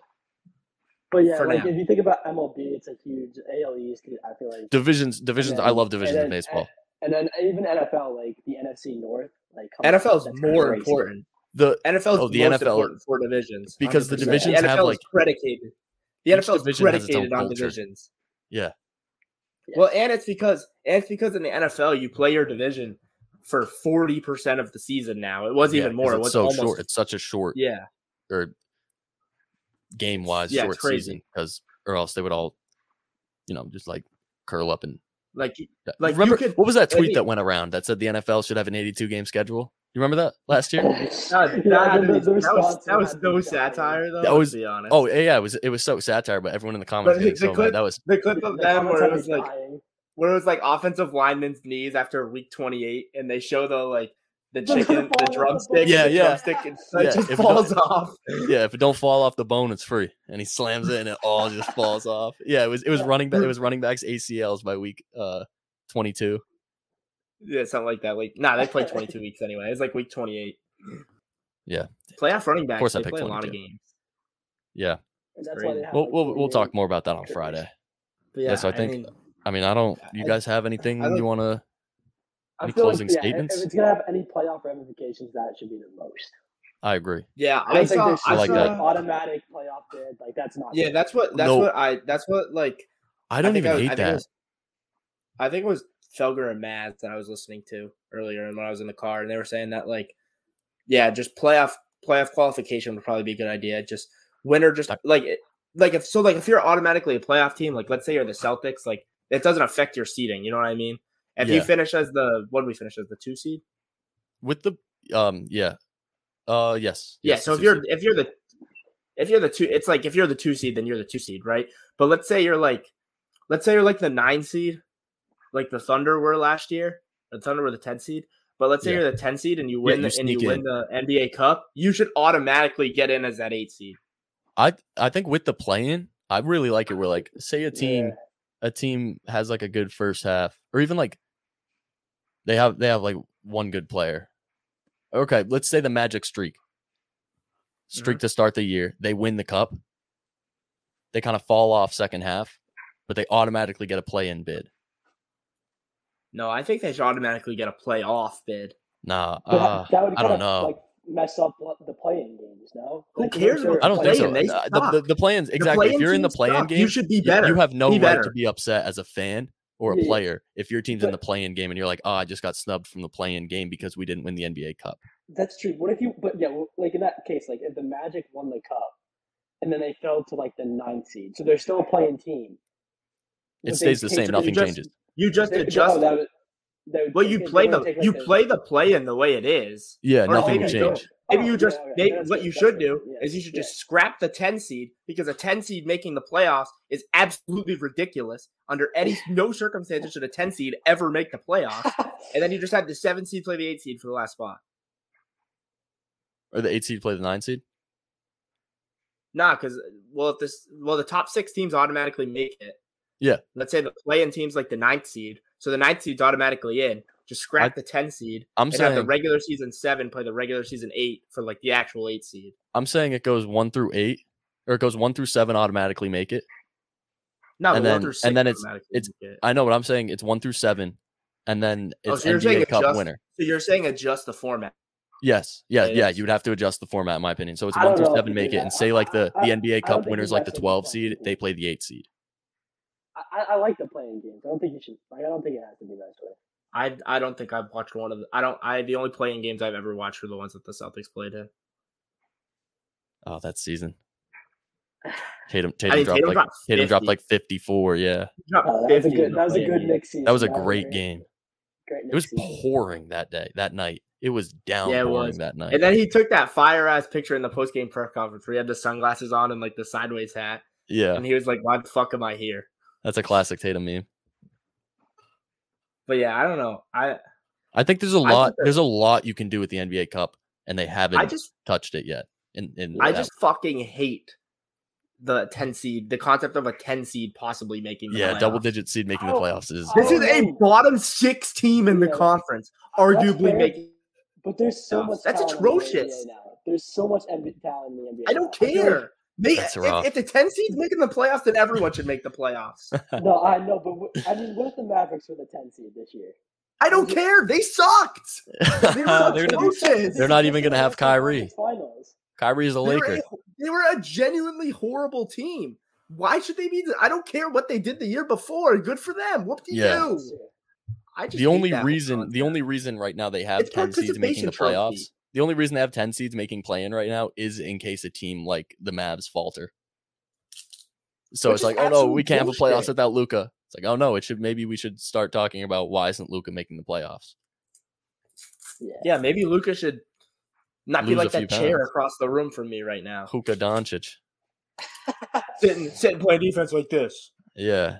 [SPEAKER 3] But yeah,
[SPEAKER 2] for
[SPEAKER 3] like
[SPEAKER 2] now.
[SPEAKER 3] if you think about MLB, it's a huge AL East. I feel like,
[SPEAKER 1] Divisions, divisions. I
[SPEAKER 3] then-
[SPEAKER 1] love
[SPEAKER 3] and
[SPEAKER 1] divisions in
[SPEAKER 3] then-
[SPEAKER 1] baseball.
[SPEAKER 2] uh,
[SPEAKER 3] and then even NFL, like the NFC North, like come on,
[SPEAKER 2] NFL is
[SPEAKER 3] that's
[SPEAKER 2] more
[SPEAKER 3] crazy.
[SPEAKER 2] important.
[SPEAKER 1] The
[SPEAKER 2] NFL is
[SPEAKER 1] Oh, the
[SPEAKER 2] the most
[SPEAKER 1] NFL
[SPEAKER 2] important for divisions
[SPEAKER 1] because the
[SPEAKER 2] 100%.
[SPEAKER 1] divisions have,
[SPEAKER 2] NFL
[SPEAKER 1] like-
[SPEAKER 2] is predicated. The
[SPEAKER 1] each
[SPEAKER 2] NFL is
[SPEAKER 1] division has its own
[SPEAKER 2] predicated on
[SPEAKER 1] culture.
[SPEAKER 2] divisions.
[SPEAKER 1] Yeah.
[SPEAKER 3] Yeah.
[SPEAKER 2] Well, and it's because and it's because in the NFL you play your division for forty percent of the season now. It was
[SPEAKER 1] yeah,
[SPEAKER 2] even
[SPEAKER 1] 'cause
[SPEAKER 2] more. It
[SPEAKER 1] It's
[SPEAKER 2] was
[SPEAKER 1] so
[SPEAKER 2] almost,
[SPEAKER 1] short. It's such a short
[SPEAKER 2] Yeah,
[SPEAKER 1] or game wise
[SPEAKER 2] Yeah, it's
[SPEAKER 1] short
[SPEAKER 2] crazy.
[SPEAKER 1] season because or else they would all, you know, just like curl up and
[SPEAKER 2] like
[SPEAKER 1] die.
[SPEAKER 2] Like, you
[SPEAKER 1] remember
[SPEAKER 2] could-
[SPEAKER 1] what was that
[SPEAKER 2] I
[SPEAKER 1] tweet
[SPEAKER 2] mean-
[SPEAKER 1] that went around that said the NFL should have an 82 game schedule? You remember that last year?
[SPEAKER 2] Oh, No,
[SPEAKER 3] Yeah,
[SPEAKER 2] that,
[SPEAKER 3] the- the-
[SPEAKER 2] that
[SPEAKER 3] the
[SPEAKER 2] was,
[SPEAKER 3] response
[SPEAKER 2] that was
[SPEAKER 3] had to
[SPEAKER 2] no
[SPEAKER 3] be shocking.
[SPEAKER 2] satire, though.
[SPEAKER 1] That
[SPEAKER 2] let's
[SPEAKER 1] was-
[SPEAKER 2] be honest.
[SPEAKER 1] Oh yeah, yeah, it was it was so satire, but everyone in the comments
[SPEAKER 2] But
[SPEAKER 1] hated it
[SPEAKER 2] the
[SPEAKER 1] so
[SPEAKER 2] clip-
[SPEAKER 1] bad. That was
[SPEAKER 2] the clip
[SPEAKER 3] The
[SPEAKER 2] of them
[SPEAKER 3] comments
[SPEAKER 2] where it
[SPEAKER 3] had me
[SPEAKER 2] was like
[SPEAKER 3] dying.
[SPEAKER 2] where it was like offensive linemen's knees after week twenty eight, and they show the like the chicken, the drumstick,
[SPEAKER 1] Yeah,
[SPEAKER 2] the
[SPEAKER 1] yeah.
[SPEAKER 2] drumstick, and it
[SPEAKER 1] Yeah,
[SPEAKER 2] just
[SPEAKER 1] if it
[SPEAKER 2] falls off.
[SPEAKER 1] yeah. If it don't fall off the bone, it's free. And he slams it, and it all just falls off. Yeah, it was it was running back. It was running backs ACLs by week uh 22.
[SPEAKER 2] Yeah, something like that. Like, nah, they play twenty two weeks anyway. It's like week twenty eight.
[SPEAKER 1] Yeah.
[SPEAKER 2] playoff running backs.
[SPEAKER 1] course I
[SPEAKER 2] they
[SPEAKER 1] picked
[SPEAKER 2] play a lot of
[SPEAKER 1] 22.
[SPEAKER 2] games.
[SPEAKER 1] Yeah.
[SPEAKER 3] And that's why they
[SPEAKER 2] Crazy.
[SPEAKER 3] have.
[SPEAKER 1] We'll
[SPEAKER 3] like,
[SPEAKER 1] we'll, we'll
[SPEAKER 3] 48
[SPEAKER 1] talk more about that on
[SPEAKER 3] Sure.
[SPEAKER 1] Friday.
[SPEAKER 2] But yeah,
[SPEAKER 1] Yes, I think-
[SPEAKER 2] mean,
[SPEAKER 1] I mean, I don't. You
[SPEAKER 2] I-
[SPEAKER 1] guys have anything
[SPEAKER 2] I don't-
[SPEAKER 1] you want to?
[SPEAKER 3] I
[SPEAKER 1] Any
[SPEAKER 3] feel
[SPEAKER 1] closing
[SPEAKER 3] like, yeah, if-
[SPEAKER 1] statements?
[SPEAKER 3] If it's gonna have any playoff ramifications, that should be the most.
[SPEAKER 1] I agree.
[SPEAKER 2] yeah,
[SPEAKER 3] I don't
[SPEAKER 2] I,
[SPEAKER 3] think
[SPEAKER 2] saw,
[SPEAKER 3] there's
[SPEAKER 2] I
[SPEAKER 1] like
[SPEAKER 3] like
[SPEAKER 2] saw,
[SPEAKER 1] that.
[SPEAKER 3] automatic playoff bid. Like that's not.
[SPEAKER 2] Yeah, that's what that's
[SPEAKER 1] No.
[SPEAKER 2] what I that's what like
[SPEAKER 1] I don't
[SPEAKER 2] think
[SPEAKER 1] even
[SPEAKER 2] was-
[SPEAKER 1] hate
[SPEAKER 2] think it
[SPEAKER 1] that.
[SPEAKER 2] was- I think it was Felger and Mads that I was listening to earlier, and when I was in the car, and they were saying that like, yeah, just playoff playoff qualification would probably be a good idea. Just winner, just like it- like if so, like if you're automatically a playoff team, like let's say you're the Celtics, like it doesn't affect your seeding. You know what I mean? If you
[SPEAKER 1] Yeah.
[SPEAKER 2] finish as the what did we finish as the two seed?
[SPEAKER 1] With the um, yeah, uh, yes,
[SPEAKER 2] Yeah.
[SPEAKER 1] yes,
[SPEAKER 2] so
[SPEAKER 1] yes, yes,
[SPEAKER 2] if you're if you're the if you're the two, it's like if you're the two seed, then you're the two seed, right? But let's say you're like, let's say you're like the nine seed, like the Thunder were last year. The Thunder were the ten seed, but let's say
[SPEAKER 1] Yeah.
[SPEAKER 2] you're the ten seed and you win
[SPEAKER 1] you
[SPEAKER 2] the, and you
[SPEAKER 1] sneak
[SPEAKER 2] win
[SPEAKER 1] in.
[SPEAKER 2] the NBA Cup, you should automatically get in as that eight seed.
[SPEAKER 1] I I think with the playing, I really like it. Where like, say a team
[SPEAKER 3] Yeah.
[SPEAKER 1] a team has like a good first half, or even like they have they have like one good player. Okay, let's say the Magic streak streak
[SPEAKER 2] Mm-hmm.
[SPEAKER 1] to start the year, they win the cup. They kind of fall off second half, but they automatically get a play in bid.
[SPEAKER 2] No, I think they should automatically get a playoff bid.
[SPEAKER 1] Nah,
[SPEAKER 3] But
[SPEAKER 1] uh,
[SPEAKER 3] that would
[SPEAKER 1] I don't
[SPEAKER 3] kinda,
[SPEAKER 1] know.
[SPEAKER 3] Like mess up what the playing games. No.
[SPEAKER 2] Who
[SPEAKER 3] Like,
[SPEAKER 2] cares
[SPEAKER 3] they're
[SPEAKER 2] about
[SPEAKER 1] I don't think so.
[SPEAKER 2] Play-in, they
[SPEAKER 1] Uh, The, the,
[SPEAKER 2] suck.
[SPEAKER 1] the play-ins exactly. if
[SPEAKER 2] play-in
[SPEAKER 1] you're in the
[SPEAKER 2] teams
[SPEAKER 1] play-in
[SPEAKER 2] suck.
[SPEAKER 1] game,
[SPEAKER 2] you should be
[SPEAKER 1] y-
[SPEAKER 2] better.
[SPEAKER 1] You have no
[SPEAKER 2] Be
[SPEAKER 1] right
[SPEAKER 2] better.
[SPEAKER 1] to be upset as a fan or a
[SPEAKER 3] Yeah, yeah.
[SPEAKER 1] player if your team's in the
[SPEAKER 3] But-
[SPEAKER 1] play-in game and you're like, "Oh, I just got snubbed from the play-in game because we didn't win the NBA Cup."
[SPEAKER 3] That's true. What if you? But yeah, well, like in that case, like if the Magic won the cup, and then they fell to like the ninth seed, so they're still a playing team.
[SPEAKER 1] It
[SPEAKER 3] Would they
[SPEAKER 1] stays the
[SPEAKER 3] take-
[SPEAKER 1] same.
[SPEAKER 2] you
[SPEAKER 1] Nothing
[SPEAKER 2] just-
[SPEAKER 1] changes.
[SPEAKER 2] you just
[SPEAKER 3] they- no,
[SPEAKER 2] adjust.
[SPEAKER 3] that would- that would
[SPEAKER 2] well,
[SPEAKER 3] take
[SPEAKER 2] you
[SPEAKER 3] it- they
[SPEAKER 2] play
[SPEAKER 3] wouldn't
[SPEAKER 2] the
[SPEAKER 3] take, like,
[SPEAKER 2] you
[SPEAKER 3] the-
[SPEAKER 2] play the play in the way it is.
[SPEAKER 1] Yeah,
[SPEAKER 2] Or
[SPEAKER 1] nothing
[SPEAKER 2] they
[SPEAKER 1] will
[SPEAKER 2] could go-
[SPEAKER 1] change.
[SPEAKER 2] Maybe
[SPEAKER 3] Oh,
[SPEAKER 2] you
[SPEAKER 3] yeah,
[SPEAKER 2] just
[SPEAKER 3] okay,
[SPEAKER 2] make
[SPEAKER 3] that's
[SPEAKER 2] what
[SPEAKER 3] good,
[SPEAKER 2] you
[SPEAKER 3] that's
[SPEAKER 2] should
[SPEAKER 3] good,
[SPEAKER 2] do
[SPEAKER 3] yeah,
[SPEAKER 2] is you should
[SPEAKER 3] yeah.
[SPEAKER 2] just scrap the 10 seed because a 10 seed making the playoffs is absolutely ridiculous. Under any no circumstances should a 10 seed ever make the playoffs. And then you just have the 7 seed play the 8 seed for the last spot.
[SPEAKER 1] Or the eight seed play the nine seed.
[SPEAKER 2] Nah, because well if this well the top six teams automatically make it.
[SPEAKER 1] Yeah.
[SPEAKER 2] Let's say the play in teams like the ninth seed. So the ninth seed's automatically in. Just scrap the 10 seed
[SPEAKER 1] I'm
[SPEAKER 2] and
[SPEAKER 1] saying
[SPEAKER 2] have the regular season seven play the regular season eight for like the actual eight seed.
[SPEAKER 1] I'm saying it goes one through eight, or it goes one through seven automatically make it.
[SPEAKER 2] No,
[SPEAKER 1] And
[SPEAKER 2] the one
[SPEAKER 1] then-
[SPEAKER 2] through
[SPEAKER 1] and
[SPEAKER 2] six
[SPEAKER 1] then it's-
[SPEAKER 2] automatically
[SPEAKER 1] it's-
[SPEAKER 2] make it.
[SPEAKER 1] I know, but I'm saying it's one through seven, and then
[SPEAKER 2] Oh,
[SPEAKER 1] it's
[SPEAKER 2] so you're saying
[SPEAKER 1] NBA Cup
[SPEAKER 2] adjust-
[SPEAKER 1] winner.
[SPEAKER 2] So you're saying adjust the format.
[SPEAKER 1] Yes, yeah,
[SPEAKER 2] Yeah,
[SPEAKER 1] yeah.
[SPEAKER 2] yes.
[SPEAKER 1] You would have to adjust the format, in my opinion. So it's
[SPEAKER 3] I
[SPEAKER 1] one
[SPEAKER 3] don't
[SPEAKER 1] through
[SPEAKER 3] know if
[SPEAKER 1] seven
[SPEAKER 3] you
[SPEAKER 1] make
[SPEAKER 3] do
[SPEAKER 1] it,
[SPEAKER 3] that.
[SPEAKER 1] and say like the
[SPEAKER 3] I-
[SPEAKER 1] the
[SPEAKER 3] I- I
[SPEAKER 1] NBA
[SPEAKER 3] don't
[SPEAKER 1] Cup
[SPEAKER 3] think you
[SPEAKER 1] winners like the
[SPEAKER 3] guys should do
[SPEAKER 1] 12
[SPEAKER 3] that.
[SPEAKER 1] seed, they play the eight seed.
[SPEAKER 3] I, I like the playing games. I don't think you should. Like, I don't think it has to be that way.
[SPEAKER 2] I I don't think I've watched one of the I don't I the only playing games I've ever watched were the ones that the Celtics played in.
[SPEAKER 1] Oh, that season. Tatum Tatum
[SPEAKER 2] I mean,
[SPEAKER 1] dropped
[SPEAKER 2] Tatum
[SPEAKER 1] like
[SPEAKER 2] dropped
[SPEAKER 1] Tatum dropped
[SPEAKER 2] 50.
[SPEAKER 1] like 54. Yeah,
[SPEAKER 2] He dropped
[SPEAKER 3] Uh, that was a
[SPEAKER 2] 50 in
[SPEAKER 3] good.
[SPEAKER 2] the
[SPEAKER 3] That was a
[SPEAKER 2] play-in
[SPEAKER 3] good
[SPEAKER 2] game.
[SPEAKER 3] Knicks season.
[SPEAKER 1] that was a
[SPEAKER 3] That
[SPEAKER 1] great game.
[SPEAKER 3] Great
[SPEAKER 1] It was
[SPEAKER 3] Knicks season.
[SPEAKER 1] pouring that day, that night. It was down pouring
[SPEAKER 2] was.
[SPEAKER 1] that night.
[SPEAKER 2] And then he took that fire ass picture in the post game press conference where he had the sunglasses on and like the sideways hat,
[SPEAKER 1] yeah,
[SPEAKER 2] and he was like, "Why the fuck am I here?"
[SPEAKER 1] that's a classic Tatum meme.
[SPEAKER 2] But yeah, I don't know. I
[SPEAKER 1] I think there's a
[SPEAKER 2] think
[SPEAKER 1] lot.
[SPEAKER 2] that-
[SPEAKER 1] There's a lot you can do with the NBA Cup, and they haven't
[SPEAKER 2] I just
[SPEAKER 1] touched it yet. And and
[SPEAKER 2] I
[SPEAKER 1] that-
[SPEAKER 2] just fucking hate the ten seed the concept of a ten seed possibly making the
[SPEAKER 1] yeah, double
[SPEAKER 2] playoffs.
[SPEAKER 1] digit seed making the
[SPEAKER 3] Oh,
[SPEAKER 1] playoffs is.
[SPEAKER 2] This
[SPEAKER 3] Oh,
[SPEAKER 2] is a
[SPEAKER 3] no.
[SPEAKER 2] bottom six team in the
[SPEAKER 3] Yeah.
[SPEAKER 2] conference,
[SPEAKER 3] That's
[SPEAKER 2] arguably
[SPEAKER 3] fair,
[SPEAKER 2] making.
[SPEAKER 3] But there's so
[SPEAKER 2] Oh,
[SPEAKER 3] much.
[SPEAKER 2] that's
[SPEAKER 3] talent in the NBA
[SPEAKER 2] atrocious.
[SPEAKER 3] now. There's so much NBA talent in the NBA.
[SPEAKER 2] I don't
[SPEAKER 3] now. feel like-
[SPEAKER 2] care. They,
[SPEAKER 1] That's
[SPEAKER 2] if,
[SPEAKER 1] rough.
[SPEAKER 2] if the ten seed's making the playoffs, then everyone should make the playoffs.
[SPEAKER 3] no, I know, but what, I mean, what if the Mavericks were the 10 seed this year?
[SPEAKER 2] I don't care. They sucked. They were
[SPEAKER 1] they're gonna,
[SPEAKER 2] atrocious.
[SPEAKER 1] they're not even gonna have Kyrie.
[SPEAKER 3] Finals.
[SPEAKER 1] Kyrie's a
[SPEAKER 2] They were,
[SPEAKER 1] Laker.
[SPEAKER 2] a, they were a genuinely horrible team. Why should they be? I don't care what they did the year before. Good for them. Whoop de
[SPEAKER 1] Yeah.
[SPEAKER 2] doo. I just
[SPEAKER 1] the
[SPEAKER 2] hate
[SPEAKER 1] only
[SPEAKER 2] that whole
[SPEAKER 1] reason the
[SPEAKER 2] concept.
[SPEAKER 1] only reason right now they have
[SPEAKER 2] It's
[SPEAKER 1] 10 seeds making the
[SPEAKER 2] participation trophy.
[SPEAKER 1] playoffs the only reason they have 10 seeds making play in right now is in case a team like the mavs falter so
[SPEAKER 2] Which
[SPEAKER 1] it's
[SPEAKER 2] is
[SPEAKER 1] like oh no we
[SPEAKER 2] absolute
[SPEAKER 1] can't have a playoffs
[SPEAKER 2] bullshit.
[SPEAKER 1] without luca it's like oh no it should maybe we should start talking about why isn't luca making the playoffs
[SPEAKER 3] Yeah.
[SPEAKER 2] Yeah, maybe Luca should not be
[SPEAKER 1] Lose a
[SPEAKER 2] like that
[SPEAKER 1] few
[SPEAKER 2] chair
[SPEAKER 1] pounds.
[SPEAKER 2] across the room from me right now,
[SPEAKER 1] Luka doncic
[SPEAKER 2] sitting sitting playing defense like this.
[SPEAKER 1] yeah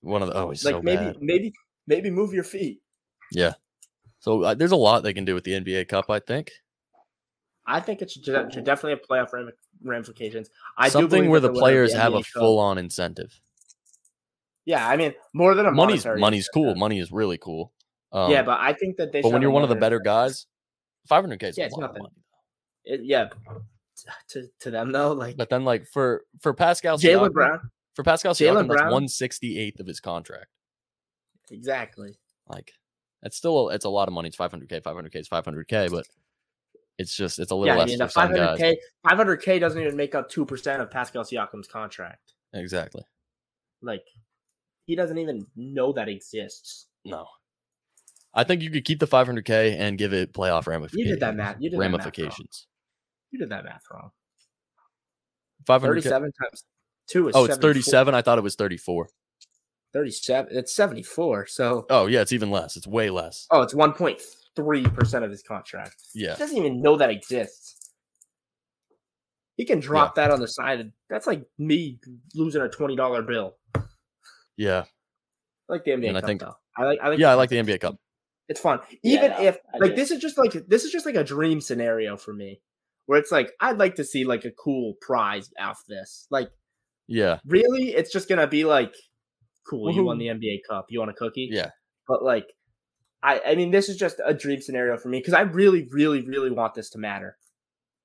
[SPEAKER 1] one of the oh he's
[SPEAKER 2] like
[SPEAKER 1] so
[SPEAKER 2] maybe
[SPEAKER 1] bad
[SPEAKER 2] maybe maybe move your feet.
[SPEAKER 1] so uh, there's a lot they can do with the nba cup i think
[SPEAKER 2] I think it should, de- should definitely have playoff ram- ramifications. I do
[SPEAKER 1] something
[SPEAKER 2] believe
[SPEAKER 1] where
[SPEAKER 2] that
[SPEAKER 1] the
[SPEAKER 2] winner of
[SPEAKER 1] players have
[SPEAKER 2] NBA
[SPEAKER 1] a
[SPEAKER 2] Cup-
[SPEAKER 1] full-on incentive
[SPEAKER 2] Yeah, I mean more than a
[SPEAKER 1] money's
[SPEAKER 2] monetary
[SPEAKER 1] money's cool
[SPEAKER 2] incentive.
[SPEAKER 1] money is really cool um,
[SPEAKER 2] yeah, but I think that they.
[SPEAKER 1] but when
[SPEAKER 2] should have
[SPEAKER 1] you're
[SPEAKER 2] a
[SPEAKER 1] one of the
[SPEAKER 2] more-
[SPEAKER 1] better guys, 500k is
[SPEAKER 2] Yeah,
[SPEAKER 1] a
[SPEAKER 2] it's
[SPEAKER 1] lot of
[SPEAKER 2] nothing.
[SPEAKER 1] money.
[SPEAKER 2] it- yeah, to, to them though. Like
[SPEAKER 1] But then, like for for Pascal
[SPEAKER 2] Jalen
[SPEAKER 1] Siakam-
[SPEAKER 2] Brown,
[SPEAKER 1] for Pascal
[SPEAKER 2] Jalen
[SPEAKER 1] Siakam, that's
[SPEAKER 2] Brown-
[SPEAKER 1] one sixty eighth of his contract.
[SPEAKER 2] exactly.
[SPEAKER 1] Like that's still a, it's a lot of money. It's five hundred k, five hundred k, it's five hundred k, but it's just it's a little
[SPEAKER 2] Yeah, I
[SPEAKER 1] less
[SPEAKER 2] mean
[SPEAKER 1] for
[SPEAKER 2] the
[SPEAKER 1] some guys.
[SPEAKER 2] 500k, 500k doesn't even make up two percent of Pascal Siakam's contract.
[SPEAKER 1] Exactly.
[SPEAKER 2] Like he doesn't even know that exists.
[SPEAKER 1] No, I think you could keep the five hundred k and give it playoff
[SPEAKER 2] You
[SPEAKER 1] ramifications.
[SPEAKER 2] did that math. You did
[SPEAKER 1] ramifications.
[SPEAKER 2] That math wrong. You did that math wrong.
[SPEAKER 1] Five hundred k.
[SPEAKER 2] Thirty-seven times two is
[SPEAKER 1] Oh, it's
[SPEAKER 2] 74.
[SPEAKER 1] thirty seven. I thought it was thirty four.
[SPEAKER 2] 37. It's seventy-four. So
[SPEAKER 1] Oh yeah, it's even less. It's way less.
[SPEAKER 2] oh, it's one point three percent of his contract.
[SPEAKER 1] Yeah.
[SPEAKER 2] He doesn't even know that exists. He can drop that on the side. and That's like me losing a twenty dollar bill.
[SPEAKER 1] Yeah.
[SPEAKER 2] I like the NBA
[SPEAKER 1] And I
[SPEAKER 2] Cup,
[SPEAKER 1] think-
[SPEAKER 2] though. I like. I like.
[SPEAKER 1] Yeah, I like the NBA Cup.
[SPEAKER 2] It's fun,
[SPEAKER 3] Yeah,
[SPEAKER 2] even
[SPEAKER 3] no,
[SPEAKER 2] if
[SPEAKER 3] I
[SPEAKER 2] like
[SPEAKER 3] do.
[SPEAKER 2] this is just like this is just like a dream scenario for me, where it's like I'd like to see like a cool prize off this. Like
[SPEAKER 1] Yeah.
[SPEAKER 2] really, it's just gonna be like, cool. You won the NBA Cup. You want a cookie?
[SPEAKER 1] Mm-hmm. Yeah.
[SPEAKER 2] But like, I I mean, this is just a dream scenario for me because I really, really, really want this to matter.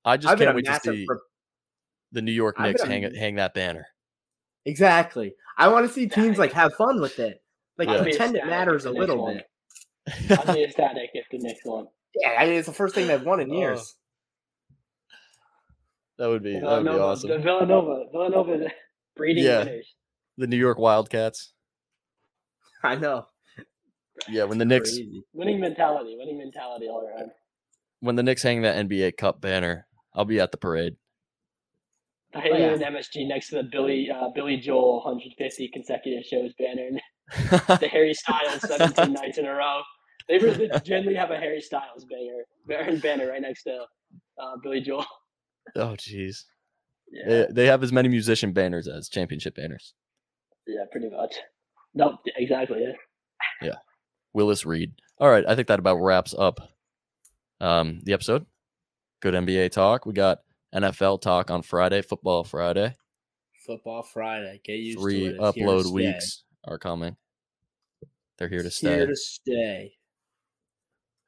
[SPEAKER 1] I just
[SPEAKER 2] I've been
[SPEAKER 1] can't
[SPEAKER 2] a
[SPEAKER 1] wait to
[SPEAKER 2] massive
[SPEAKER 1] see
[SPEAKER 2] pro-
[SPEAKER 1] the New York
[SPEAKER 2] I've
[SPEAKER 1] Knicks
[SPEAKER 2] been a-
[SPEAKER 1] hang it- hang that banner.
[SPEAKER 2] exactly. I want to see teams
[SPEAKER 3] Nice.
[SPEAKER 2] like have fun with it, like
[SPEAKER 1] Yeah. I'd be
[SPEAKER 2] pretend it
[SPEAKER 3] ecstatic
[SPEAKER 2] matters
[SPEAKER 3] if
[SPEAKER 2] a
[SPEAKER 3] the Knicks
[SPEAKER 2] little
[SPEAKER 3] won.
[SPEAKER 2] bit.
[SPEAKER 3] I'd be ecstatic if the Knicks won.
[SPEAKER 2] Yeah, I mean, it's the first thing they've won in
[SPEAKER 1] Oh.
[SPEAKER 2] years.
[SPEAKER 1] That would be that would be
[SPEAKER 3] Villanova,
[SPEAKER 1] awesome.
[SPEAKER 3] The Villanova, Villanova breeding
[SPEAKER 1] Yeah.
[SPEAKER 3] winners.
[SPEAKER 1] the New York Wildcats.
[SPEAKER 2] I know.
[SPEAKER 1] Yeah, when the Knicks
[SPEAKER 2] Crazy.
[SPEAKER 3] Winning mentality, winning mentality all around.
[SPEAKER 1] when the Knicks hang that NBA Cup banner, I'll be at the parade.
[SPEAKER 3] I hate
[SPEAKER 2] Oh, yeah.
[SPEAKER 3] an MSG next to the Billy uh, Billy Joel 150 consecutive shows banner and the Harry Styles 17 nights in a row. They really generally have a Harry Styles banner banner, banner right next to uh, Billy Joel.
[SPEAKER 1] oh, jeez.
[SPEAKER 3] Yeah,
[SPEAKER 1] They, they have as many musician banners as championship banners.
[SPEAKER 3] yeah, pretty much. Nope, exactly. Yeah.
[SPEAKER 1] Willis Reed. All right, I think that about wraps up um, the episode. Good NBA talk. We got NFL talk on Friday, Football Friday.
[SPEAKER 2] Football Friday. Get used to
[SPEAKER 1] Three
[SPEAKER 2] it. It's here to
[SPEAKER 1] upload
[SPEAKER 2] stay.
[SPEAKER 1] weeks are coming. They're here to
[SPEAKER 2] It's
[SPEAKER 1] stay.
[SPEAKER 2] Here to stay.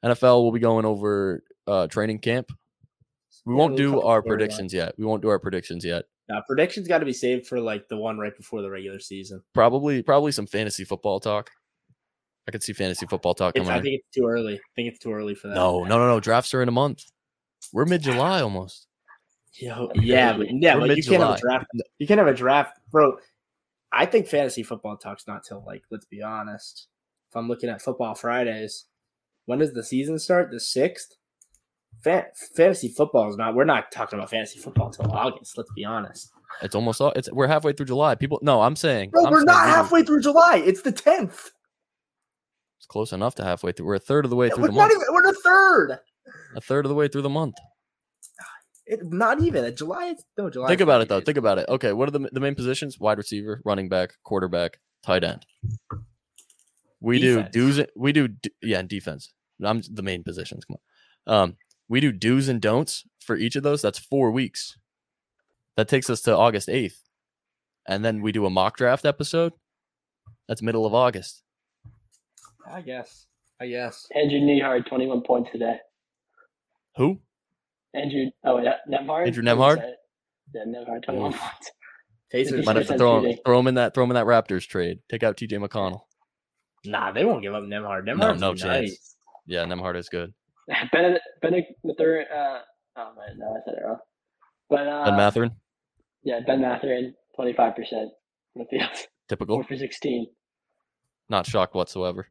[SPEAKER 1] NFL will be going over uh, training camp. We
[SPEAKER 2] Yeah,
[SPEAKER 1] won't
[SPEAKER 2] we'll
[SPEAKER 1] do
[SPEAKER 2] cover
[SPEAKER 1] our
[SPEAKER 2] storylines.
[SPEAKER 1] predictions yet. We won't do our predictions yet.
[SPEAKER 2] Now, predictions got to be saved for like the one right before the regular season.
[SPEAKER 1] Probably, probably some fantasy football talk. I could see fantasy football talk
[SPEAKER 2] It's,
[SPEAKER 1] coming.
[SPEAKER 2] I
[SPEAKER 1] out.
[SPEAKER 2] think it's too early. I think it's too early for that.
[SPEAKER 1] No, no, no, no. Drafts are in a month. We're mid July almost.
[SPEAKER 2] Yo, yeah, but yeah,
[SPEAKER 1] We're
[SPEAKER 2] but you can't have
[SPEAKER 1] mid-July.
[SPEAKER 2] a draft. You can't have a draft, bro. I think fantasy football talk's not till like. Let's be honest. If I'm looking at football Fridays, when does the season start? The sixth. Fan- fantasy football is not. We're not talking about fantasy football till August. Let's be honest,
[SPEAKER 1] It's almost all it's we're halfway through July. People no, I'm saying
[SPEAKER 2] bro.
[SPEAKER 1] I'm
[SPEAKER 2] we're
[SPEAKER 1] saying
[SPEAKER 2] not
[SPEAKER 1] we-
[SPEAKER 2] halfway through July. It's the tenth.
[SPEAKER 1] It's close enough to halfway through. We're a third of the way through
[SPEAKER 2] We're
[SPEAKER 1] the
[SPEAKER 2] not
[SPEAKER 1] month.
[SPEAKER 2] even. We're the third.
[SPEAKER 1] A third of the way through the month.
[SPEAKER 2] It, not even July. is- No, July.
[SPEAKER 1] Think
[SPEAKER 2] is
[SPEAKER 1] about it though.
[SPEAKER 2] 90 days.
[SPEAKER 1] Think about it. Okay, what are the the main positions? Wide receiver, running back, quarterback, tight end. We
[SPEAKER 2] Defense.
[SPEAKER 1] do do's. and- We do d- yeah, and defense. I'm the main positions. Come on. Um, we do do's and don'ts for each of those. That's four weeks. That takes us to August eighth, and then we do a mock draft episode. That's middle of August.
[SPEAKER 2] I guess. I guess.
[SPEAKER 3] Andrew Nehard, 21 points today.
[SPEAKER 1] Who?
[SPEAKER 3] Andrew, oh yeah, Nemhard.
[SPEAKER 1] Andrew Nemhard?
[SPEAKER 3] Yeah, Nemhard, 21
[SPEAKER 1] Oof.
[SPEAKER 3] points.
[SPEAKER 2] Pacers.
[SPEAKER 1] Might have to
[SPEAKER 3] Defense
[SPEAKER 1] throw him,
[SPEAKER 3] meeting.
[SPEAKER 1] throw him in that throw him in that Raptors trade. Take out T.J. McConnell.
[SPEAKER 2] Nah, they won't give up Nemhard.
[SPEAKER 1] No,
[SPEAKER 2] Nemhard's
[SPEAKER 1] no
[SPEAKER 2] nice.
[SPEAKER 1] chance. Yeah, Nemhard is good.
[SPEAKER 3] Ben Ben Mathurin. Uh, oh man, no, I said it wrong. But uh,
[SPEAKER 1] Ben Matherin,
[SPEAKER 3] yeah, Ben Matherin, twenty five percent from the field,
[SPEAKER 1] typical.
[SPEAKER 3] four for sixteen.
[SPEAKER 1] Not shocked whatsoever.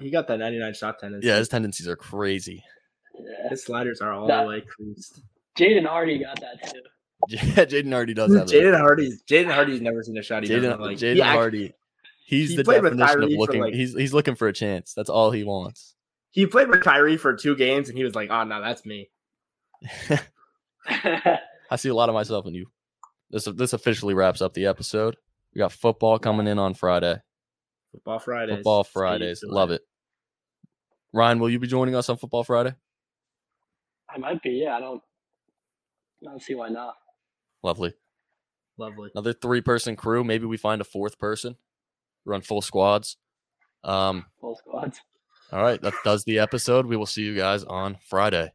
[SPEAKER 2] He got that 99 shot tendency.
[SPEAKER 1] Yeah, his tendencies are crazy.
[SPEAKER 3] Yeah.
[SPEAKER 2] His sliders are all
[SPEAKER 3] Nah.
[SPEAKER 2] the way creased.
[SPEAKER 3] Jaden Hardy got that too.
[SPEAKER 1] Yeah, Jaden Hardy does have that.
[SPEAKER 2] Jaden Hardy's Jaden Hardy's never seen a shot he
[SPEAKER 1] Jaden
[SPEAKER 2] doesn't like.
[SPEAKER 1] Jaden
[SPEAKER 2] He act-
[SPEAKER 1] Hardy. He's
[SPEAKER 2] he
[SPEAKER 1] the
[SPEAKER 2] played with
[SPEAKER 1] definition of
[SPEAKER 2] Kyrie for,
[SPEAKER 1] looking.
[SPEAKER 2] like-
[SPEAKER 1] he's he's looking for a chance. That's all he wants.
[SPEAKER 2] he played with Kyrie for two games, and he was like, "Oh no, that's me."
[SPEAKER 1] I see a lot of myself in you. This this officially wraps up the episode. We got football coming in on Friday.
[SPEAKER 2] Football Fridays.
[SPEAKER 1] Football Fridays, love it. Ryan, will you be joining us on Football Friday?
[SPEAKER 3] I might be. Yeah, I don't. I don't see why not.
[SPEAKER 1] Lovely.
[SPEAKER 2] Lovely.
[SPEAKER 1] another three person crew. Maybe we find a fourth person, run full squads. Um,
[SPEAKER 3] Full squads.
[SPEAKER 1] all right, that does the episode. We will see you guys on Friday.